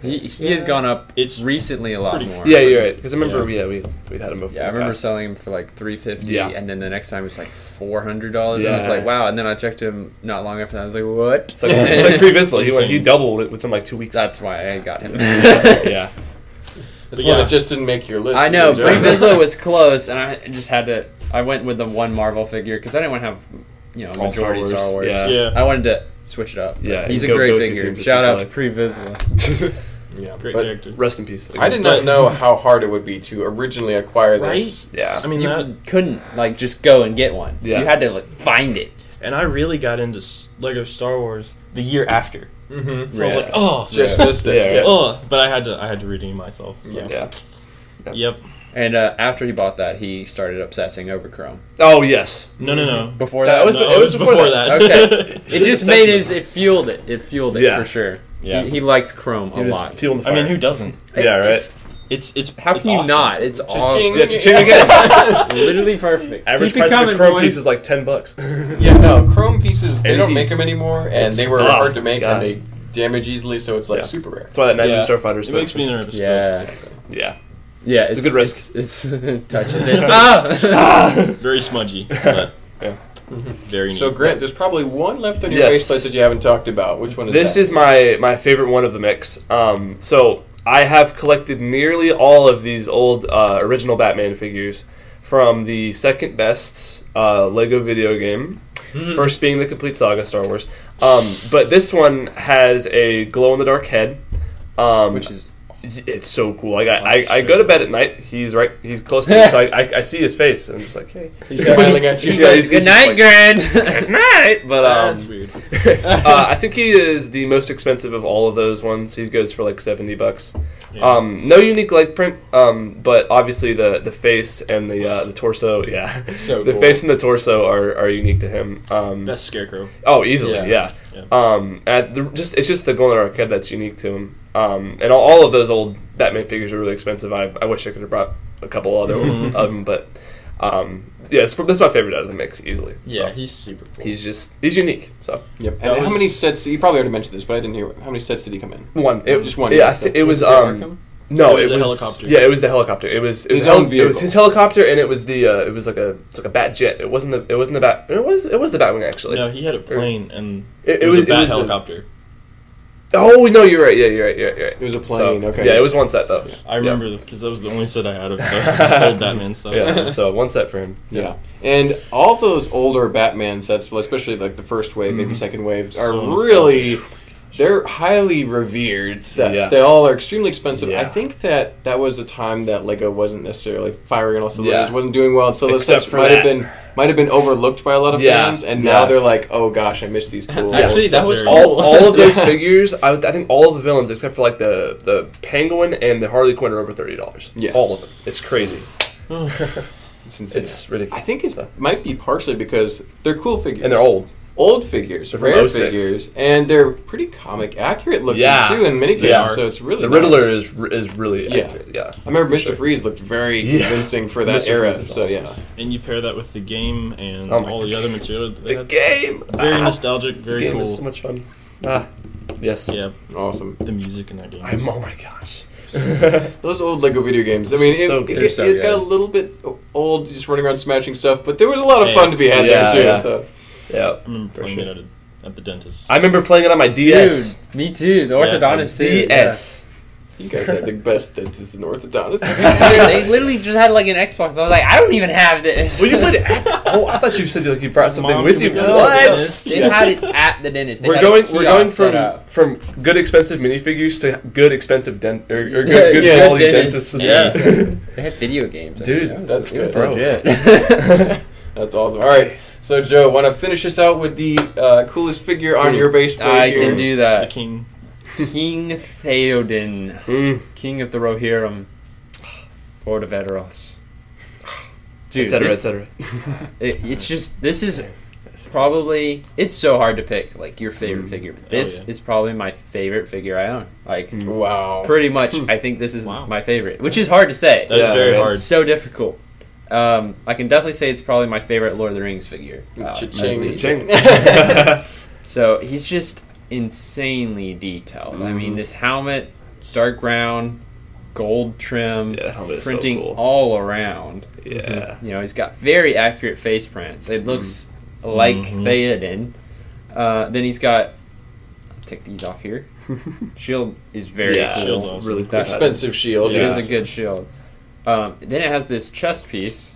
Speaker 4: He, he has gone up.
Speaker 2: It's-
Speaker 4: recently a lot
Speaker 2: pretty-
Speaker 4: more.
Speaker 3: Yeah, you're right. Because I remember, yeah, we we had him. over
Speaker 4: Yeah, I
Speaker 3: in
Speaker 4: remember
Speaker 3: the past.
Speaker 4: selling him for like three fifty,
Speaker 3: Yeah.
Speaker 4: and then the next time it was like four hundred dollars. And I was
Speaker 3: Yeah.
Speaker 4: like, wow. And then I checked him not long after that. I was like, what?
Speaker 3: It's like, it's like previously, he went,
Speaker 2: Insane.
Speaker 3: he doubled it within like two weeks.
Speaker 4: That's why I got him.
Speaker 3: yeah,
Speaker 1: That's
Speaker 2: But
Speaker 1: one
Speaker 2: yeah.
Speaker 1: that just didn't make your list.
Speaker 4: I know.
Speaker 1: Good job.
Speaker 4: Brie Bigelow was close, and I just had to. I went with the one Marvel figure because I didn't want to have, you know,
Speaker 3: All Star
Speaker 4: majority Star Wars.
Speaker 3: Wars, yeah.
Speaker 2: Yeah.
Speaker 4: I wanted to switch it up. but
Speaker 3: Yeah,
Speaker 4: he's a
Speaker 3: go-
Speaker 4: great
Speaker 3: go-to
Speaker 4: figure.
Speaker 3: teams that
Speaker 4: Shout
Speaker 3: you
Speaker 4: out to
Speaker 3: like.
Speaker 4: Pre Vizsla.
Speaker 1: Yeah,
Speaker 2: Great
Speaker 1: but
Speaker 2: character.
Speaker 3: rest in peace.
Speaker 1: I did not know how hard it would be to originally acquire this.
Speaker 3: Yeah,
Speaker 2: I mean
Speaker 4: you
Speaker 2: that,
Speaker 4: couldn't like just go and get one.
Speaker 3: Yeah.
Speaker 4: You had to like find it.
Speaker 2: and I really got into s- Lego Star Wars the year after.
Speaker 1: Mm-hmm.
Speaker 2: So I was
Speaker 3: Yeah.
Speaker 2: like, oh,
Speaker 1: Just
Speaker 3: Yeah.
Speaker 1: missed it.
Speaker 3: Yeah,
Speaker 1: Yeah.
Speaker 2: oh, but I had to, I had to redeem myself.
Speaker 1: Yeah.
Speaker 3: yeah.
Speaker 2: Yep.
Speaker 4: And uh, after he bought that, he started obsessing over Chrome.
Speaker 3: Oh yes,
Speaker 2: No, no, no.
Speaker 4: Before
Speaker 3: That
Speaker 4: that,
Speaker 3: was-
Speaker 2: No,
Speaker 3: it before
Speaker 2: that.
Speaker 4: Okay. It
Speaker 3: His
Speaker 4: just made his.
Speaker 3: obsession.
Speaker 4: It fueled it. It fueled it
Speaker 3: Yeah.
Speaker 4: for sure.
Speaker 2: Yeah.
Speaker 4: He, he liked Chrome
Speaker 3: He
Speaker 4: a
Speaker 3: was
Speaker 4: lot.
Speaker 3: fueling the
Speaker 2: I
Speaker 3: fire.
Speaker 2: mean, who doesn't?
Speaker 3: Yeah, right.
Speaker 4: It's-
Speaker 2: It's it's
Speaker 4: How
Speaker 2: it's
Speaker 4: can you
Speaker 2: awesome.
Speaker 4: not? It's
Speaker 1: Cha-ching.
Speaker 4: awesome.
Speaker 3: Yeah, cha-ching again.
Speaker 4: Literally perfect.
Speaker 3: Average
Speaker 4: Keep it
Speaker 3: price of
Speaker 4: coming,
Speaker 3: a chrome
Speaker 4: boys.
Speaker 3: piece is like ten bucks.
Speaker 1: Yeah, no, chrome pieces, they don't make
Speaker 3: Eighties.
Speaker 1: them anymore, and
Speaker 3: It's-
Speaker 1: they were
Speaker 3: ah,
Speaker 1: hard to make,
Speaker 3: gosh.
Speaker 1: and they damage easily, so it's like
Speaker 3: Yeah.
Speaker 1: super rare.
Speaker 3: That's why that ninety
Speaker 2: Yeah.
Speaker 3: Starfighter.
Speaker 2: It makes me nervous. but-
Speaker 4: Yeah,
Speaker 3: Yeah.
Speaker 4: yeah.
Speaker 3: It's a good risk.
Speaker 4: It's, it's touches it. ah!
Speaker 2: Very smudgy. But
Speaker 3: Yeah.
Speaker 2: Very neat.
Speaker 1: So, Grant, there's probably one left on your
Speaker 3: Yes.
Speaker 1: bracelet that you haven't talked about. Which one is
Speaker 3: This
Speaker 1: that?
Speaker 3: is my my favorite one of the mix. Um, so I have collected nearly all of these old uh, original Batman figures from the second best uh, Lego video game. First being the complete saga Star Wars, um, but this one has a glow in the dark head, um,
Speaker 4: Which is
Speaker 3: it's so cool. Like I, I, I go to bed at night. He's right. He's close to me, so I, I, I see his face, and I'm just like, hey,
Speaker 1: He's smiling at you.
Speaker 4: he
Speaker 3: Yeah,
Speaker 4: goes,
Speaker 3: he's-
Speaker 4: good
Speaker 3: he's
Speaker 4: night,
Speaker 3: good
Speaker 4: Grand.
Speaker 3: night. But um,
Speaker 2: That's weird.
Speaker 3: uh, I think he is the most expensive of all of those ones. He goes for like seventy bucks.
Speaker 2: Yeah.
Speaker 3: Um, no unique leg print, um, but obviously the, the face and the uh, the torso, yeah,
Speaker 1: So
Speaker 3: the
Speaker 1: cool.
Speaker 3: face and the torso are, are unique to him. Um,
Speaker 2: Best scarecrow.
Speaker 3: Oh, easily,
Speaker 1: Yeah.
Speaker 3: yeah.
Speaker 2: Yeah.
Speaker 3: Um, and the, just it's just the golden arcade that's unique to him. Um, and all, all of those old Batman figures are really expensive. I, I wish I could have brought a couple other of them, but um, yeah, it's, that's my favorite out of the mix easily. so.
Speaker 2: he's super cool.
Speaker 3: he's just he's unique. So
Speaker 1: Yep. And
Speaker 2: That
Speaker 1: how
Speaker 2: was-
Speaker 1: many sets? You probably already mentioned this, but I didn't hear. it. How many sets did he come in?
Speaker 3: one, it,
Speaker 1: Just one,
Speaker 3: Yeah, I
Speaker 1: so-
Speaker 3: thi- it was.
Speaker 4: Arkham?
Speaker 3: Um, no,
Speaker 2: It was
Speaker 3: it
Speaker 2: a
Speaker 3: was
Speaker 2: helicopter.
Speaker 3: Yeah, it was the helicopter. It was it
Speaker 1: His
Speaker 3: was a hel-
Speaker 1: own
Speaker 3: It was
Speaker 1: vehicle.
Speaker 3: his helicopter, and it was the uh, it was like a it's like a bat jet. It wasn't the it wasn't the bat. It was it was the Batwing actually.
Speaker 2: no, he had a plane and
Speaker 3: er, It- it
Speaker 2: it, was, a
Speaker 3: was- it
Speaker 2: bat
Speaker 3: was a-
Speaker 2: helicopter.
Speaker 3: Oh no, you're right. Yeah, you're right. You're right. You're right.
Speaker 1: It was a plane, okay.
Speaker 3: Yeah, it was one set though.
Speaker 2: I remember because that was the only set I had of the old Batman stuff.
Speaker 3: Yeah. so one set for him.
Speaker 1: Yeah. And all those older Batman sets, well, especially like the first wave,
Speaker 3: Mm-hmm.
Speaker 1: maybe second wave, are
Speaker 2: So
Speaker 1: really they're highly revered sets.
Speaker 3: Yeah.
Speaker 1: They all are extremely expensive. I
Speaker 3: Yeah.
Speaker 1: think that that was a time that Lego wasn't necessarily firing on all cylinders,
Speaker 3: Yeah.
Speaker 1: wasn't doing well, and so those
Speaker 3: Except
Speaker 1: sets
Speaker 3: for
Speaker 1: might have
Speaker 3: that.
Speaker 1: been might have been overlooked by a lot of
Speaker 3: Yeah.
Speaker 1: fans, and now
Speaker 3: Yeah.
Speaker 1: they're like, oh gosh, I miss these cool.
Speaker 5: Actually,
Speaker 1: old
Speaker 5: that was
Speaker 1: sets.
Speaker 2: Cool.
Speaker 3: all, all of those figures, I, I think all of the villains except for like the the penguin and the Harley Quinn are over thirty dollars.
Speaker 1: Yeah.
Speaker 3: all of them. It's crazy.
Speaker 1: It's insane.
Speaker 3: It's
Speaker 1: I
Speaker 3: ridiculous.
Speaker 1: think it might be partially because they're cool figures
Speaker 3: And they're old.
Speaker 1: old figures,
Speaker 3: They're from
Speaker 1: rare
Speaker 3: 06.
Speaker 1: figures, and they're pretty comic accurate looking
Speaker 3: Yeah.
Speaker 1: too in many cases.
Speaker 3: They are.
Speaker 1: So it's really
Speaker 3: The Riddler
Speaker 1: nice.
Speaker 3: is re- is really
Speaker 1: Yeah.
Speaker 3: accurate. Yeah,
Speaker 1: I remember Mr. Freeze looked very
Speaker 3: Yeah.
Speaker 1: convincing for that
Speaker 3: Mr.
Speaker 1: era.
Speaker 3: Freeze is
Speaker 1: So
Speaker 3: awesome.
Speaker 1: yeah,
Speaker 2: And you pair that with the game and
Speaker 3: Oh my
Speaker 2: all the
Speaker 3: God.
Speaker 2: other material. That they
Speaker 3: the
Speaker 2: had.
Speaker 3: game.
Speaker 2: Very
Speaker 3: Ah,
Speaker 2: nostalgic,
Speaker 3: the
Speaker 2: very
Speaker 3: game
Speaker 2: cool.
Speaker 3: is so much fun. Ah, yes.
Speaker 2: yeah,
Speaker 1: awesome.
Speaker 2: the music in that game.
Speaker 3: I'm.
Speaker 2: is-
Speaker 3: Oh my gosh.
Speaker 1: Those old Lego video games. I mean,
Speaker 3: It's
Speaker 1: it,
Speaker 3: so
Speaker 1: it-
Speaker 3: good.
Speaker 1: it
Speaker 4: So
Speaker 1: got a
Speaker 4: good.
Speaker 1: little bit old, just running around smashing stuff. But there was a lot of
Speaker 2: Hey.
Speaker 1: fun to be had
Speaker 3: Yeah,
Speaker 1: there too.
Speaker 3: yeah.
Speaker 1: So
Speaker 3: yeah.
Speaker 2: I remember
Speaker 3: For
Speaker 2: playing
Speaker 3: sure.
Speaker 2: it at, a, at the dentist.
Speaker 3: I remember playing it on my DS.
Speaker 4: Dude, me too. The orthodontist too.
Speaker 3: DS.
Speaker 1: you guys had the best dentist and orthodontist.
Speaker 4: Yeah. they literally just had like an Xbox. I was like, I don't even have this.
Speaker 3: Well, you played it. At, oh, I thought you said you like you brought something
Speaker 2: Mom,
Speaker 3: with
Speaker 2: can
Speaker 3: you.
Speaker 2: we go to the
Speaker 3: What?
Speaker 2: dentist?
Speaker 4: They had it at the dentist. They
Speaker 3: we're
Speaker 4: had a
Speaker 3: going. We're going
Speaker 4: kiosk set
Speaker 3: from
Speaker 4: up.
Speaker 3: from good expensive minifigures to good expensive dent or, or good,
Speaker 4: Yeah,
Speaker 3: good
Speaker 4: yeah,
Speaker 3: quality
Speaker 4: dentists.
Speaker 3: dentists.
Speaker 4: They had video games. I
Speaker 3: Dude,
Speaker 4: mean,
Speaker 1: that's
Speaker 4: it was
Speaker 1: good.
Speaker 4: legit.
Speaker 1: That's awesome. All right, so Joe, want to finish us out with the uh, coolest figure on your base plate
Speaker 4: I
Speaker 1: here?
Speaker 4: can do
Speaker 2: the
Speaker 4: that.
Speaker 2: king.
Speaker 4: King Theoden,
Speaker 3: Mm.
Speaker 4: King of the Rohirrim, Lord of Edoras. Dude,
Speaker 3: Et cetera, et
Speaker 4: this-
Speaker 3: cetera.
Speaker 4: it- it's just this is probably it's so hard to pick like your favorite figure. But this
Speaker 2: yeah.
Speaker 4: is probably my favorite figure I own. Like
Speaker 3: Mm.
Speaker 1: Wow.
Speaker 4: pretty much, I think this is
Speaker 2: Wow.
Speaker 4: my favorite, which is hard to say.
Speaker 2: That is
Speaker 3: Yeah,
Speaker 2: very
Speaker 3: it's-
Speaker 2: hard.
Speaker 4: It's so difficult. Um, I can definitely say it's probably my favorite Lord of the Rings figure. Uh,
Speaker 1: Cha-ching.
Speaker 4: I-
Speaker 3: Cha-ching.
Speaker 4: So he's just insanely detailed. I mean, this helmet, dark brown, gold trim,
Speaker 3: Yeah, that helmet is so
Speaker 4: printing
Speaker 3: cool.
Speaker 4: all around.
Speaker 3: yeah.
Speaker 4: You know, he's got very accurate face prints. It looks like
Speaker 2: Mhm.
Speaker 4: Theoden. Uh, then he's got. I'll take these off here. shield is very
Speaker 3: yeah,
Speaker 4: cool.
Speaker 2: Shield's
Speaker 3: it's
Speaker 2: awesome.
Speaker 3: really cool.
Speaker 4: That-
Speaker 1: expensive shield.
Speaker 4: It
Speaker 1: yes.
Speaker 4: is a good shield. Um, then it has this chest piece,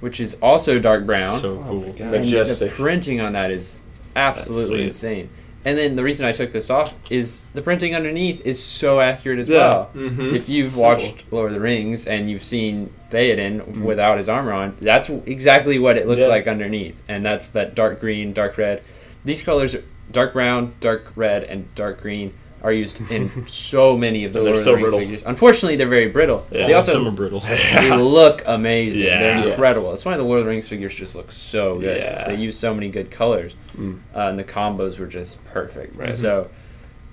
Speaker 4: which is also dark brown.
Speaker 2: So cool.
Speaker 3: Oh God.
Speaker 4: And
Speaker 1: Majestic.
Speaker 4: the printing on that is absolutely
Speaker 3: sweet.
Speaker 4: insane. And then the reason I took this off is the printing underneath is so accurate as
Speaker 3: Yeah. Mm-hmm.
Speaker 4: well.
Speaker 1: Mhm.
Speaker 4: If you've
Speaker 3: Simple. Mm-hmm.
Speaker 4: watched Lord of the Rings and you've seen Theoden without his armor on, that's exactly what it looks
Speaker 3: Yeah.
Speaker 4: like underneath. And that's that dark green, dark red. These colors, are dark brown, dark red, and dark green, are used in so many of the
Speaker 3: And they're
Speaker 4: Lord of
Speaker 3: so
Speaker 4: the Rings
Speaker 3: brittle.
Speaker 4: figures. Unfortunately, they're very brittle.
Speaker 3: Yeah.
Speaker 4: They
Speaker 2: All of them are
Speaker 4: also
Speaker 2: brittle.
Speaker 4: they look amazing.
Speaker 3: Yeah.
Speaker 4: They're
Speaker 1: Yes.
Speaker 4: incredible. That's why the Lord of the Rings figures just look so good. 'cause
Speaker 3: Yeah. Mm.
Speaker 4: They use so many good colors, uh, and the combos were just perfect.
Speaker 3: Right.
Speaker 4: So,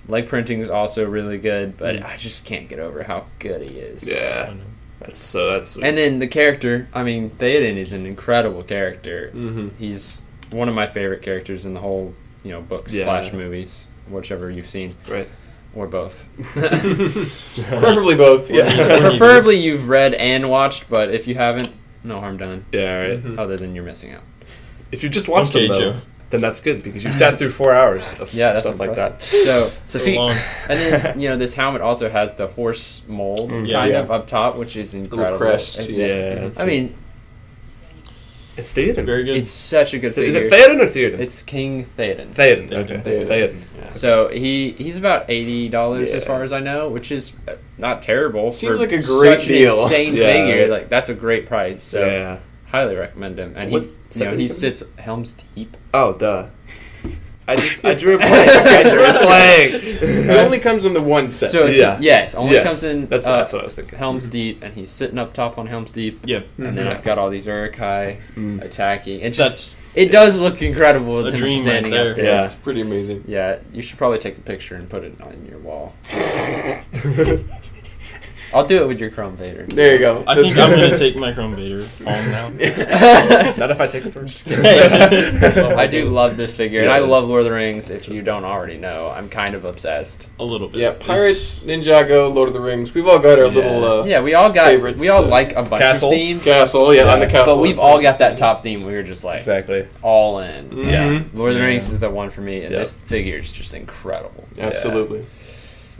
Speaker 4: leg printing is also really good, but I just can't get over how good he is.
Speaker 3: Mm. Yeah. That's so. That's sweet.
Speaker 4: And then the character, I mean, Theoden is an incredible character.
Speaker 3: Mm.
Speaker 1: Mhm.
Speaker 4: He's one of my favorite characters in the whole, you know, books
Speaker 3: Yeah.
Speaker 4: slash movies, whichever you've seen,
Speaker 3: right.
Speaker 4: or both.
Speaker 1: Preferably both. Yeah.
Speaker 4: Preferably you've read and watched, but if you haven't, no harm done.
Speaker 3: Yeah. All right.
Speaker 4: Other than you're missing out.
Speaker 3: If you just watched
Speaker 2: Okay,
Speaker 3: them though,
Speaker 2: Joe.
Speaker 3: then that's good because you sat through four hours of
Speaker 4: Yeah, that's
Speaker 3: stuff
Speaker 4: impressive.
Speaker 3: like that.
Speaker 4: So,
Speaker 2: So
Speaker 4: the feet-
Speaker 2: long.
Speaker 4: and then you know this helmet also has the horse mold
Speaker 3: Mm,
Speaker 2: yeah.
Speaker 4: kind
Speaker 1: Yeah.
Speaker 4: of up top, which is incredible.
Speaker 1: crest,
Speaker 4: It's-
Speaker 1: Yeah.
Speaker 3: Yeah. That's
Speaker 4: I mean,
Speaker 3: it's Theoden.
Speaker 2: Very good.
Speaker 4: it's such a good
Speaker 3: Is
Speaker 4: figure.
Speaker 3: it Theoden or Theoden?
Speaker 4: It's King Theoden.
Speaker 3: Theoden.
Speaker 2: Theoden.
Speaker 3: Okay.
Speaker 1: Theoden.
Speaker 3: Theoden.
Speaker 4: So he he's about eighty dollars as
Speaker 3: Yeah.
Speaker 4: far as I know, which is uh, not terrible.
Speaker 1: Seems
Speaker 4: for
Speaker 1: like a great
Speaker 4: such
Speaker 1: deal.
Speaker 4: An insane
Speaker 3: Yeah.
Speaker 4: figure, like that's a great price. So
Speaker 3: Yeah.
Speaker 4: highly recommend him. And
Speaker 3: What
Speaker 4: he you
Speaker 3: set
Speaker 4: know
Speaker 3: did
Speaker 4: he
Speaker 3: he come in?
Speaker 4: sits Helm's Deep.
Speaker 3: Oh, duh. I, just, I drew a blank. I drew a blank.
Speaker 1: It only comes in the one set.
Speaker 4: So
Speaker 3: Yeah.
Speaker 4: he- yes, only
Speaker 3: Yes,
Speaker 4: comes in
Speaker 3: that's-
Speaker 4: uh,
Speaker 3: that's what I was thinking.
Speaker 4: Helm's Deep, and he's sitting up top on Helm's Deep.
Speaker 2: yeah,
Speaker 4: And then I've got all these Urukai
Speaker 3: Mm.
Speaker 4: attacking. It
Speaker 2: Mm-hmm. that's
Speaker 4: just it does look incredible
Speaker 2: A
Speaker 4: with him
Speaker 2: dream right
Speaker 4: standing
Speaker 2: there.
Speaker 4: up there.
Speaker 1: yeah,
Speaker 3: Yeah.
Speaker 1: it's pretty amazing.
Speaker 4: Yeah, you should probably take a picture and put it on your wall. I'll do it with your Chrome Vader.
Speaker 1: There you go.
Speaker 2: I think I'm gonna take my Chrome Vader on now.
Speaker 3: Not if I take it first.
Speaker 2: Well,
Speaker 4: I do love this figure, and I
Speaker 3: Yes.
Speaker 4: love Lord of the Rings. If you don't already know, I'm kind of obsessed.
Speaker 2: A little bit.
Speaker 1: Yeah, Pirates, Ninjago, Lord of the Rings. We've all got our
Speaker 3: Yeah.
Speaker 1: little uh,
Speaker 4: Yeah, we all got
Speaker 1: Favorites,
Speaker 4: we all
Speaker 1: uh,
Speaker 4: like a bunch
Speaker 3: Castle.
Speaker 4: of themes,
Speaker 1: castle. Yeah, on the castle.
Speaker 4: but we've all got that top theme. We were just like
Speaker 3: exactly.
Speaker 4: all in.
Speaker 2: Mm-hmm.
Speaker 1: Mhm.
Speaker 3: Yeah.
Speaker 4: Lord of the Rings is the one for me, and
Speaker 3: Yeah.
Speaker 4: this figure is just incredible.
Speaker 1: Absolutely.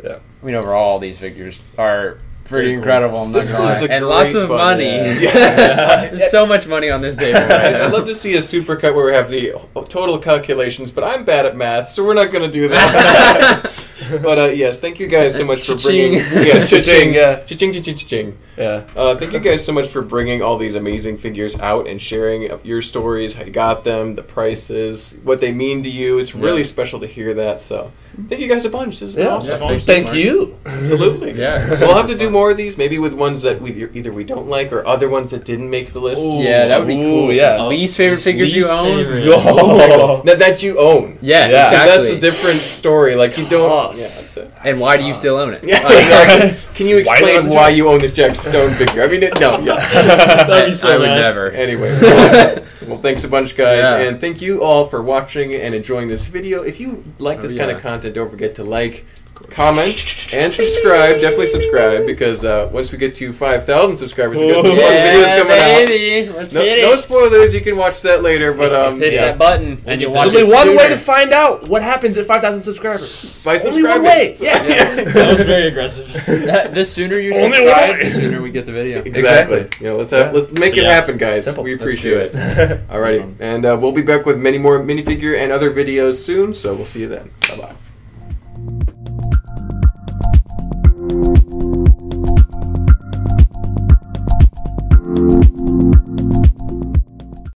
Speaker 4: I mean, overall, all these figures are pretty
Speaker 2: Pretty cool.
Speaker 4: incredible. I'm not
Speaker 1: This
Speaker 4: gonna
Speaker 1: one's
Speaker 4: lie.
Speaker 1: a
Speaker 4: and lots
Speaker 1: great
Speaker 4: of
Speaker 1: bundle.
Speaker 4: money.
Speaker 1: Yeah.
Speaker 4: There's so much money on this table right
Speaker 1: I'd
Speaker 4: now.
Speaker 1: love to see a supercut where we have the total calculations, but I'm bad at math, so we're not going to do that. but uh, yes, thank you guys so much for bringing.
Speaker 4: Cha-ching.
Speaker 1: Yeah, cha-ching,
Speaker 3: Cha-ching, yeah.
Speaker 1: cha-ching, cha-ching, cha-ching.
Speaker 3: Yeah.
Speaker 1: Uh, thank you guys so much for bringing all these amazing figures out and sharing up your stories, how you got them, the prices, what they mean to you. It's really special to hear that. So thank you guys a bunch. This has been
Speaker 3: Yeah.
Speaker 1: awesome.
Speaker 2: Thank you,
Speaker 3: Thank
Speaker 2: Mark.
Speaker 3: you.
Speaker 1: Absolutely.
Speaker 4: Yeah.
Speaker 1: We'll have to do more of these, maybe with ones that we either we don't like or other ones that didn't make the list.
Speaker 2: Ooh.
Speaker 4: Yeah, that would be
Speaker 3: Ooh,
Speaker 4: cool. Uh,
Speaker 3: yeah.
Speaker 4: Least favorite
Speaker 2: Just
Speaker 4: figures you
Speaker 2: least
Speaker 4: own.
Speaker 2: favorite.
Speaker 3: Oh.
Speaker 1: That, that you own.
Speaker 4: Yeah,
Speaker 3: Yeah.
Speaker 1: 'Cause
Speaker 4: exactly.
Speaker 1: That's a different story. Like you don't. Yeah. so-
Speaker 4: and why do you still own it?
Speaker 1: Yeah,
Speaker 4: Like,
Speaker 1: exactly. Can you
Speaker 3: Why do they
Speaker 1: explain
Speaker 3: own
Speaker 1: why,
Speaker 3: the Jack-
Speaker 1: you own this Jack Stone figure? I mean, it, no. Yeah.
Speaker 2: That'd be so
Speaker 4: I would
Speaker 2: bad.
Speaker 4: never.
Speaker 1: Anyway. Well, well, thanks a bunch, guys,
Speaker 4: Yeah.
Speaker 1: and thank you all for watching and enjoying this video. If you like this
Speaker 4: Oh,
Speaker 1: kind
Speaker 4: yeah.
Speaker 1: of content, don't forget to like, comment, and subscribe. Definitely subscribe because uh, once we get to five thousand subscribers, we got some fun videos
Speaker 4: Yeah,
Speaker 1: coming out.
Speaker 4: baby. Let's
Speaker 1: No,
Speaker 4: get it.
Speaker 1: no spoilers. You can watch that later, but um,
Speaker 4: Hit
Speaker 1: yeah.
Speaker 4: that button, and you'll watch
Speaker 3: There's
Speaker 4: it
Speaker 3: only
Speaker 4: sooner.
Speaker 3: one way to find out what happens at 5,000 subscribers.
Speaker 1: by
Speaker 3: Only one
Speaker 1: subscribing.
Speaker 3: way.
Speaker 1: Yeah,
Speaker 2: That was very aggressive.
Speaker 4: That- the sooner you
Speaker 3: Only
Speaker 4: subscribe,
Speaker 3: one.
Speaker 4: the sooner we get the video.
Speaker 1: exactly.
Speaker 3: Exactly.
Speaker 1: Yeah, let's have, let's make it
Speaker 2: Yeah.
Speaker 1: happen, guys.
Speaker 3: Simple.
Speaker 1: We
Speaker 3: Let's
Speaker 1: appreciate it.
Speaker 3: do it.
Speaker 1: Alrighty, and uh, we'll be back with many more minifigure and other videos soon. So we'll see you then. Bye bye.